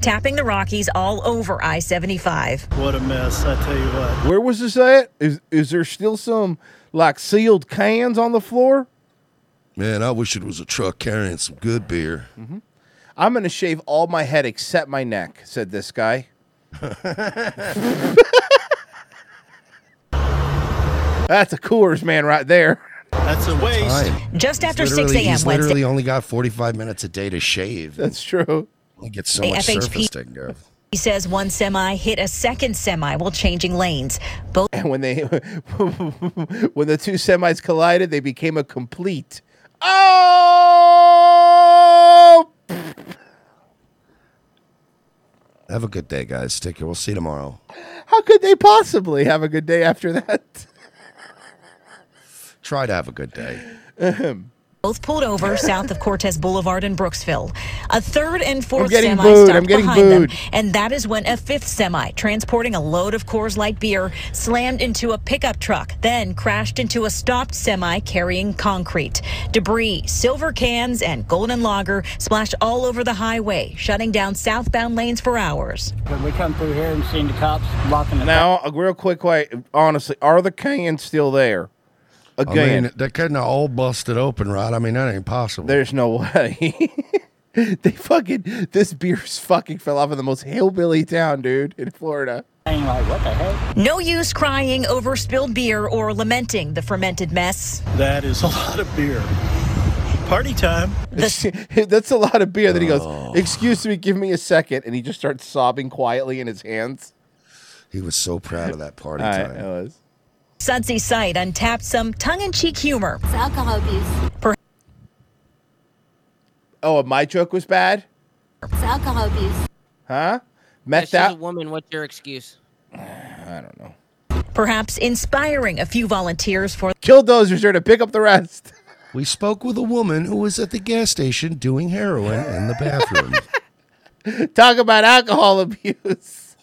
Speaker 24: tapping the Rockies all over I 75.
Speaker 13: What a mess, I tell you what.
Speaker 1: Where was this at? Is is there still some like sealed cans on the floor?
Speaker 2: Man, I wish it was a truck carrying some good beer.
Speaker 1: I'm gonna shave all my head except my neck," said this guy. That's a Coors man right there.
Speaker 13: That's a waste.
Speaker 24: Just after
Speaker 2: It's literally-
Speaker 24: 6 a.m.
Speaker 2: He's literally
Speaker 24: Wednesday,
Speaker 2: only got 45 minutes a day to shave.
Speaker 1: That's true.
Speaker 2: He gets so
Speaker 24: The
Speaker 2: much
Speaker 24: FHP
Speaker 2: surface taken care of.
Speaker 24: he says one semi hit a second semi while changing lanes. Both
Speaker 1: And when they when the two semis collided, they became a complete. Oh!
Speaker 2: Have a good day, guys. Stick here. We'll see you tomorrow.
Speaker 1: How could they possibly have a good day after that?
Speaker 2: Try to have a good day.
Speaker 24: both pulled over south of Cortez Boulevard in Brooksville. A third and fourth
Speaker 1: getting
Speaker 24: semi
Speaker 1: booed.
Speaker 24: stopped
Speaker 1: I'm getting
Speaker 24: behind
Speaker 1: booed.
Speaker 24: them, and that is when a fifth semi transporting a load of Coors Light beer slammed into a pickup truck, then crashed into a stopped semi carrying concrete. Debris, silver cans, and golden lager splashed all over the highway, shutting down southbound lanes for hours.
Speaker 13: When we come through here and seen the cops blocking the
Speaker 1: Now, a real quick way, honestly, are the cans still there?
Speaker 2: I
Speaker 1: Again,
Speaker 2: mean, they couldn't have all busted open, right? I mean, that ain't possible.
Speaker 1: there's no way. they fucking this beer's fucking fell off in the most hillbilly town, dude, in Florida.
Speaker 13: like, what the heck?
Speaker 24: No use crying over spilled beer or lamenting the fermented mess.
Speaker 13: That is a lot of beer. Party time.
Speaker 1: That's a lot of beer. Then he goes, "Excuse me, give me a second. and he just starts sobbing quietly in his hands. uh,
Speaker 2: He was so proud of that party
Speaker 1: All right,
Speaker 2: time.
Speaker 1: it was.
Speaker 24: Sudsy Sight untapped some tongue-in-cheek humor. It's alcohol abuse.
Speaker 1: Oh, my joke was bad,
Speaker 24: It's alcohol abuse.
Speaker 3: Yeah,
Speaker 1: huh? Met
Speaker 3: she's
Speaker 1: that.
Speaker 3: a woman. What's your excuse?
Speaker 1: I don't know.
Speaker 24: Perhaps inspiring a few volunteers for
Speaker 1: Killdozers are to pick up the rest.
Speaker 2: We spoke with a woman who was at the gas station doing heroin in the bathroom.
Speaker 1: Talk about alcohol abuse.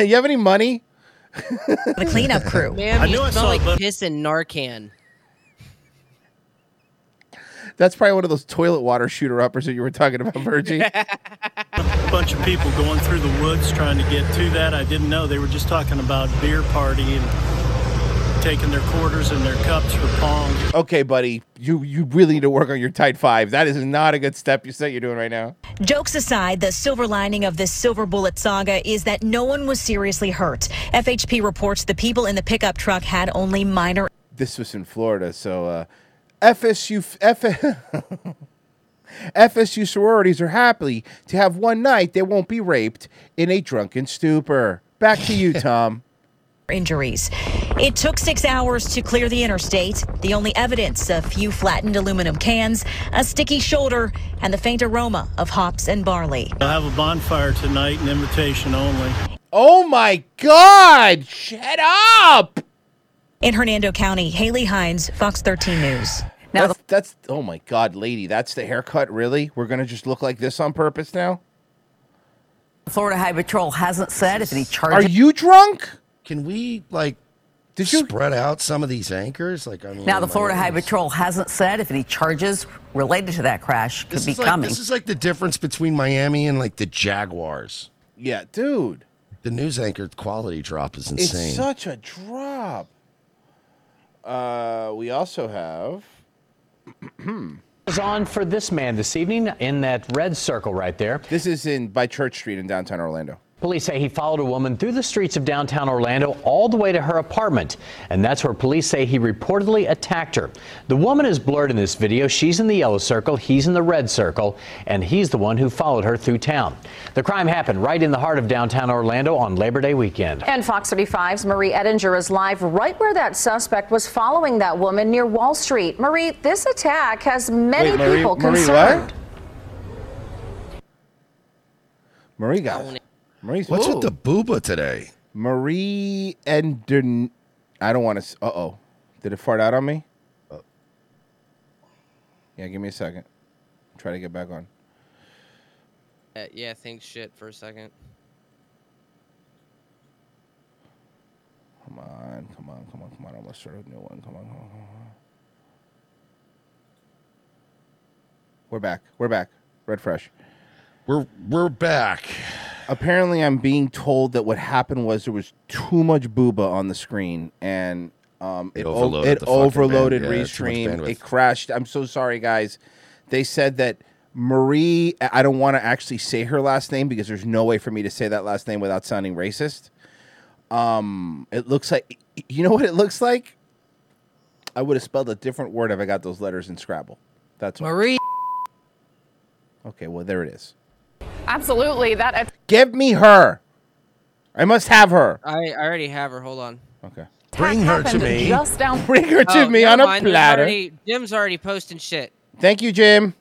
Speaker 1: you have any money?
Speaker 24: the cleanup crew.
Speaker 3: Ma'am,
Speaker 1: I
Speaker 3: you
Speaker 1: knew I
Speaker 3: smell
Speaker 1: saw a
Speaker 3: like
Speaker 1: little-
Speaker 3: piss and Narcan.
Speaker 1: That's probably one of those toilet water shooter uppers that you were talking about, Virgie.
Speaker 13: A bunch of people going through the woods trying to get to that. I didn't know. They were just talking about beer party and taking their quarters and their cups for pong.
Speaker 1: okay, buddy, you you really need to work on your tight five. That is not a good step you said you're doing right now.
Speaker 24: Jokes aside, the silver lining of this silver bullet saga is that no one was seriously hurt. FHP reports the people in the pickup truck had only minor
Speaker 1: This was in Florida, so uh, FSU F- FSU sororities are happy to have one night they won't be raped in a drunken stupor. Back to you, Tom.
Speaker 24: injuries. It took six hours to clear the interstate. The only evidence a few flattened aluminum cans, a sticky shoulder, and the faint aroma of hops and barley.
Speaker 13: I'll have a bonfire tonight, an invitation only.
Speaker 1: Oh my God! Shut up!
Speaker 24: In Hernando County, Haley Hines, Fox 13 News. Now,
Speaker 1: that's, that's oh my god, lady, that's the haircut. Really, we're gonna just look like this on purpose now.
Speaker 14: Florida Highway Patrol hasn't said if any
Speaker 1: Are
Speaker 14: charges.
Speaker 1: you drunk?
Speaker 2: Can we like
Speaker 1: Did
Speaker 2: you spread out some of these anchors? Like I mean, oh
Speaker 14: Now, the
Speaker 2: my
Speaker 14: Florida
Speaker 2: goodness.
Speaker 14: Highway Patrol hasn't said if any charges related to that crash could
Speaker 2: This
Speaker 14: be
Speaker 2: is like-
Speaker 14: coming.
Speaker 2: this is like the difference between Miami and like the Jaguars.
Speaker 1: Yeah, dude.
Speaker 2: The news anchor quality drop is insane.
Speaker 1: It's such a drop. Uh, we also have.
Speaker 15: is on for this man this evening in that red circle right there.
Speaker 1: This is in by Church Street in downtown Orlando.
Speaker 15: Police say he followed a woman through the streets of downtown Orlando all the way to her apartment, and that's where police say he reportedly attacked her. The woman is blurred in this video. She's in the yellow circle, he's in the red circle, and he's the one who followed her through town. The crime happened right in the heart of downtown Orlando on Labor Day weekend.
Speaker 18: And Fox 35's Marie Ettinger is live right where that suspect was following that woman near Wall Street. Marie, this attack has many
Speaker 1: Wait, Marie,
Speaker 18: people
Speaker 1: Marie,
Speaker 18: concerned.
Speaker 1: what? Marie got. Marie's
Speaker 2: What's
Speaker 1: Ooh.
Speaker 2: with the booba today?
Speaker 1: Marie Ender. I don't want to. Uh oh. Did it fart out on me?
Speaker 2: Uh.
Speaker 1: Yeah, give me a second. Try to get back on.
Speaker 3: Uh, yeah, think shit for a second.
Speaker 1: Come on, come on, come on, come on. I'm gonna start a new one. Come on, come on, come on. We're back. We're back. Red Fresh.
Speaker 2: We're we're back.
Speaker 1: Apparently, I'm being told that what happened was there was too much booba on the screen and um, it,
Speaker 2: It
Speaker 1: o-
Speaker 2: overloaded
Speaker 1: it
Speaker 2: the fucking
Speaker 1: overloaded
Speaker 2: band- yeah, it's too much
Speaker 1: Restream.
Speaker 2: bandwidth.
Speaker 1: It crashed. I'm so sorry, guys. They said that Marie. I don't want to actually say her last name because there's no way for me to say that last name without sounding racist. Um, it looks like you know what it looks like. I would have spelled a different word if I got those letters in Scrabble. That's all.
Speaker 3: Marie.
Speaker 1: Okay, well there it is.
Speaker 4: Absolutely. That
Speaker 1: Give me her. I must have her.
Speaker 3: I, I already have her. Hold on.
Speaker 1: Okay.
Speaker 2: Bring her to me.
Speaker 4: just down.
Speaker 1: Bring her to
Speaker 3: Oh,
Speaker 1: me
Speaker 3: never
Speaker 1: on a
Speaker 3: mind. There's
Speaker 1: platter.
Speaker 3: already- Jim's already posting shit.
Speaker 1: Thank you, Jim.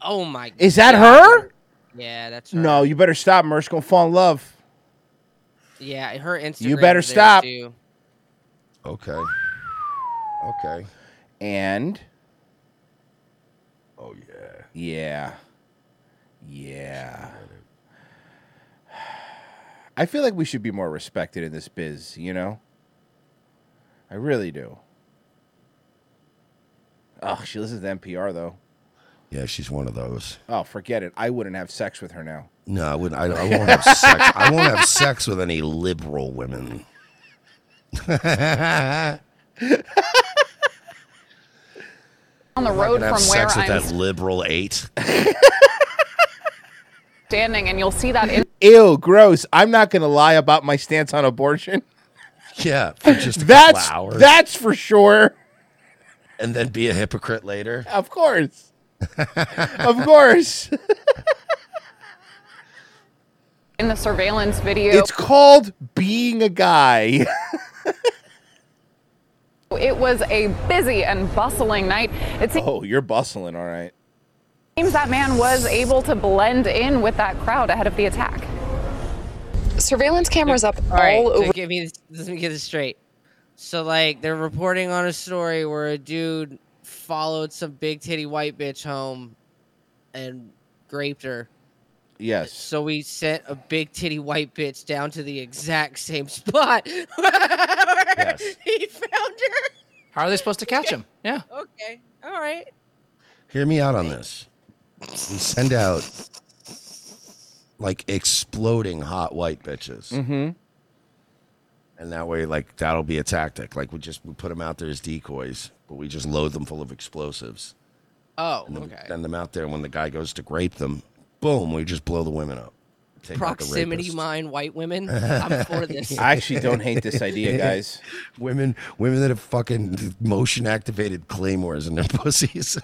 Speaker 3: Oh my.
Speaker 1: Is that
Speaker 3: God.
Speaker 1: her?
Speaker 3: Yeah, that's her.
Speaker 1: No, you better stop. Merce gonna fall in love.
Speaker 3: Yeah, her Instagram.
Speaker 1: You better
Speaker 3: is there,
Speaker 1: stop.
Speaker 3: too.
Speaker 2: Okay. Okay.
Speaker 1: And
Speaker 2: Oh yeah.
Speaker 1: yeah, yeah. I feel like we should be more respected in this biz. You know, I really do. Oh, she listens to NPR though.
Speaker 2: Yeah, she's one of those.
Speaker 1: Oh, forget it. I wouldn't have sex with her now.
Speaker 2: No, I wouldn't. I, I won't have sex. I won't have sex with any liberal women. on
Speaker 4: On the road
Speaker 2: have
Speaker 4: from where
Speaker 2: sex with
Speaker 4: I'm
Speaker 2: that liberal eight.
Speaker 4: standing, and you'll see that in
Speaker 1: Ew, gross. I'm not gonna lie about my stance on abortion.
Speaker 2: Yeah, for just a
Speaker 1: that's
Speaker 2: couple hours.
Speaker 1: that's for sure.
Speaker 2: and then be a hypocrite later.
Speaker 1: Of course. of course.
Speaker 4: in the surveillance video.
Speaker 1: It's called being a guy.
Speaker 4: It was a busy and bustling night. It seems
Speaker 1: oh, you're bustling, all right.
Speaker 4: that man was able to blend in with that crowd ahead of the attack.
Speaker 11: Surveillance cameras up
Speaker 4: all
Speaker 3: All right,
Speaker 4: over.
Speaker 3: so give me this, let me get this straight. So like they're reporting on a story where a dude followed some big titty white bitch home and raped her.
Speaker 1: Yes.
Speaker 3: So we sent a big titty white bitch down to the exact same spot. he found her.
Speaker 16: How are they supposed to catch him? Yeah.
Speaker 3: Okay. All right.
Speaker 2: Hear me out on this. We send out like exploding hot white bitches.
Speaker 1: Mm-hmm.
Speaker 2: And that way, like that'll be a tactic. Like we just we put them out there as decoys, but we just load them full of explosives.
Speaker 3: Oh,
Speaker 2: and then we send them out there. And when the guy goes to grape them, boom, we just blow the women up. Take out the
Speaker 3: Proximity
Speaker 2: rapists.
Speaker 3: mine white women. I'm for this.
Speaker 1: I actually don't hate this idea, guys.
Speaker 2: Women, women that have fucking motion activated claymores in their pussies.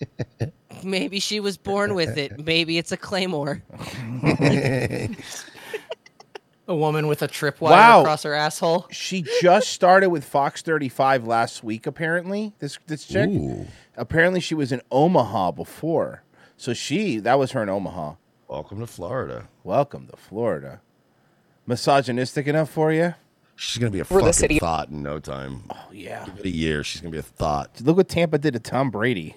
Speaker 3: Maybe she was born with it. Maybe it's a claymore.
Speaker 16: A woman with a tripwire
Speaker 1: Wow.
Speaker 16: across her asshole.
Speaker 1: She just started with Fox 35 last week, apparently. This this chick.
Speaker 2: Ooh.
Speaker 1: Apparently she was in Omaha before. So she that was her in Omaha.
Speaker 2: Welcome to Florida.
Speaker 1: Welcome to Florida. Misogynistic enough for you?
Speaker 2: She's gonna be a
Speaker 1: For
Speaker 2: fucking
Speaker 1: the city.
Speaker 2: thought in no time. Oh
Speaker 1: yeah,
Speaker 2: give it a year. She's gonna be a thought.
Speaker 1: Look what Tampa did to Tom Brady.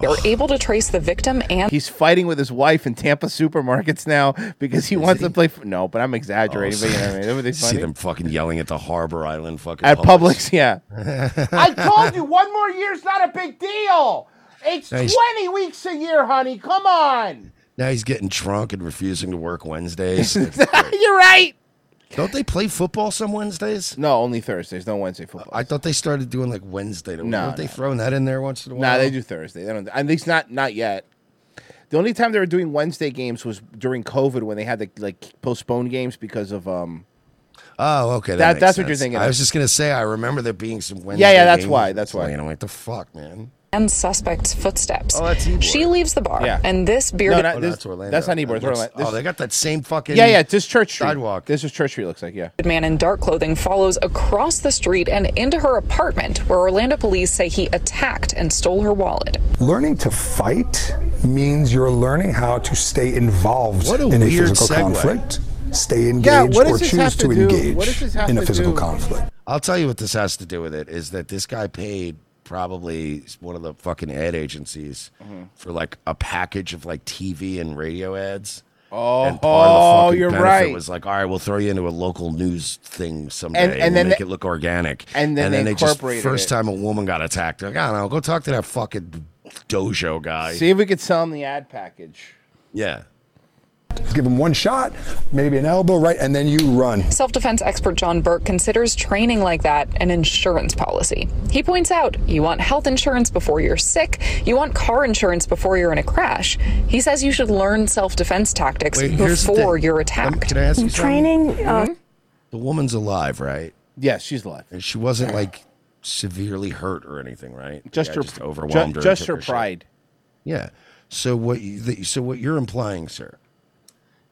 Speaker 4: They were able to trace the victim and
Speaker 1: He's fighting with his wife in Tampa supermarkets now because he wants to play. f no, but I'm exaggerating. but you know what I mean? That would be
Speaker 2: See
Speaker 1: funny.
Speaker 2: them fucking yelling at the Harbor Island fucking
Speaker 1: At
Speaker 2: Publix.
Speaker 1: Publix, yeah. I told you one more year's not a big deal. It's
Speaker 2: Nice.
Speaker 1: 20 weeks a year, honey. Come on.
Speaker 2: Now he's getting drunk and refusing to work Wednesdays.
Speaker 1: You're right.
Speaker 2: Don't they play football some Wednesdays?
Speaker 1: No, only Thursdays. No Wednesday football.
Speaker 2: I thought they started doing like Wednesday.
Speaker 1: No,
Speaker 2: No, they
Speaker 1: no.
Speaker 2: throwing that in there once in a
Speaker 1: No,
Speaker 2: while.
Speaker 1: nah, they do Thursday. They don't. At least not not yet. The only time they were doing Wednesday games was during COVID when they had to like postpone games because of um.
Speaker 2: Oh, okay.
Speaker 1: That-
Speaker 2: makes
Speaker 1: that's what you're
Speaker 2: sense.
Speaker 1: thinking
Speaker 2: I
Speaker 1: of.
Speaker 2: was just gonna say. I remember there being some Wednesday.
Speaker 1: Yeah, yeah, that's
Speaker 2: games.
Speaker 1: why, that's
Speaker 2: It's
Speaker 1: why.
Speaker 2: like, I'm like, the fuck, man.
Speaker 4: and suspect's footsteps.
Speaker 2: Oh, that's Ebor.
Speaker 4: She leaves the bar,
Speaker 1: Yeah.
Speaker 4: and this
Speaker 1: No,
Speaker 4: bearded
Speaker 1: not-
Speaker 2: Oh,
Speaker 1: this-
Speaker 2: that's Orlando.
Speaker 1: That's not
Speaker 2: That
Speaker 1: Ebor. it's
Speaker 2: looks-
Speaker 1: Orlando.
Speaker 2: Oh, they got that same fucking.
Speaker 1: yeah, yeah. This Church Street.
Speaker 2: sidewalk.
Speaker 1: This is Church Street. Looks like yeah.
Speaker 4: man in dark clothing follows across the street and into her apartment, where Orlando police say he attacked and stole her wallet.
Speaker 19: Learning to fight means you're learning how to stay involved
Speaker 2: What a
Speaker 19: in a
Speaker 2: weird
Speaker 19: physical
Speaker 2: segue.
Speaker 19: conflict, stay engaged,
Speaker 1: Yeah, what does
Speaker 19: or
Speaker 1: this have
Speaker 19: choose
Speaker 1: to
Speaker 19: to,
Speaker 1: do-
Speaker 19: engage
Speaker 1: what does this have
Speaker 19: in a
Speaker 1: to
Speaker 19: physical
Speaker 1: do-
Speaker 19: conflict.
Speaker 2: I'll tell you what this has to do with it is that this guy paid probably one of the fucking ad agencies
Speaker 1: Mhm.
Speaker 2: for like a package of like TV and radio ads.
Speaker 1: Oh,
Speaker 2: and part of the
Speaker 1: oh,
Speaker 2: fucking
Speaker 1: you're
Speaker 2: benefit
Speaker 1: right.
Speaker 2: Was like, all right, we'll throw you into a local news thing someday, and,
Speaker 1: And- and then
Speaker 2: then make
Speaker 1: they-
Speaker 2: it look organic.
Speaker 1: and then they
Speaker 2: just
Speaker 1: incorporated
Speaker 2: first
Speaker 1: it.
Speaker 2: time a woman got attacked. Like, I don't know, go talk to that fucking dojo guy.
Speaker 1: See if we could sell him the ad package.
Speaker 2: Yeah.
Speaker 19: Just give him one shot, maybe an elbow, right, and then you run.
Speaker 4: Self defense expert John Burke considers training like that an insurance policy. He points out you want health insurance before you're sick, you want car insurance before you're in a crash. He says you should learn self defense tactics
Speaker 2: Wait, here's the
Speaker 4: before
Speaker 2: thing.
Speaker 4: you're
Speaker 2: Um,
Speaker 4: attacked.
Speaker 2: Can I ask you something? Mm-hmm.
Speaker 4: uh,
Speaker 2: The woman's alive, right?
Speaker 1: Yeah, she's alive.
Speaker 2: And she wasn't like severely hurt or anything, right?
Speaker 1: Just
Speaker 2: Yeah,
Speaker 1: her
Speaker 2: just overwhelmed
Speaker 1: ju-
Speaker 2: her. and
Speaker 1: Just,
Speaker 2: took
Speaker 1: her
Speaker 2: shit.
Speaker 1: pride.
Speaker 2: Yeah. So what? You, the, so what you're implying, sir,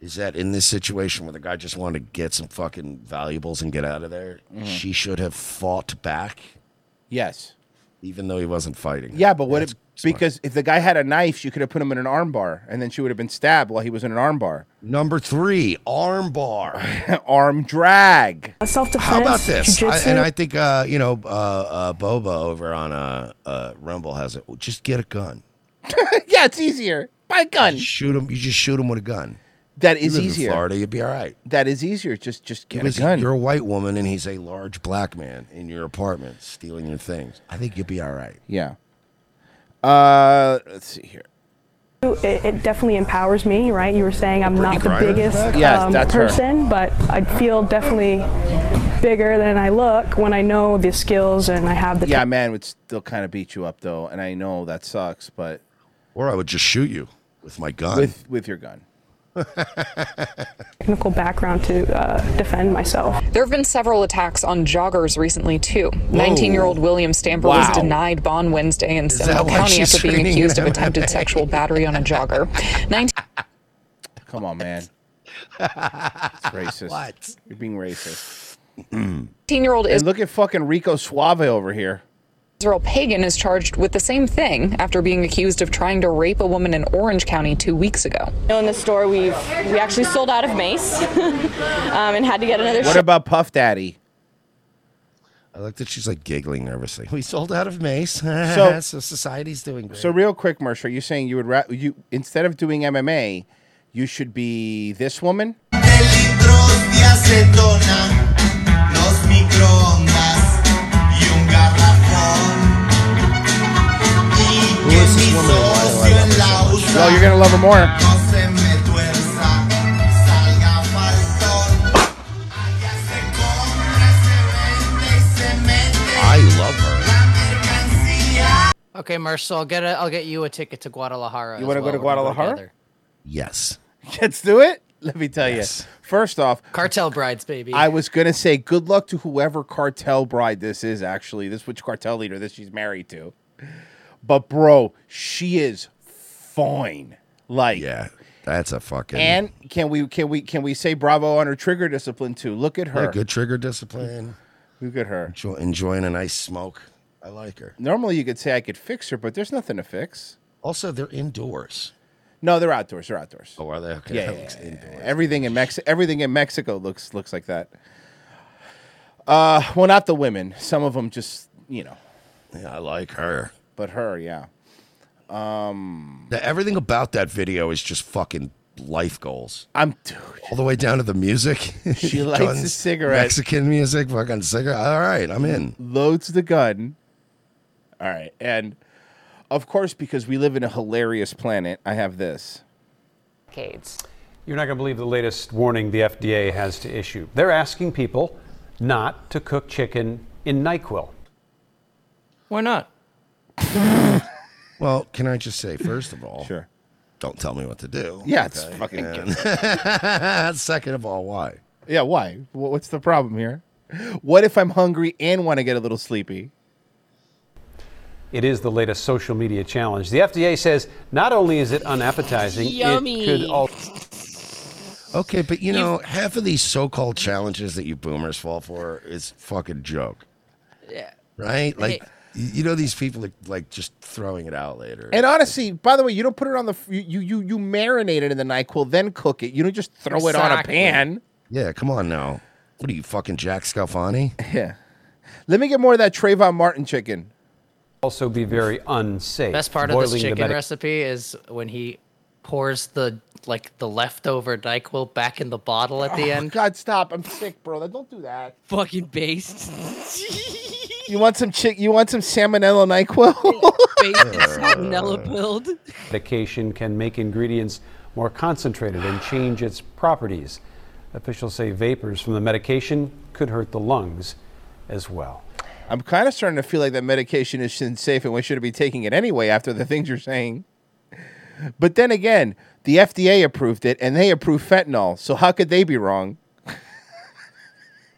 Speaker 2: is that in this situation where the guy just wanted to get some fucking valuables and get out of there,
Speaker 1: Mhm.
Speaker 2: she should have fought back.
Speaker 1: Yes.
Speaker 2: Even though he wasn't fighting.
Speaker 1: Yeah, but what if because if the guy had a knife, she could have put him in an arm bar and then she would have been stabbed while he was in an arm bar.
Speaker 2: Number three, arm bar.
Speaker 1: arm drag.
Speaker 7: Self defense.
Speaker 2: How about this? I, and I think uh, you know uh, uh, Boba over on uh, uh, Rumble has it. Well, just get a gun.
Speaker 1: yeah, it's easier. Buy a gun.
Speaker 2: Shoot him. You just shoot him with a gun.
Speaker 1: That
Speaker 2: You
Speaker 1: is
Speaker 2: live in
Speaker 1: easier.
Speaker 2: Florida, you'd be all right.
Speaker 1: That is easier. Just just get a
Speaker 2: Listen,
Speaker 1: gun.
Speaker 2: You're a white woman, and he's a large black man in your apartment stealing your things. I think you'd be all right.
Speaker 1: Yeah. Uh, let's see here.
Speaker 7: It, it definitely empowers me, right? You were saying I'm
Speaker 1: Brittany
Speaker 7: not the
Speaker 1: Griner?
Speaker 7: biggest
Speaker 1: Yes,
Speaker 7: um,
Speaker 1: that's her.
Speaker 7: person, but I feel definitely bigger than I look when I know the skills and I have the.
Speaker 1: Yeah, man would still kind of beat you up though, and I know that sucks, but
Speaker 2: or I would just shoot you with my gun.
Speaker 1: With with your gun.
Speaker 7: technical background to uh, defend myself.
Speaker 4: There have been several attacks on joggers recently, too. 19 year old William Stamper was
Speaker 7: Wow.
Speaker 4: denied bond Wednesday in
Speaker 7: that
Speaker 4: Seminole
Speaker 7: why
Speaker 4: County
Speaker 7: she's
Speaker 4: after being
Speaker 7: training
Speaker 4: accused
Speaker 7: in
Speaker 4: of attempted
Speaker 7: MMA?
Speaker 4: sexual battery on a jogger. 19-
Speaker 1: Come on, man. it's racist.
Speaker 2: What?
Speaker 1: You're being racist.
Speaker 4: 19 year old
Speaker 1: And look at fucking Rico Suave over here.
Speaker 4: Israel Pagan is charged with the same thing after being accused of trying to rape a woman in Orange County two weeks ago.
Speaker 20: You know, in the store, we've we actually sold out of mace um, and had to get another.
Speaker 1: What about Puff Daddy?
Speaker 2: I like that she's like giggling nervously. We sold out of mace. So,
Speaker 1: So-
Speaker 2: society's doing great.
Speaker 1: So real quick, Mercer, you're saying you would ra- you instead of doing MMA, you should be this woman?
Speaker 17: de acetona, los microondas y un garrafón. Y que mi socio en la USA
Speaker 1: Well, you're gonna love her more.
Speaker 17: no se me tuerza, salga faltón. Allá se compra, se vende y se mete
Speaker 2: I love her.
Speaker 17: la mercancía.
Speaker 16: Okay, Marcel, I'll get a, I'll get you a ticket to Guadalajara.
Speaker 1: You
Speaker 16: want to
Speaker 1: go to Guadalajara?
Speaker 2: Yes.
Speaker 1: Let's do it. Let me tell you. First off,
Speaker 16: Cartel brides, baby.
Speaker 1: I was gonna say good luck to whoever cartel bride this is. Actually, this which cartel leader this she's married to. But bro, she is fine. Like
Speaker 2: yeah, that's a fucking
Speaker 1: And can we can we can we say bravo on her trigger discipline too? Look at her.
Speaker 2: Yeah, good trigger discipline.
Speaker 1: Look at her.
Speaker 2: Enjoy, enjoying a nice smoke. I like her.
Speaker 1: Normally you could say I could fix her, but there's nothing to fix.
Speaker 2: Also, they're indoors.
Speaker 1: No, they're outdoors. They're outdoors.
Speaker 2: Oh, are they? Okay,
Speaker 1: Yeah,
Speaker 2: that
Speaker 1: yeah,
Speaker 2: looks
Speaker 1: yeah,
Speaker 2: indoors.
Speaker 1: Everything in Mex- everything in Mexico looks looks like that. Uh, well, not the women. Some of them just you know,
Speaker 2: Yeah, I like her.
Speaker 1: but her, yeah. Um,
Speaker 2: The- everything about that video is just fucking life goals.
Speaker 1: I'm
Speaker 2: all the way down to the music.
Speaker 1: She lights a cigarette.
Speaker 2: Mexican music, fucking cigarette. All right, I'm in.
Speaker 1: Loads the gun. All right, and of course, because we live in a hilarious planet, I have this.
Speaker 21: decades. You're not going to believe the latest warning the FDA has to issue. They're asking people not to cook chicken in NyQuil.
Speaker 16: Why not?
Speaker 2: Well, can I just say first of all,
Speaker 1: sure.
Speaker 2: Don't tell me what to do.
Speaker 1: Yeah, it's fucking
Speaker 2: And- Second of all, why?
Speaker 1: Yeah, why? Wh- What's the problem here? What if I'm hungry and want to get a little sleepy?
Speaker 21: It is the latest social media challenge. The FDA says not only is it unappetizing, it could al-
Speaker 2: Okay, but you know, half of these so-called challenges that you boomers fall for is fucking joke,
Speaker 3: Yeah.
Speaker 2: right? Like,
Speaker 1: Hey.
Speaker 2: you know, these people are like just throwing it out later.
Speaker 1: And honestly, by the way, you don't put it on the f- you you you marinate it in the Nyquil, then cook it. You don't just throw it on a
Speaker 2: Exactly.
Speaker 1: pan.
Speaker 2: Yeah, come on now. What are you fucking Jack Scalfani?
Speaker 1: Yeah. Let me get more of that Trayvon Martin chicken.
Speaker 21: also be very unsafe.
Speaker 16: Best part of
Speaker 21: Boiling
Speaker 16: this
Speaker 21: the
Speaker 16: chicken
Speaker 21: medic-
Speaker 16: recipe is when he pours the like the leftover Nyquil back in the bottle at the
Speaker 1: Oh,
Speaker 16: end.
Speaker 1: God, stop! I'm sick, bro. Don't do that.
Speaker 16: Fucking based.
Speaker 1: You want some chick? You want some salmonella Nyquil?
Speaker 3: bacon salmonella build.
Speaker 21: Medication can make ingredients more concentrated and change its properties. Officials say vapors from the medication could hurt the lungs as well.
Speaker 1: I'm kind of starting to feel like that medication is safe and we shouldn't be taking it anyway after the things you're saying. But then again, the FDA approved it and they approved fentanyl. So how could they be wrong?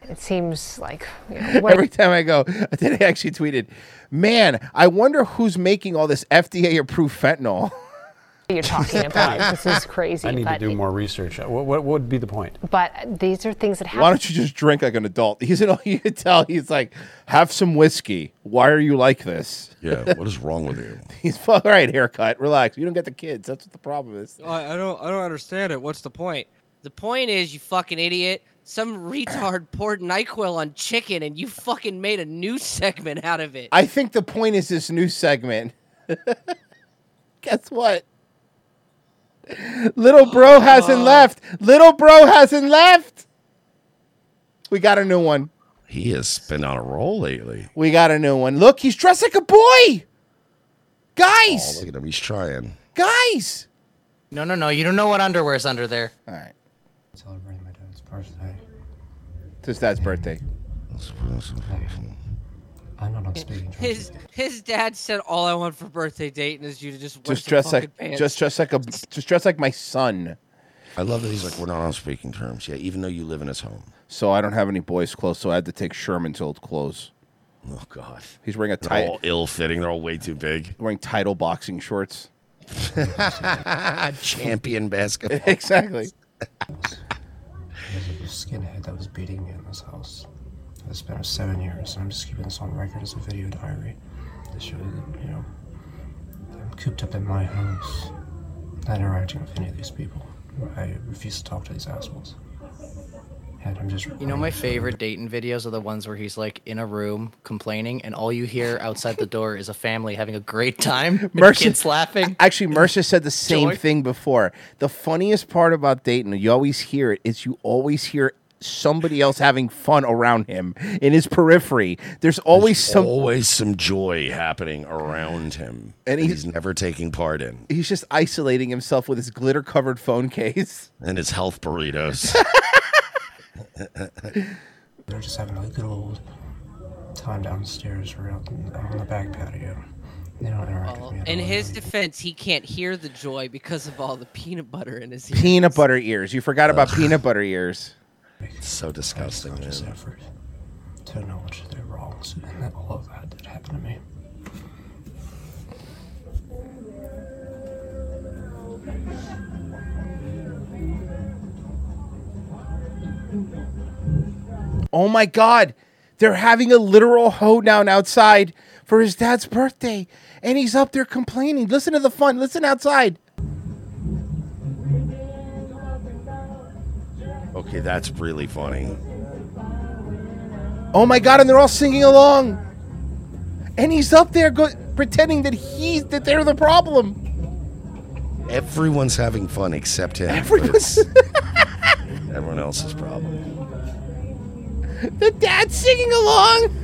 Speaker 5: It seems like you know, what
Speaker 1: Every time I go, today I actually tweeted, man, I wonder who's making all this FDA approved fentanyl.
Speaker 5: you're talking about. This is crazy.
Speaker 21: I need
Speaker 5: but,
Speaker 21: to do more research. What, what would be the point?
Speaker 5: but these are things that happen.
Speaker 1: Why don't you just drink like an adult? He's an, you can tell he's like, have some whiskey. Why are you like this?
Speaker 2: Yeah, what is wrong with you?
Speaker 1: he's all right, haircut. Relax. You don't get the kids. That's what the problem is.
Speaker 3: I, I don't I don't understand it. What's the point? The point is, you fucking idiot. Some retard poured NyQuil on chicken, and you fucking made a new segment out of it.
Speaker 1: I think the point is this new segment. Guess what? Little bro hasn't left. Little bro hasn't left. We got a new one.
Speaker 2: He has been on a roll lately.
Speaker 1: We got a new one. Look, he's dressed like a boy.
Speaker 2: Oh,
Speaker 1: Guys,
Speaker 2: look at him. He's trying.
Speaker 1: guys.
Speaker 16: No, no, no. You don't know what underwear's under there.
Speaker 1: All right.
Speaker 16: Celebrating my dad's
Speaker 1: birthday. It's his dad's birthday.
Speaker 8: I'm not on speaking terms.
Speaker 3: His his dad said all I want for birthday Dayton is you to just wear
Speaker 1: Just
Speaker 3: some
Speaker 1: dress
Speaker 3: fucking
Speaker 1: like
Speaker 3: pants.
Speaker 1: just dress like a just dress like my son.
Speaker 2: I love that he's like, we're not on speaking terms yet, even though you live in his home.
Speaker 1: So I don't have any boys' clothes, so I had to take Sherman's old clothes.
Speaker 2: Oh God.
Speaker 1: He's wearing a
Speaker 2: They're
Speaker 1: tight
Speaker 2: all ill fitting. They're all way too big.
Speaker 1: wearing title boxing shorts.
Speaker 2: Champion basketball.
Speaker 1: exactly.
Speaker 8: There's a skinhead that was beating me in this house. For the span of seven years, and I'm just keeping this on record as a video diary. To show that, you know, I'm cooped up in my house, not interacting with any of these people. I refuse to talk to these assholes. And I'm just.
Speaker 16: You know, my favorite Dayton videos are the ones where he's like in a room complaining, and all you hear outside the door is a family having a great time. and
Speaker 1: Mercy-
Speaker 16: kids laughing.
Speaker 1: Actually, Mercer said the same
Speaker 16: Joy.
Speaker 1: thing before. The funniest part about Dayton, you always hear it, is you always hear somebody else having fun around him in his periphery. There's always some.
Speaker 2: Always some joy happening around him. And he's, never taking part in.
Speaker 1: He's just isolating himself with his glitter covered phone case.
Speaker 2: And his health burritos.
Speaker 8: They're just having a good old time downstairs or out in, out on the back patio. They don't interact with me. at
Speaker 3: In
Speaker 8: all.
Speaker 3: his defense, he can't hear the joy because of all the peanut butter in his ear.
Speaker 1: Peanut butter ears. You forgot about peanut butter ears.
Speaker 2: so disgusting, man.
Speaker 8: to acknowledge their wrongs and that all of that that happened to me.
Speaker 1: Oh my God. They're having a literal hoedown outside for his dad's birthday. And he's up there complaining. Listen to the fun. Listen outside.
Speaker 2: Okay, that's really funny.
Speaker 1: Oh my god, and they're all singing along. And he's up there go- pretending that he's that they're the problem.
Speaker 2: Everyone's having fun except him. but
Speaker 1: Everyone's
Speaker 2: it's everyone else's problem.
Speaker 1: the dad's singing along.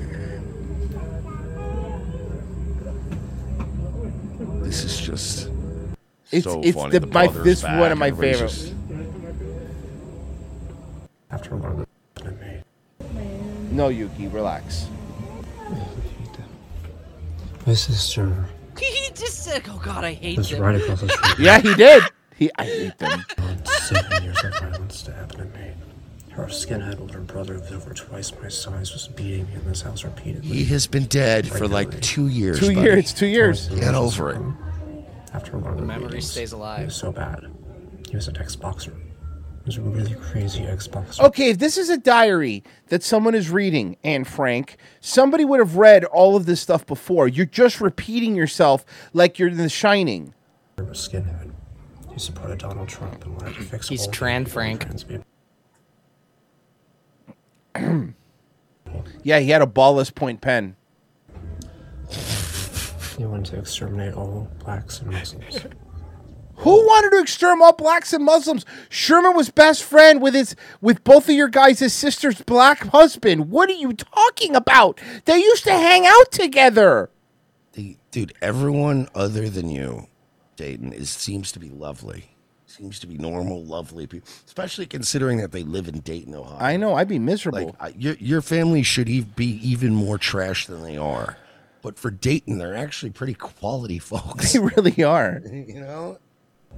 Speaker 2: This is just
Speaker 1: It's
Speaker 2: so
Speaker 1: it's
Speaker 2: funny.
Speaker 1: the, my
Speaker 2: mother's
Speaker 1: this
Speaker 2: back,
Speaker 1: one of my
Speaker 2: everybody's
Speaker 1: favorites.
Speaker 2: just-
Speaker 8: After a lot of the
Speaker 1: No, Yuki, relax.
Speaker 8: my sister
Speaker 3: he just said, "Oh God, I hate
Speaker 8: was
Speaker 3: them."
Speaker 8: right across the street.
Speaker 1: Yeah, he did. He I hate them.
Speaker 8: Seven years of violence to happen to me. Her skinhead older brother, who's over twice my size, was beating me in this house repeatedly.
Speaker 2: He has been dead for like two years.
Speaker 1: Two
Speaker 2: buddy.
Speaker 1: years, two years.
Speaker 2: Get over it.
Speaker 8: After one of the
Speaker 16: Memory
Speaker 8: beatings,
Speaker 16: stays
Speaker 8: He
Speaker 16: alive.
Speaker 8: was so bad. He was an ex-boxer. He was a really crazy ex-boxer.
Speaker 16: Oh.
Speaker 1: Okay, if this is a diary that someone is reading, and Frank, somebody would have read all of this stuff before. You're just repeating yourself like you're in The Shining.
Speaker 8: He was a skinhead. He supported Donald Trump and wanted to fix
Speaker 16: He's
Speaker 8: all
Speaker 16: Tran
Speaker 8: the
Speaker 16: Frank.
Speaker 8: trans people.
Speaker 1: Yeah, he had a ballless point pen.
Speaker 8: He wanted to exterminate all blacks and Muslims.
Speaker 1: Who wanted to exterminate all blacks and Muslims? Sherman was best friend with his with both of your guys' sister's black husband. What are you talking about? They used to hang out together.
Speaker 2: They Dude, everyone other than you, Dayton, is seems to be lovely. Seems to be normal, lovely people, especially considering that they live in Dayton, Ohio. I
Speaker 1: know. I'd be miserable.
Speaker 2: Like, I, your, your family should e- be even more trash than they are. But for Dayton, they're actually pretty quality folks. They
Speaker 1: really are.
Speaker 2: You know?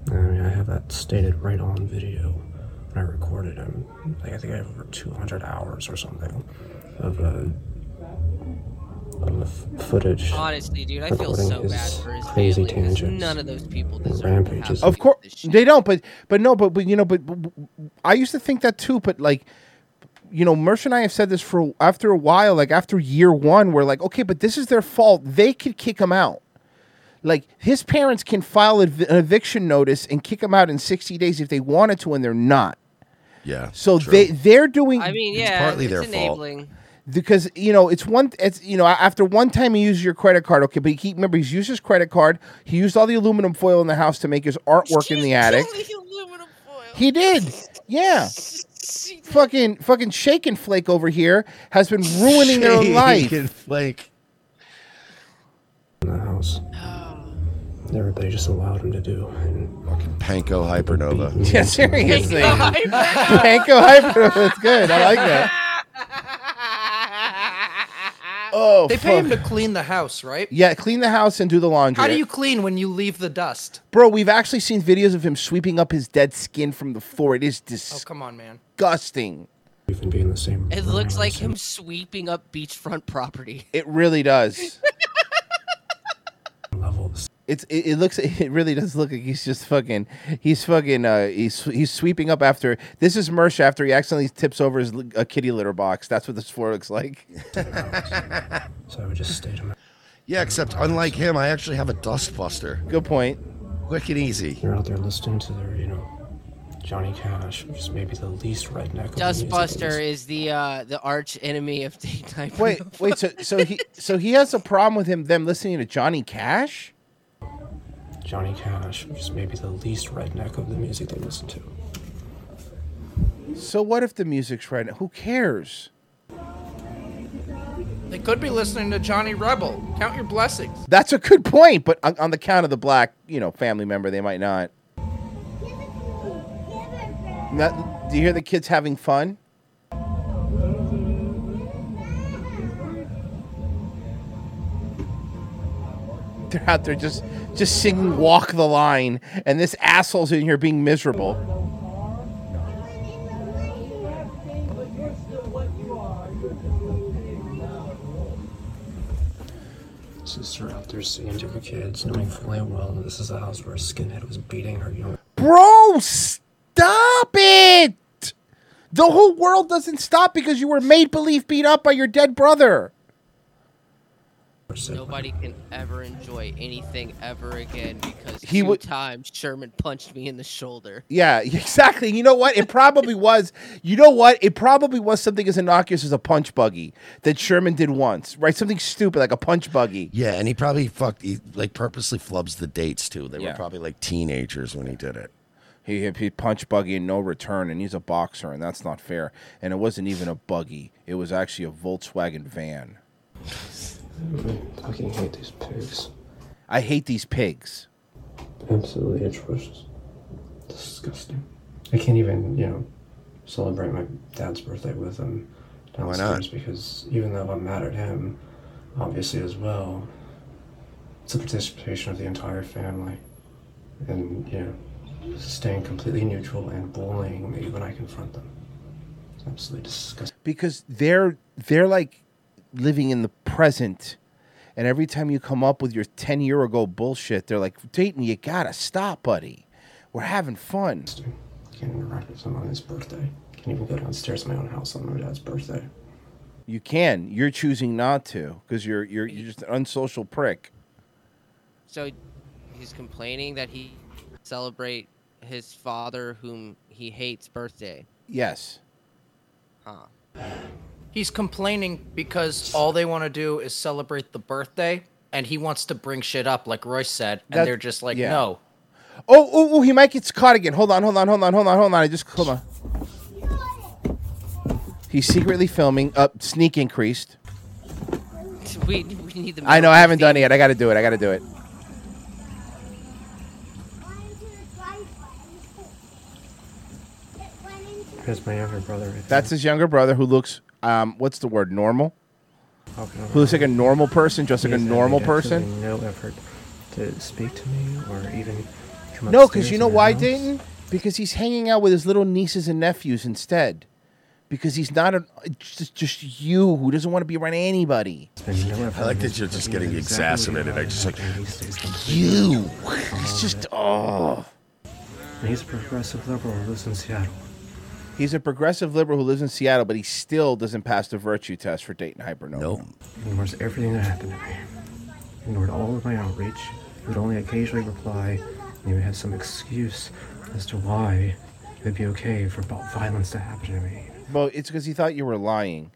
Speaker 8: I mean, I have that stated right on video when I recorded him. Like, I think I have over 200 hours or something of uh, of the f- footage.
Speaker 3: Honestly, dude, I feel
Speaker 8: recording
Speaker 3: so
Speaker 8: his
Speaker 3: bad for his
Speaker 8: crazy
Speaker 3: family, 'cause
Speaker 8: tangents.
Speaker 3: none of those people
Speaker 8: and
Speaker 3: deserve to
Speaker 8: rampages.
Speaker 1: Of course they don't, but but no, but but you know, but, but I used to think that too, but like you know, Mersh and I have said this for after a while, like after year one, we're like, okay, but this is their fault. They could kick him out. Like his parents can file ev- an eviction notice and kick him out in sixty days if they wanted to, and they're not.
Speaker 2: Yeah.
Speaker 1: So they they're doing.
Speaker 3: I mean, yeah, it's enabling.
Speaker 1: because you know it's one it's you know after one time he used your credit card okay but he keep, remember he's used his credit card he used all the aluminum foil in the house to make his artwork in the attic he did yeah fucking fucking shake and flake over here has been ruining their life
Speaker 2: Shaken flake.
Speaker 8: in the house. Oh. And everybody just allowed him to do. And
Speaker 2: Fucking Panko Hypernova.
Speaker 1: yeah seriously panko hyper that's good i like that oh
Speaker 16: they pay him
Speaker 1: fuck.
Speaker 16: to clean the house, right?
Speaker 1: yeah clean the house and do the laundry
Speaker 16: How do you clean when you leave the dust?
Speaker 1: Bro, we've actually seen videos of him sweeping up his dead skin from the floor. It is disgusting.
Speaker 16: Oh, Come on, man.
Speaker 8: even be in the same
Speaker 3: It looks like him sweeping up beachfront property.
Speaker 1: It really does. It's it, it looks it really does look like he's just fucking he's fucking uh he's he's sweeping up after this is Mersh after he accidentally tips over his li- a kitty litter box. That's what this floor looks like.
Speaker 8: so I would just stay to my
Speaker 2: Yeah, except unlike him, I actually have a dustbuster.
Speaker 1: Good point.
Speaker 2: Quick and easy.
Speaker 8: They're out there listening to their, you know, Johnny Cash, which is maybe the least redneck.
Speaker 3: Dustbuster is the uh, the arch enemy of daytime.
Speaker 1: Wait, wait, so so he so he has a problem with him them listening to Johnny Cash?
Speaker 8: Johnny Cash, which is maybe the least redneck of the music they listen to.
Speaker 1: So what if the music's right? Who cares?
Speaker 16: They could be listening to Johnny Rebel. Count your blessings.
Speaker 1: That's a good point, but on, on the count of the black, you know, family member, they might not. Not- do you hear the kids having fun? They're out there just just singing "Walk the Line," and this asshole's in here being miserable.
Speaker 8: Sister out there singing to the kids, knowing full and well that this is the house where a skinhead was beating her young
Speaker 1: Bro, stop it! The whole world doesn't stop because you were made believe beat up by your dead brother.
Speaker 3: Nobody can ever enjoy anything ever again because
Speaker 1: He
Speaker 3: two
Speaker 1: wa-
Speaker 3: times Sherman punched me in the shoulder.
Speaker 1: Yeah, exactly. You know what? It probably was. You know what? It probably was something as innocuous as a punch buggy that Sherman did once, right? Something stupid like a punch buggy.
Speaker 2: Yeah, and he probably fucked, he like purposely flubs the dates too. They
Speaker 1: Yeah.
Speaker 2: were probably like teenagers when he did it.
Speaker 1: He, he punch buggy and no return, and he's a boxer, and that's not fair. And it wasn't even a buggy; it was actually a Volkswagen van.
Speaker 8: I fucking hate these pigs.
Speaker 1: I hate these pigs.
Speaker 8: Absolutely atrocious. Disgusting. I can't even, you know, celebrate my dad's birthday with him
Speaker 2: not?
Speaker 8: downstairs because even though I'm mad at him, obviously as well, it's a participation of the entire family. And, you know, staying completely neutral and bullying me when I confront them. It's absolutely disgusting.
Speaker 1: because they're they're like living in the present and every time you come up with your 10 year ago bullshit they're like dayton you gotta stop buddy we're having fun
Speaker 8: Can't interact with him on his birthday. Can't even go downstairs to my own house on my dad's birthday.
Speaker 1: you can you're choosing not to because you're you're you're just an unsocial prick
Speaker 3: So he's complaining that he celebrate his father, whom he hates, birthday.
Speaker 1: yes
Speaker 3: Huh.
Speaker 16: He's complaining because all they want to do is celebrate the birthday, and he wants to bring shit up, like Royce said, and
Speaker 1: That-
Speaker 16: they're just like,
Speaker 1: yeah.
Speaker 16: no.
Speaker 1: oh oh oh he might get caught again hold on hold on hold on hold on hold on i just hold on uh, he's secretly filming up sneak increased
Speaker 3: We, we need the.
Speaker 1: I know I haven't done it yet. I got to do it. I got to do it.
Speaker 8: Here's my younger brother. Right
Speaker 1: That's his younger brother who looks, um, what's the word, normal?
Speaker 8: there. Okay.
Speaker 1: Who looks like a normal person, just like
Speaker 8: He
Speaker 1: a
Speaker 8: has
Speaker 1: normal
Speaker 8: made
Speaker 1: person.
Speaker 8: absolutely No effort to speak to me or even come
Speaker 1: No,
Speaker 8: upstairs
Speaker 1: because you
Speaker 8: to
Speaker 1: know
Speaker 8: my
Speaker 1: why,
Speaker 8: house.
Speaker 1: Dayton? Because he's hanging out with his little nieces and nephews instead. Because he's not a, just, just you who doesn't want to be around anybody.
Speaker 2: I like that you're just getting exacerbated. I just like
Speaker 1: You. It's just, oh.
Speaker 8: And he's a progressive liberal who lives in Seattle.
Speaker 1: He's a progressive liberal who lives in Seattle, but he still doesn't pass the virtue test for Dayton Hypernova. Nope.
Speaker 8: Ignores everything that happened to me. Ignored all of my outreach. He would only occasionally reply, and he would have some excuse as to why it would be okay for bo- violence to happen to me.
Speaker 1: Well, it's because he thought you were lying.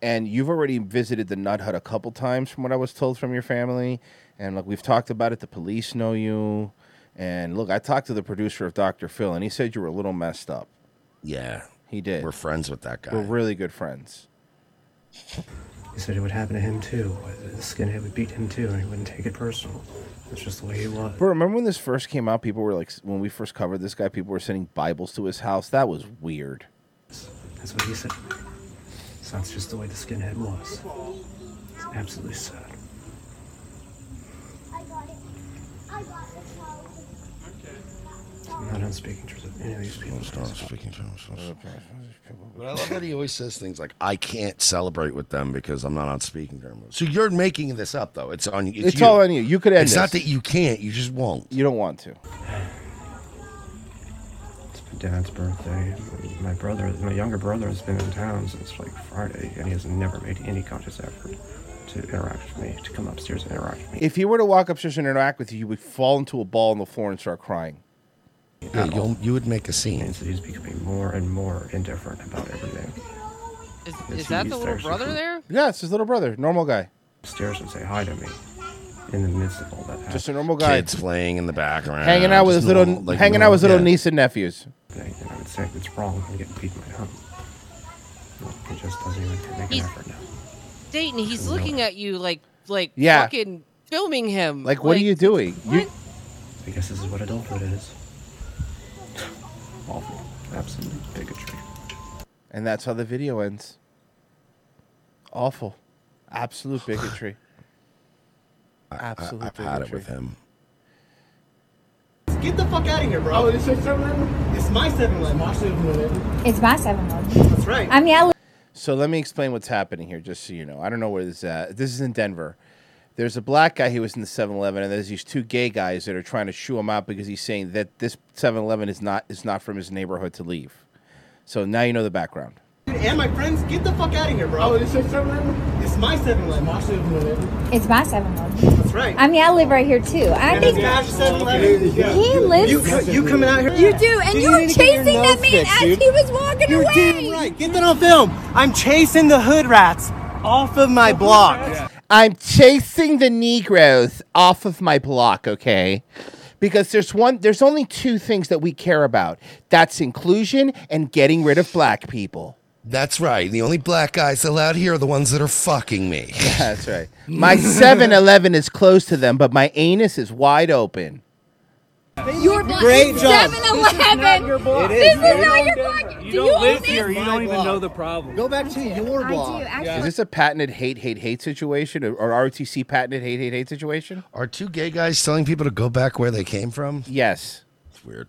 Speaker 1: And you've already visited the Nut Hut a couple times, from what I was told from your family. And look, we've talked about it. The police know you. And look, I talked to the producer of Dr. Phil, and he said you were a little messed up.
Speaker 2: Yeah.
Speaker 1: He did.
Speaker 2: We're friends with that guy.
Speaker 1: We're really good friends.
Speaker 8: He said it would happen to him too. The skinhead would beat him too, and he wouldn't take it personal. That's just the way he was.
Speaker 1: But remember when this first came out, people were like, when we first covered this guy, people were sending Bibles to his house. That was weird.
Speaker 8: That's what he said. So that's just the way the skinhead was. It's absolutely sad. I'm not on speaking terms with any of these people.
Speaker 2: But I love that he always says things like, "I can't celebrate with them because I'm not on speaking terms." So you're making this up, though. It's on. It's,
Speaker 1: It's, all on you. You could end
Speaker 2: It's not
Speaker 1: this.
Speaker 2: that you can't. You just won't.
Speaker 1: You don't want to.
Speaker 8: Dad's birthday. My brother, my younger brother, has been in town since like Friday, and he has never made any conscious effort to interact with me, to come upstairs and interact with me.
Speaker 1: If he were to walk upstairs and interact with you, you would fall into a ball on the floor and start crying.
Speaker 8: Yeah,
Speaker 2: you'll- you would make a scene.
Speaker 8: And so he's becoming more and more indifferent about everything.
Speaker 3: Is, is
Speaker 8: Yes,
Speaker 3: that
Speaker 8: he's
Speaker 3: the little
Speaker 8: there, so
Speaker 3: brother
Speaker 8: cool.
Speaker 3: there?
Speaker 1: Yeah, it's his little brother, normal guy.
Speaker 8: Upstairs and say hi to me in the midst of all that.
Speaker 1: Just a normal guy.
Speaker 2: Kids playing in the background,
Speaker 1: hanging out with
Speaker 2: just
Speaker 1: his little,
Speaker 2: normal- like
Speaker 1: hanging out with his
Speaker 2: normal-
Speaker 1: little niece and nephews.
Speaker 8: happening, and I would say it's wrong. I'm getting beat in my home. He just doesn't even make an effort now.
Speaker 3: Dayton, he's looking at you like like
Speaker 1: Yeah.
Speaker 3: fucking filming him.
Speaker 1: Like, what are you doing? You,
Speaker 8: I guess this is what adulthood is. Awful. Absolute bigotry.
Speaker 1: and that's how the video ends. Awful, absolute bigotry. absolute
Speaker 2: I've had it
Speaker 1: bigotry.
Speaker 2: with him.
Speaker 17: Get the fuck out of here, bro. Oh, it's your 7 Eleven? It's my 7 Eleven. It's my 7 Eleven.
Speaker 16: It's my 7
Speaker 17: That's right.
Speaker 16: I'm yelling.
Speaker 1: So let me explain what's happening here, just so you know. I don't know where this is at. This is in Denver. There's a black guy who was in the 7-Eleven, and there's these two gay guys that are trying to shoo him out because he's saying that this 7-Eleven is not is not from his neighborhood to leave. So now you know the background.
Speaker 17: Dude, and my friends, get the fuck out of here, bro. Oh, it's your 7 Eleven? It's my 7 Eleven. It's my 7 Eleven.
Speaker 16: It's my 7
Speaker 17: That's right.
Speaker 16: I mean, I live right here too. I think he lives.
Speaker 17: You, co- you coming out here?
Speaker 16: You do, and
Speaker 17: Dude,
Speaker 16: you were
Speaker 17: need to get your
Speaker 16: chasing that
Speaker 17: nose
Speaker 16: man
Speaker 17: fixed,
Speaker 16: as
Speaker 17: dude.
Speaker 16: he was walking
Speaker 17: You're
Speaker 16: away.
Speaker 17: damn right. Get that on film. I'm chasing the hood rats off of my block.
Speaker 1: I'm chasing the Negroes off of my block, okay? Because there's one there's only two things that we care about. That's inclusion and getting rid of black people.
Speaker 2: That's right. The only black guys allowed here are the ones that are fucking me.
Speaker 1: That's right. My 7-Eleven is closed to them, but my anus is wide open.
Speaker 16: Your
Speaker 17: Great job.
Speaker 16: 7-Eleven.
Speaker 17: block. It
Speaker 16: This
Speaker 17: is.
Speaker 16: is
Speaker 17: You
Speaker 16: not
Speaker 17: don't
Speaker 16: your
Speaker 17: get
Speaker 16: block.
Speaker 17: You
Speaker 16: Do
Speaker 17: don't
Speaker 16: you
Speaker 17: live
Speaker 16: own this?
Speaker 17: here. You don't even know the problem. Go back to your
Speaker 16: I
Speaker 17: block.
Speaker 16: do, actually.
Speaker 1: Is this a patented hate, hate, hate situation or or RTC patented hate, hate, hate situation?
Speaker 2: Are two gay guys telling people to go back where they came from?
Speaker 1: Yes.
Speaker 2: It's weird.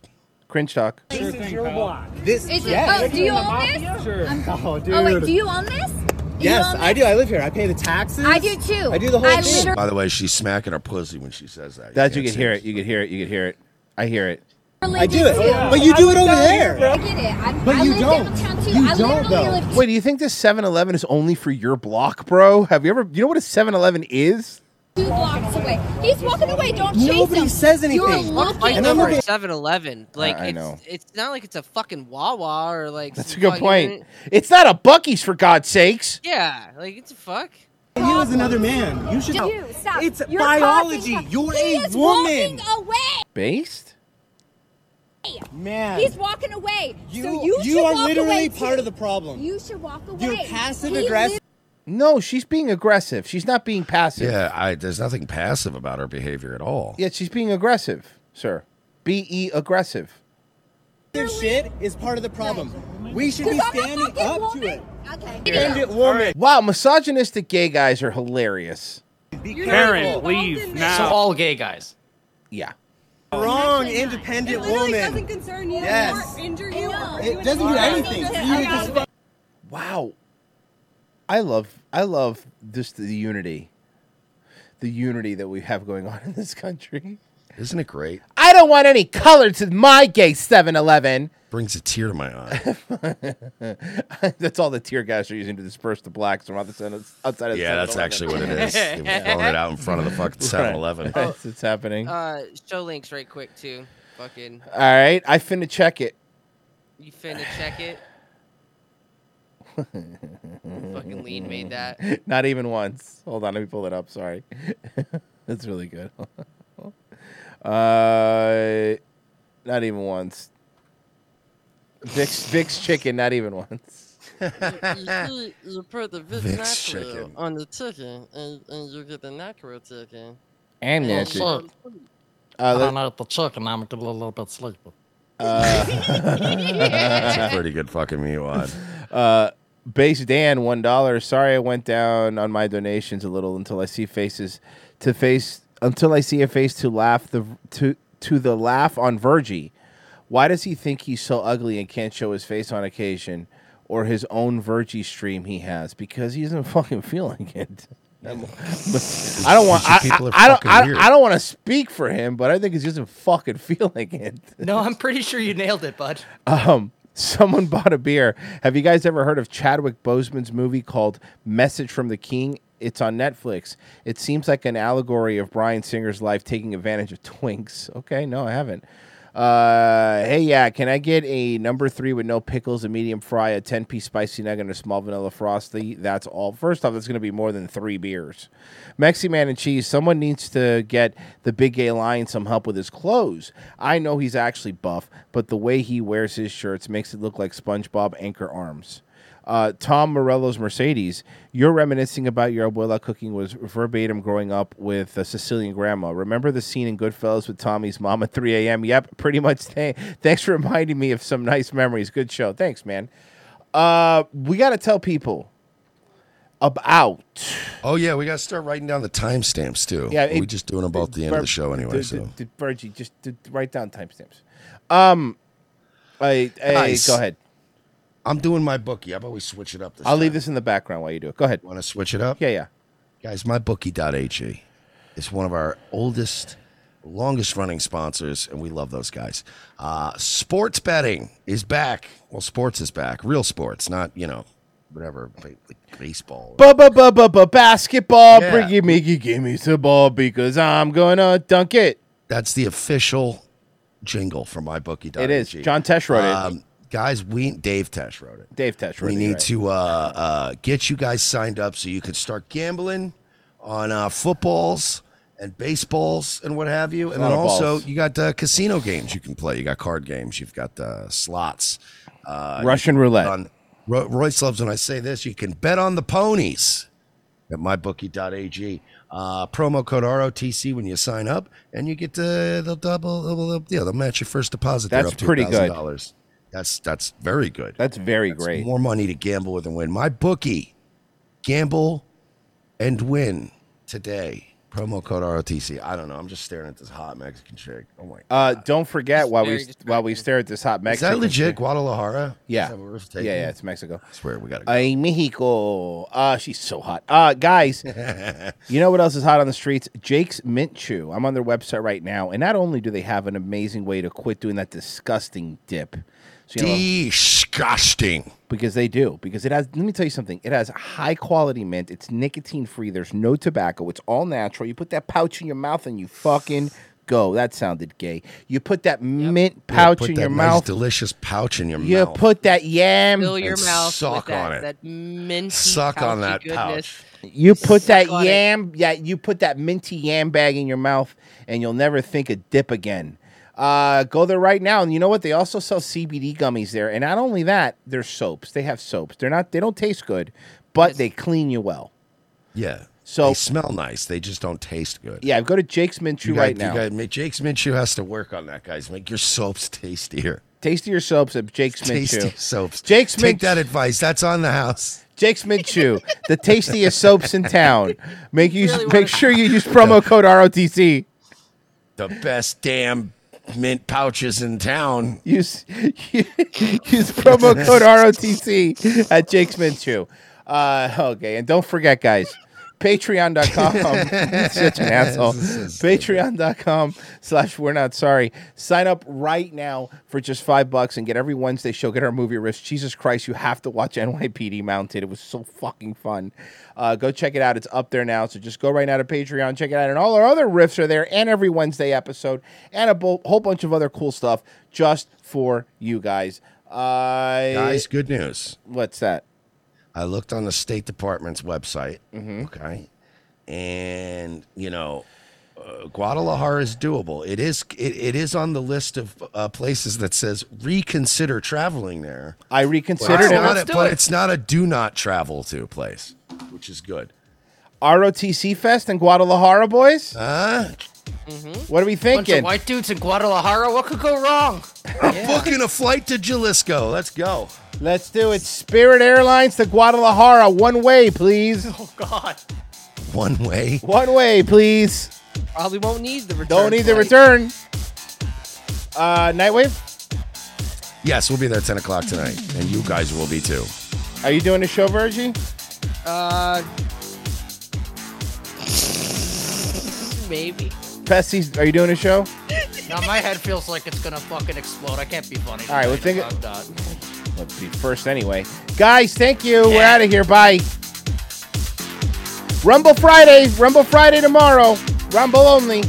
Speaker 1: Cringe talk.
Speaker 17: This is your block. This
Speaker 16: Is it,
Speaker 17: yes.
Speaker 16: oh, do you own this?
Speaker 17: Sure.
Speaker 16: I'm-
Speaker 17: Oh, dude.
Speaker 16: Oh, wait, do you own this? Do
Speaker 17: Yes,
Speaker 16: you own
Speaker 17: I do. I live here. I pay the taxes.
Speaker 16: I do too.
Speaker 17: I do the whole
Speaker 16: I
Speaker 17: thing.
Speaker 2: By the way, she's smacking her pussy when she says that.
Speaker 1: That you
Speaker 2: can't
Speaker 1: can
Speaker 2: say
Speaker 1: hear it. You can hear it. You can hear it. I hear it.
Speaker 16: literally
Speaker 17: I do it.
Speaker 16: too.
Speaker 17: But you do it over there.
Speaker 16: I get it. I,
Speaker 17: But
Speaker 16: I
Speaker 17: you
Speaker 16: live
Speaker 17: don't.
Speaker 16: downtown too.
Speaker 17: You
Speaker 16: I
Speaker 17: don't,
Speaker 16: literally
Speaker 17: though.
Speaker 16: live
Speaker 1: Wait, do you think this 7-Eleven is only for your block, bro? Have you ever you know what a 7-Eleven is?
Speaker 16: two blocks away. He's walking away. Don't chase him.
Speaker 17: Nobody says
Speaker 16: You're
Speaker 17: anything.
Speaker 16: looking.
Speaker 3: Like
Speaker 17: And I'm
Speaker 3: number
Speaker 17: looking-
Speaker 3: 7-Eleven. Like
Speaker 1: I
Speaker 3: it's,
Speaker 1: know.
Speaker 3: it's not like it's a fucking Wawa or like
Speaker 1: That's a
Speaker 3: some
Speaker 1: good
Speaker 3: fucking-
Speaker 1: point. It's not a Bucky's for God's sakes.
Speaker 3: Yeah, like it's a fuck.
Speaker 17: You as another man. You should.
Speaker 16: You, stop.
Speaker 17: It's
Speaker 16: You're
Speaker 17: biology.
Speaker 16: causing-
Speaker 17: You're
Speaker 16: he
Speaker 17: a
Speaker 16: is
Speaker 17: woman.
Speaker 16: walking away.
Speaker 1: Based?
Speaker 17: Man.
Speaker 16: He's walking away.
Speaker 17: You,
Speaker 16: so you,
Speaker 17: you
Speaker 16: should
Speaker 17: are
Speaker 16: walk
Speaker 17: literally
Speaker 16: away
Speaker 17: part
Speaker 16: too.
Speaker 17: of the problem.
Speaker 16: You should walk away.
Speaker 17: You're passive
Speaker 16: He
Speaker 17: aggressive.
Speaker 1: No, she's being aggressive. She's not being passive.
Speaker 2: Yeah, I, there's nothing passive about her behavior at all.
Speaker 1: Yeah, she's being aggressive, sir. B E aggressive.
Speaker 6: This shit is part of the problem. We should be
Speaker 17: 'Cause I'm a
Speaker 6: standing
Speaker 17: fucking
Speaker 6: up to
Speaker 17: woman.
Speaker 6: it.
Speaker 17: Okay.
Speaker 6: End it, woman.
Speaker 1: Wow, misogynistic gay guys are hilarious.
Speaker 6: Karen, leave
Speaker 16: So all gay guys.
Speaker 1: Yeah.
Speaker 6: Wrong, independent woman.
Speaker 17: concern you
Speaker 6: Yes.
Speaker 17: or injure you.
Speaker 6: It doesn't do anything. You just
Speaker 1: Wow. I love I love just the unity. The unity that we have going on in this country.
Speaker 2: Isn't it great?
Speaker 1: I don't want any color to my gay 7-Eleven.
Speaker 2: Brings a tear to my eye.
Speaker 1: that's all the tear gas are using to disperse the blacks from outside of outside of
Speaker 2: Yeah, that's
Speaker 1: 7-Eleven.
Speaker 2: actually what it is. They were throwing it out in front of the fucking
Speaker 1: Right.
Speaker 2: 7-Eleven.
Speaker 1: That's what's happening. All
Speaker 3: Uh, show links right quick too. Fucking,
Speaker 1: right, I finna check it.
Speaker 3: you finna check it. Fucking lean made that.
Speaker 1: Mm-hmm. Not even once. Hold on, let me pull it up. Sorry. That's really good. uh, not even once. Vic's, Vic's chicken, not even once.
Speaker 17: you, you put the Vic
Speaker 1: Vic's
Speaker 17: Nacro
Speaker 1: chicken.
Speaker 17: on the chicken, and, and you get the Nacro chicken.
Speaker 1: And
Speaker 17: you
Speaker 1: Nancy.
Speaker 17: fall asleep.
Speaker 1: Uh,
Speaker 16: I
Speaker 1: let-
Speaker 16: don't know if the chicken. I'm a little, little bit sleepy.
Speaker 2: That's a pretty good fucking meal.
Speaker 1: Uh, Base Dan, one dollar. Sorry, I went down on my donations a little until I see faces to face until I see a face to laugh the to to the laugh on Virgie. Why does he think he's so ugly and can't show his face on occasion, or his own Virgie stream he has because he isn't fucking feeling it. I don't want. I,
Speaker 17: People are
Speaker 1: I- I don't.
Speaker 17: fucking
Speaker 1: I,
Speaker 17: weird.
Speaker 1: I don't want to speak for him, but I think he's just fucking feeling it.
Speaker 16: No, I'm pretty sure you nailed it, bud.
Speaker 1: Um, someone bought a beer. Have you guys ever heard of Chadwick Boseman's movie called Message from the King? It's on Netflix. It seems like an allegory of Brian Singer's life taking advantage of twinks. Okay, no, I haven't. Uh, hey, yeah, can I get a number three with no pickles, a medium fry, a 10 piece spicy nugget, and a small vanilla frosty? That's all. First off, that's going to be more than three beers. Mexi Man and Cheese, someone needs to get the big gay lion some help with his clothes. I know he's actually buff, but the way he wears his shirts makes it look like SpongeBob anchor arms. Uh, Tom Morello's Mercedes, you're reminiscing about your abuela cooking was verbatim growing up with a Sicilian grandma. Remember the scene in Goodfellas with Tommy's mom at 3 a.m.? Yep, pretty much. Th- thanks for reminding me of some nice memories. Good show. Thanks, man. Uh, we got to tell people about.
Speaker 2: Oh yeah, we got to start writing down the timestamps too.
Speaker 1: Yeah,
Speaker 2: we're
Speaker 1: it-
Speaker 2: just doing about the end of the show anyway.
Speaker 1: D-
Speaker 2: so
Speaker 1: d- d- Virgie, just d- d- write down timestamps. Um, I, I-
Speaker 2: Nice.
Speaker 1: go ahead.
Speaker 2: I'm doing my bookie. How about we switch it up? This
Speaker 1: I'll leave this in the background while you do it. Go ahead.
Speaker 2: Want to switch it up?
Speaker 1: Yeah, yeah.
Speaker 2: Guys, mybookie.ag is one of our oldest, longest running sponsors, and we love those guys. Uh, sports betting is back. Well, sports is back. Real sports, not, you know, whatever, like like baseball.
Speaker 1: Ba ba ba ba ba basketball.
Speaker 2: Yeah.
Speaker 1: Bring it, Mickey. Give me the ball because I'm gonna dunk it.
Speaker 2: That's the official jingle for mybookie.ag.
Speaker 1: It is. John Tesh wrote it.
Speaker 2: Guys, we Dave Tesh wrote it.
Speaker 1: Dave Tesh.
Speaker 2: We
Speaker 1: wrote it,
Speaker 2: need
Speaker 1: right.
Speaker 2: to uh, uh, get you guys signed up so you can start gambling on uh, footballs and baseballs and what have you. And
Speaker 1: A lot
Speaker 2: then
Speaker 1: of
Speaker 2: also,
Speaker 1: balls.
Speaker 2: you got uh, casino games you can play. You got card games. You've got uh, slots. Uh,
Speaker 1: Russian
Speaker 2: you can
Speaker 1: roulette.
Speaker 2: bet On, Ro- Royce loves when I say this. You can bet on the ponies at mybookie.ag. Uh, promo code ROTC when you sign up, and you get the they'll double, double, double- yeah, they'll match your first deposit. there
Speaker 1: That's
Speaker 2: up to
Speaker 1: pretty good.
Speaker 2: $1,000. That's that's very good.
Speaker 1: That's very great.
Speaker 2: More money to gamble with and win. My bookie, gamble and win today. Promo code ROTC. I don't know. I'm just staring at this hot Mexican chick. Oh my!
Speaker 1: Uh, don't forget while
Speaker 2: very
Speaker 1: we while we stare at this hot
Speaker 2: Is
Speaker 1: Mexican.
Speaker 2: that legit?
Speaker 1: chick-
Speaker 2: Guadalajara?
Speaker 1: Yeah.
Speaker 2: Is that where we're
Speaker 1: yeah,
Speaker 2: taking
Speaker 1: yeah,
Speaker 2: it?
Speaker 1: it's Mexico.
Speaker 2: I swear we got to.
Speaker 1: Ay, Mexico. Uh, she's so hot. Uh, guys, you know what else is hot on the streets? Jake's Mint Chew. I'm on their website right now, and not only do they have an amazing way to quit doing that disgusting dip. So,
Speaker 2: Disgusting.
Speaker 1: Because they do. Because it has, let me tell you something. It has high quality mint. It's nicotine free. There's no tobacco. It's all natural. You put that pouch in your mouth and you fucking go. That sounded gay. You put that mint
Speaker 2: Yeah,
Speaker 1: pouch
Speaker 2: put
Speaker 1: in
Speaker 2: that
Speaker 1: your
Speaker 2: nice
Speaker 1: mouth.
Speaker 2: Delicious pouch in your
Speaker 1: You
Speaker 2: mouth.
Speaker 1: put that yam.
Speaker 3: Fill your
Speaker 2: And
Speaker 3: mouth
Speaker 2: suck
Speaker 3: with that,
Speaker 2: on it.
Speaker 3: that minty
Speaker 2: Suck on
Speaker 3: pouchy
Speaker 2: that
Speaker 3: goodness.
Speaker 1: You put that
Speaker 3: on it.
Speaker 1: yam, yeah, you put that minty yam bag in your mouth, and you'll never think of dip again. Uh, go there right now, and you know what? They also sell CBD gummies there, and not only that, they're soaps. They have soaps. They're not. They don't taste good, but they clean you well.
Speaker 2: Yeah. So they smell nice. They just don't taste good.
Speaker 1: Yeah, go to Jake's Mint Chew
Speaker 2: You got-
Speaker 1: right
Speaker 2: you
Speaker 1: now.
Speaker 2: got- Ma- Jake's Minshew has to work on that, guys. Make your soaps tastier.
Speaker 1: Tastier soaps at Jake's Mint Chew.
Speaker 2: Tasty soaps.
Speaker 1: Jake's
Speaker 2: Take
Speaker 1: Mint
Speaker 2: that advice. That's on the house.
Speaker 1: Jake's Mint Chew, the tastiest soaps in town. Make use. make sure you use promo code ROTC.
Speaker 2: The best damn mint pouches in town.
Speaker 1: Use use promo code ROTC at Jake's Mint Chew. Uh, okay, and don't forget, guys, patreon.com. such an asshole. Patreon.com slash we're not sorry. Sign up right now for just five bucks and get every Wednesday show. Get our movie riffs. Jesus Christ, you have to watch NYPD Mounted. It was so fucking fun. Uh, go check it out. It's up there now. So just go right now to Patreon, check it out. And all our other riffs are there and every Wednesday episode and a bo- whole bunch of other cool stuff just for you guys. Uh,
Speaker 2: Guys, good news.
Speaker 1: What's that?
Speaker 2: I looked on the State Department's website.
Speaker 1: Mm-hmm.
Speaker 2: Okay. And, you know, uh, Guadalajara is doable. It is it, it is on the list of uh, places that says reconsider traveling there.
Speaker 1: I
Speaker 2: but
Speaker 1: reconsidered
Speaker 2: it's,
Speaker 1: it.
Speaker 2: not a, but it's not a do not travel to place, which is good.
Speaker 1: ROTC Fest in Guadalajara, boys.
Speaker 2: Huh?
Speaker 1: What are we
Speaker 16: Bunch
Speaker 1: thinking?
Speaker 16: of white dudes in Guadalajara. What could go wrong?
Speaker 2: Booking a flight to Jalisco. Let's go.
Speaker 1: Let's do it. Spirit Airlines to Guadalajara, one way, please. Oh God.
Speaker 2: One way.
Speaker 1: One way, please.
Speaker 3: Probably won't need the return.
Speaker 1: Don't need the
Speaker 3: flight.
Speaker 1: return. Uh, Nightwave,
Speaker 2: Yes, we'll be there at 10 o'clock tonight, and you guys will be too.
Speaker 1: are you doing a show, Virgie?
Speaker 3: Uh, maybe.
Speaker 1: Pessy's, are you doing a show?
Speaker 16: now my head feels like it's gonna fucking explode. I can't be funny.
Speaker 1: All right, well,
Speaker 16: tonight.
Speaker 1: think it-
Speaker 16: I'm not.
Speaker 1: Let's be first anyway. Guys, thank you. We're out of here. Bye. Rumble Friday. Rumble Friday tomorrow. Rumble only.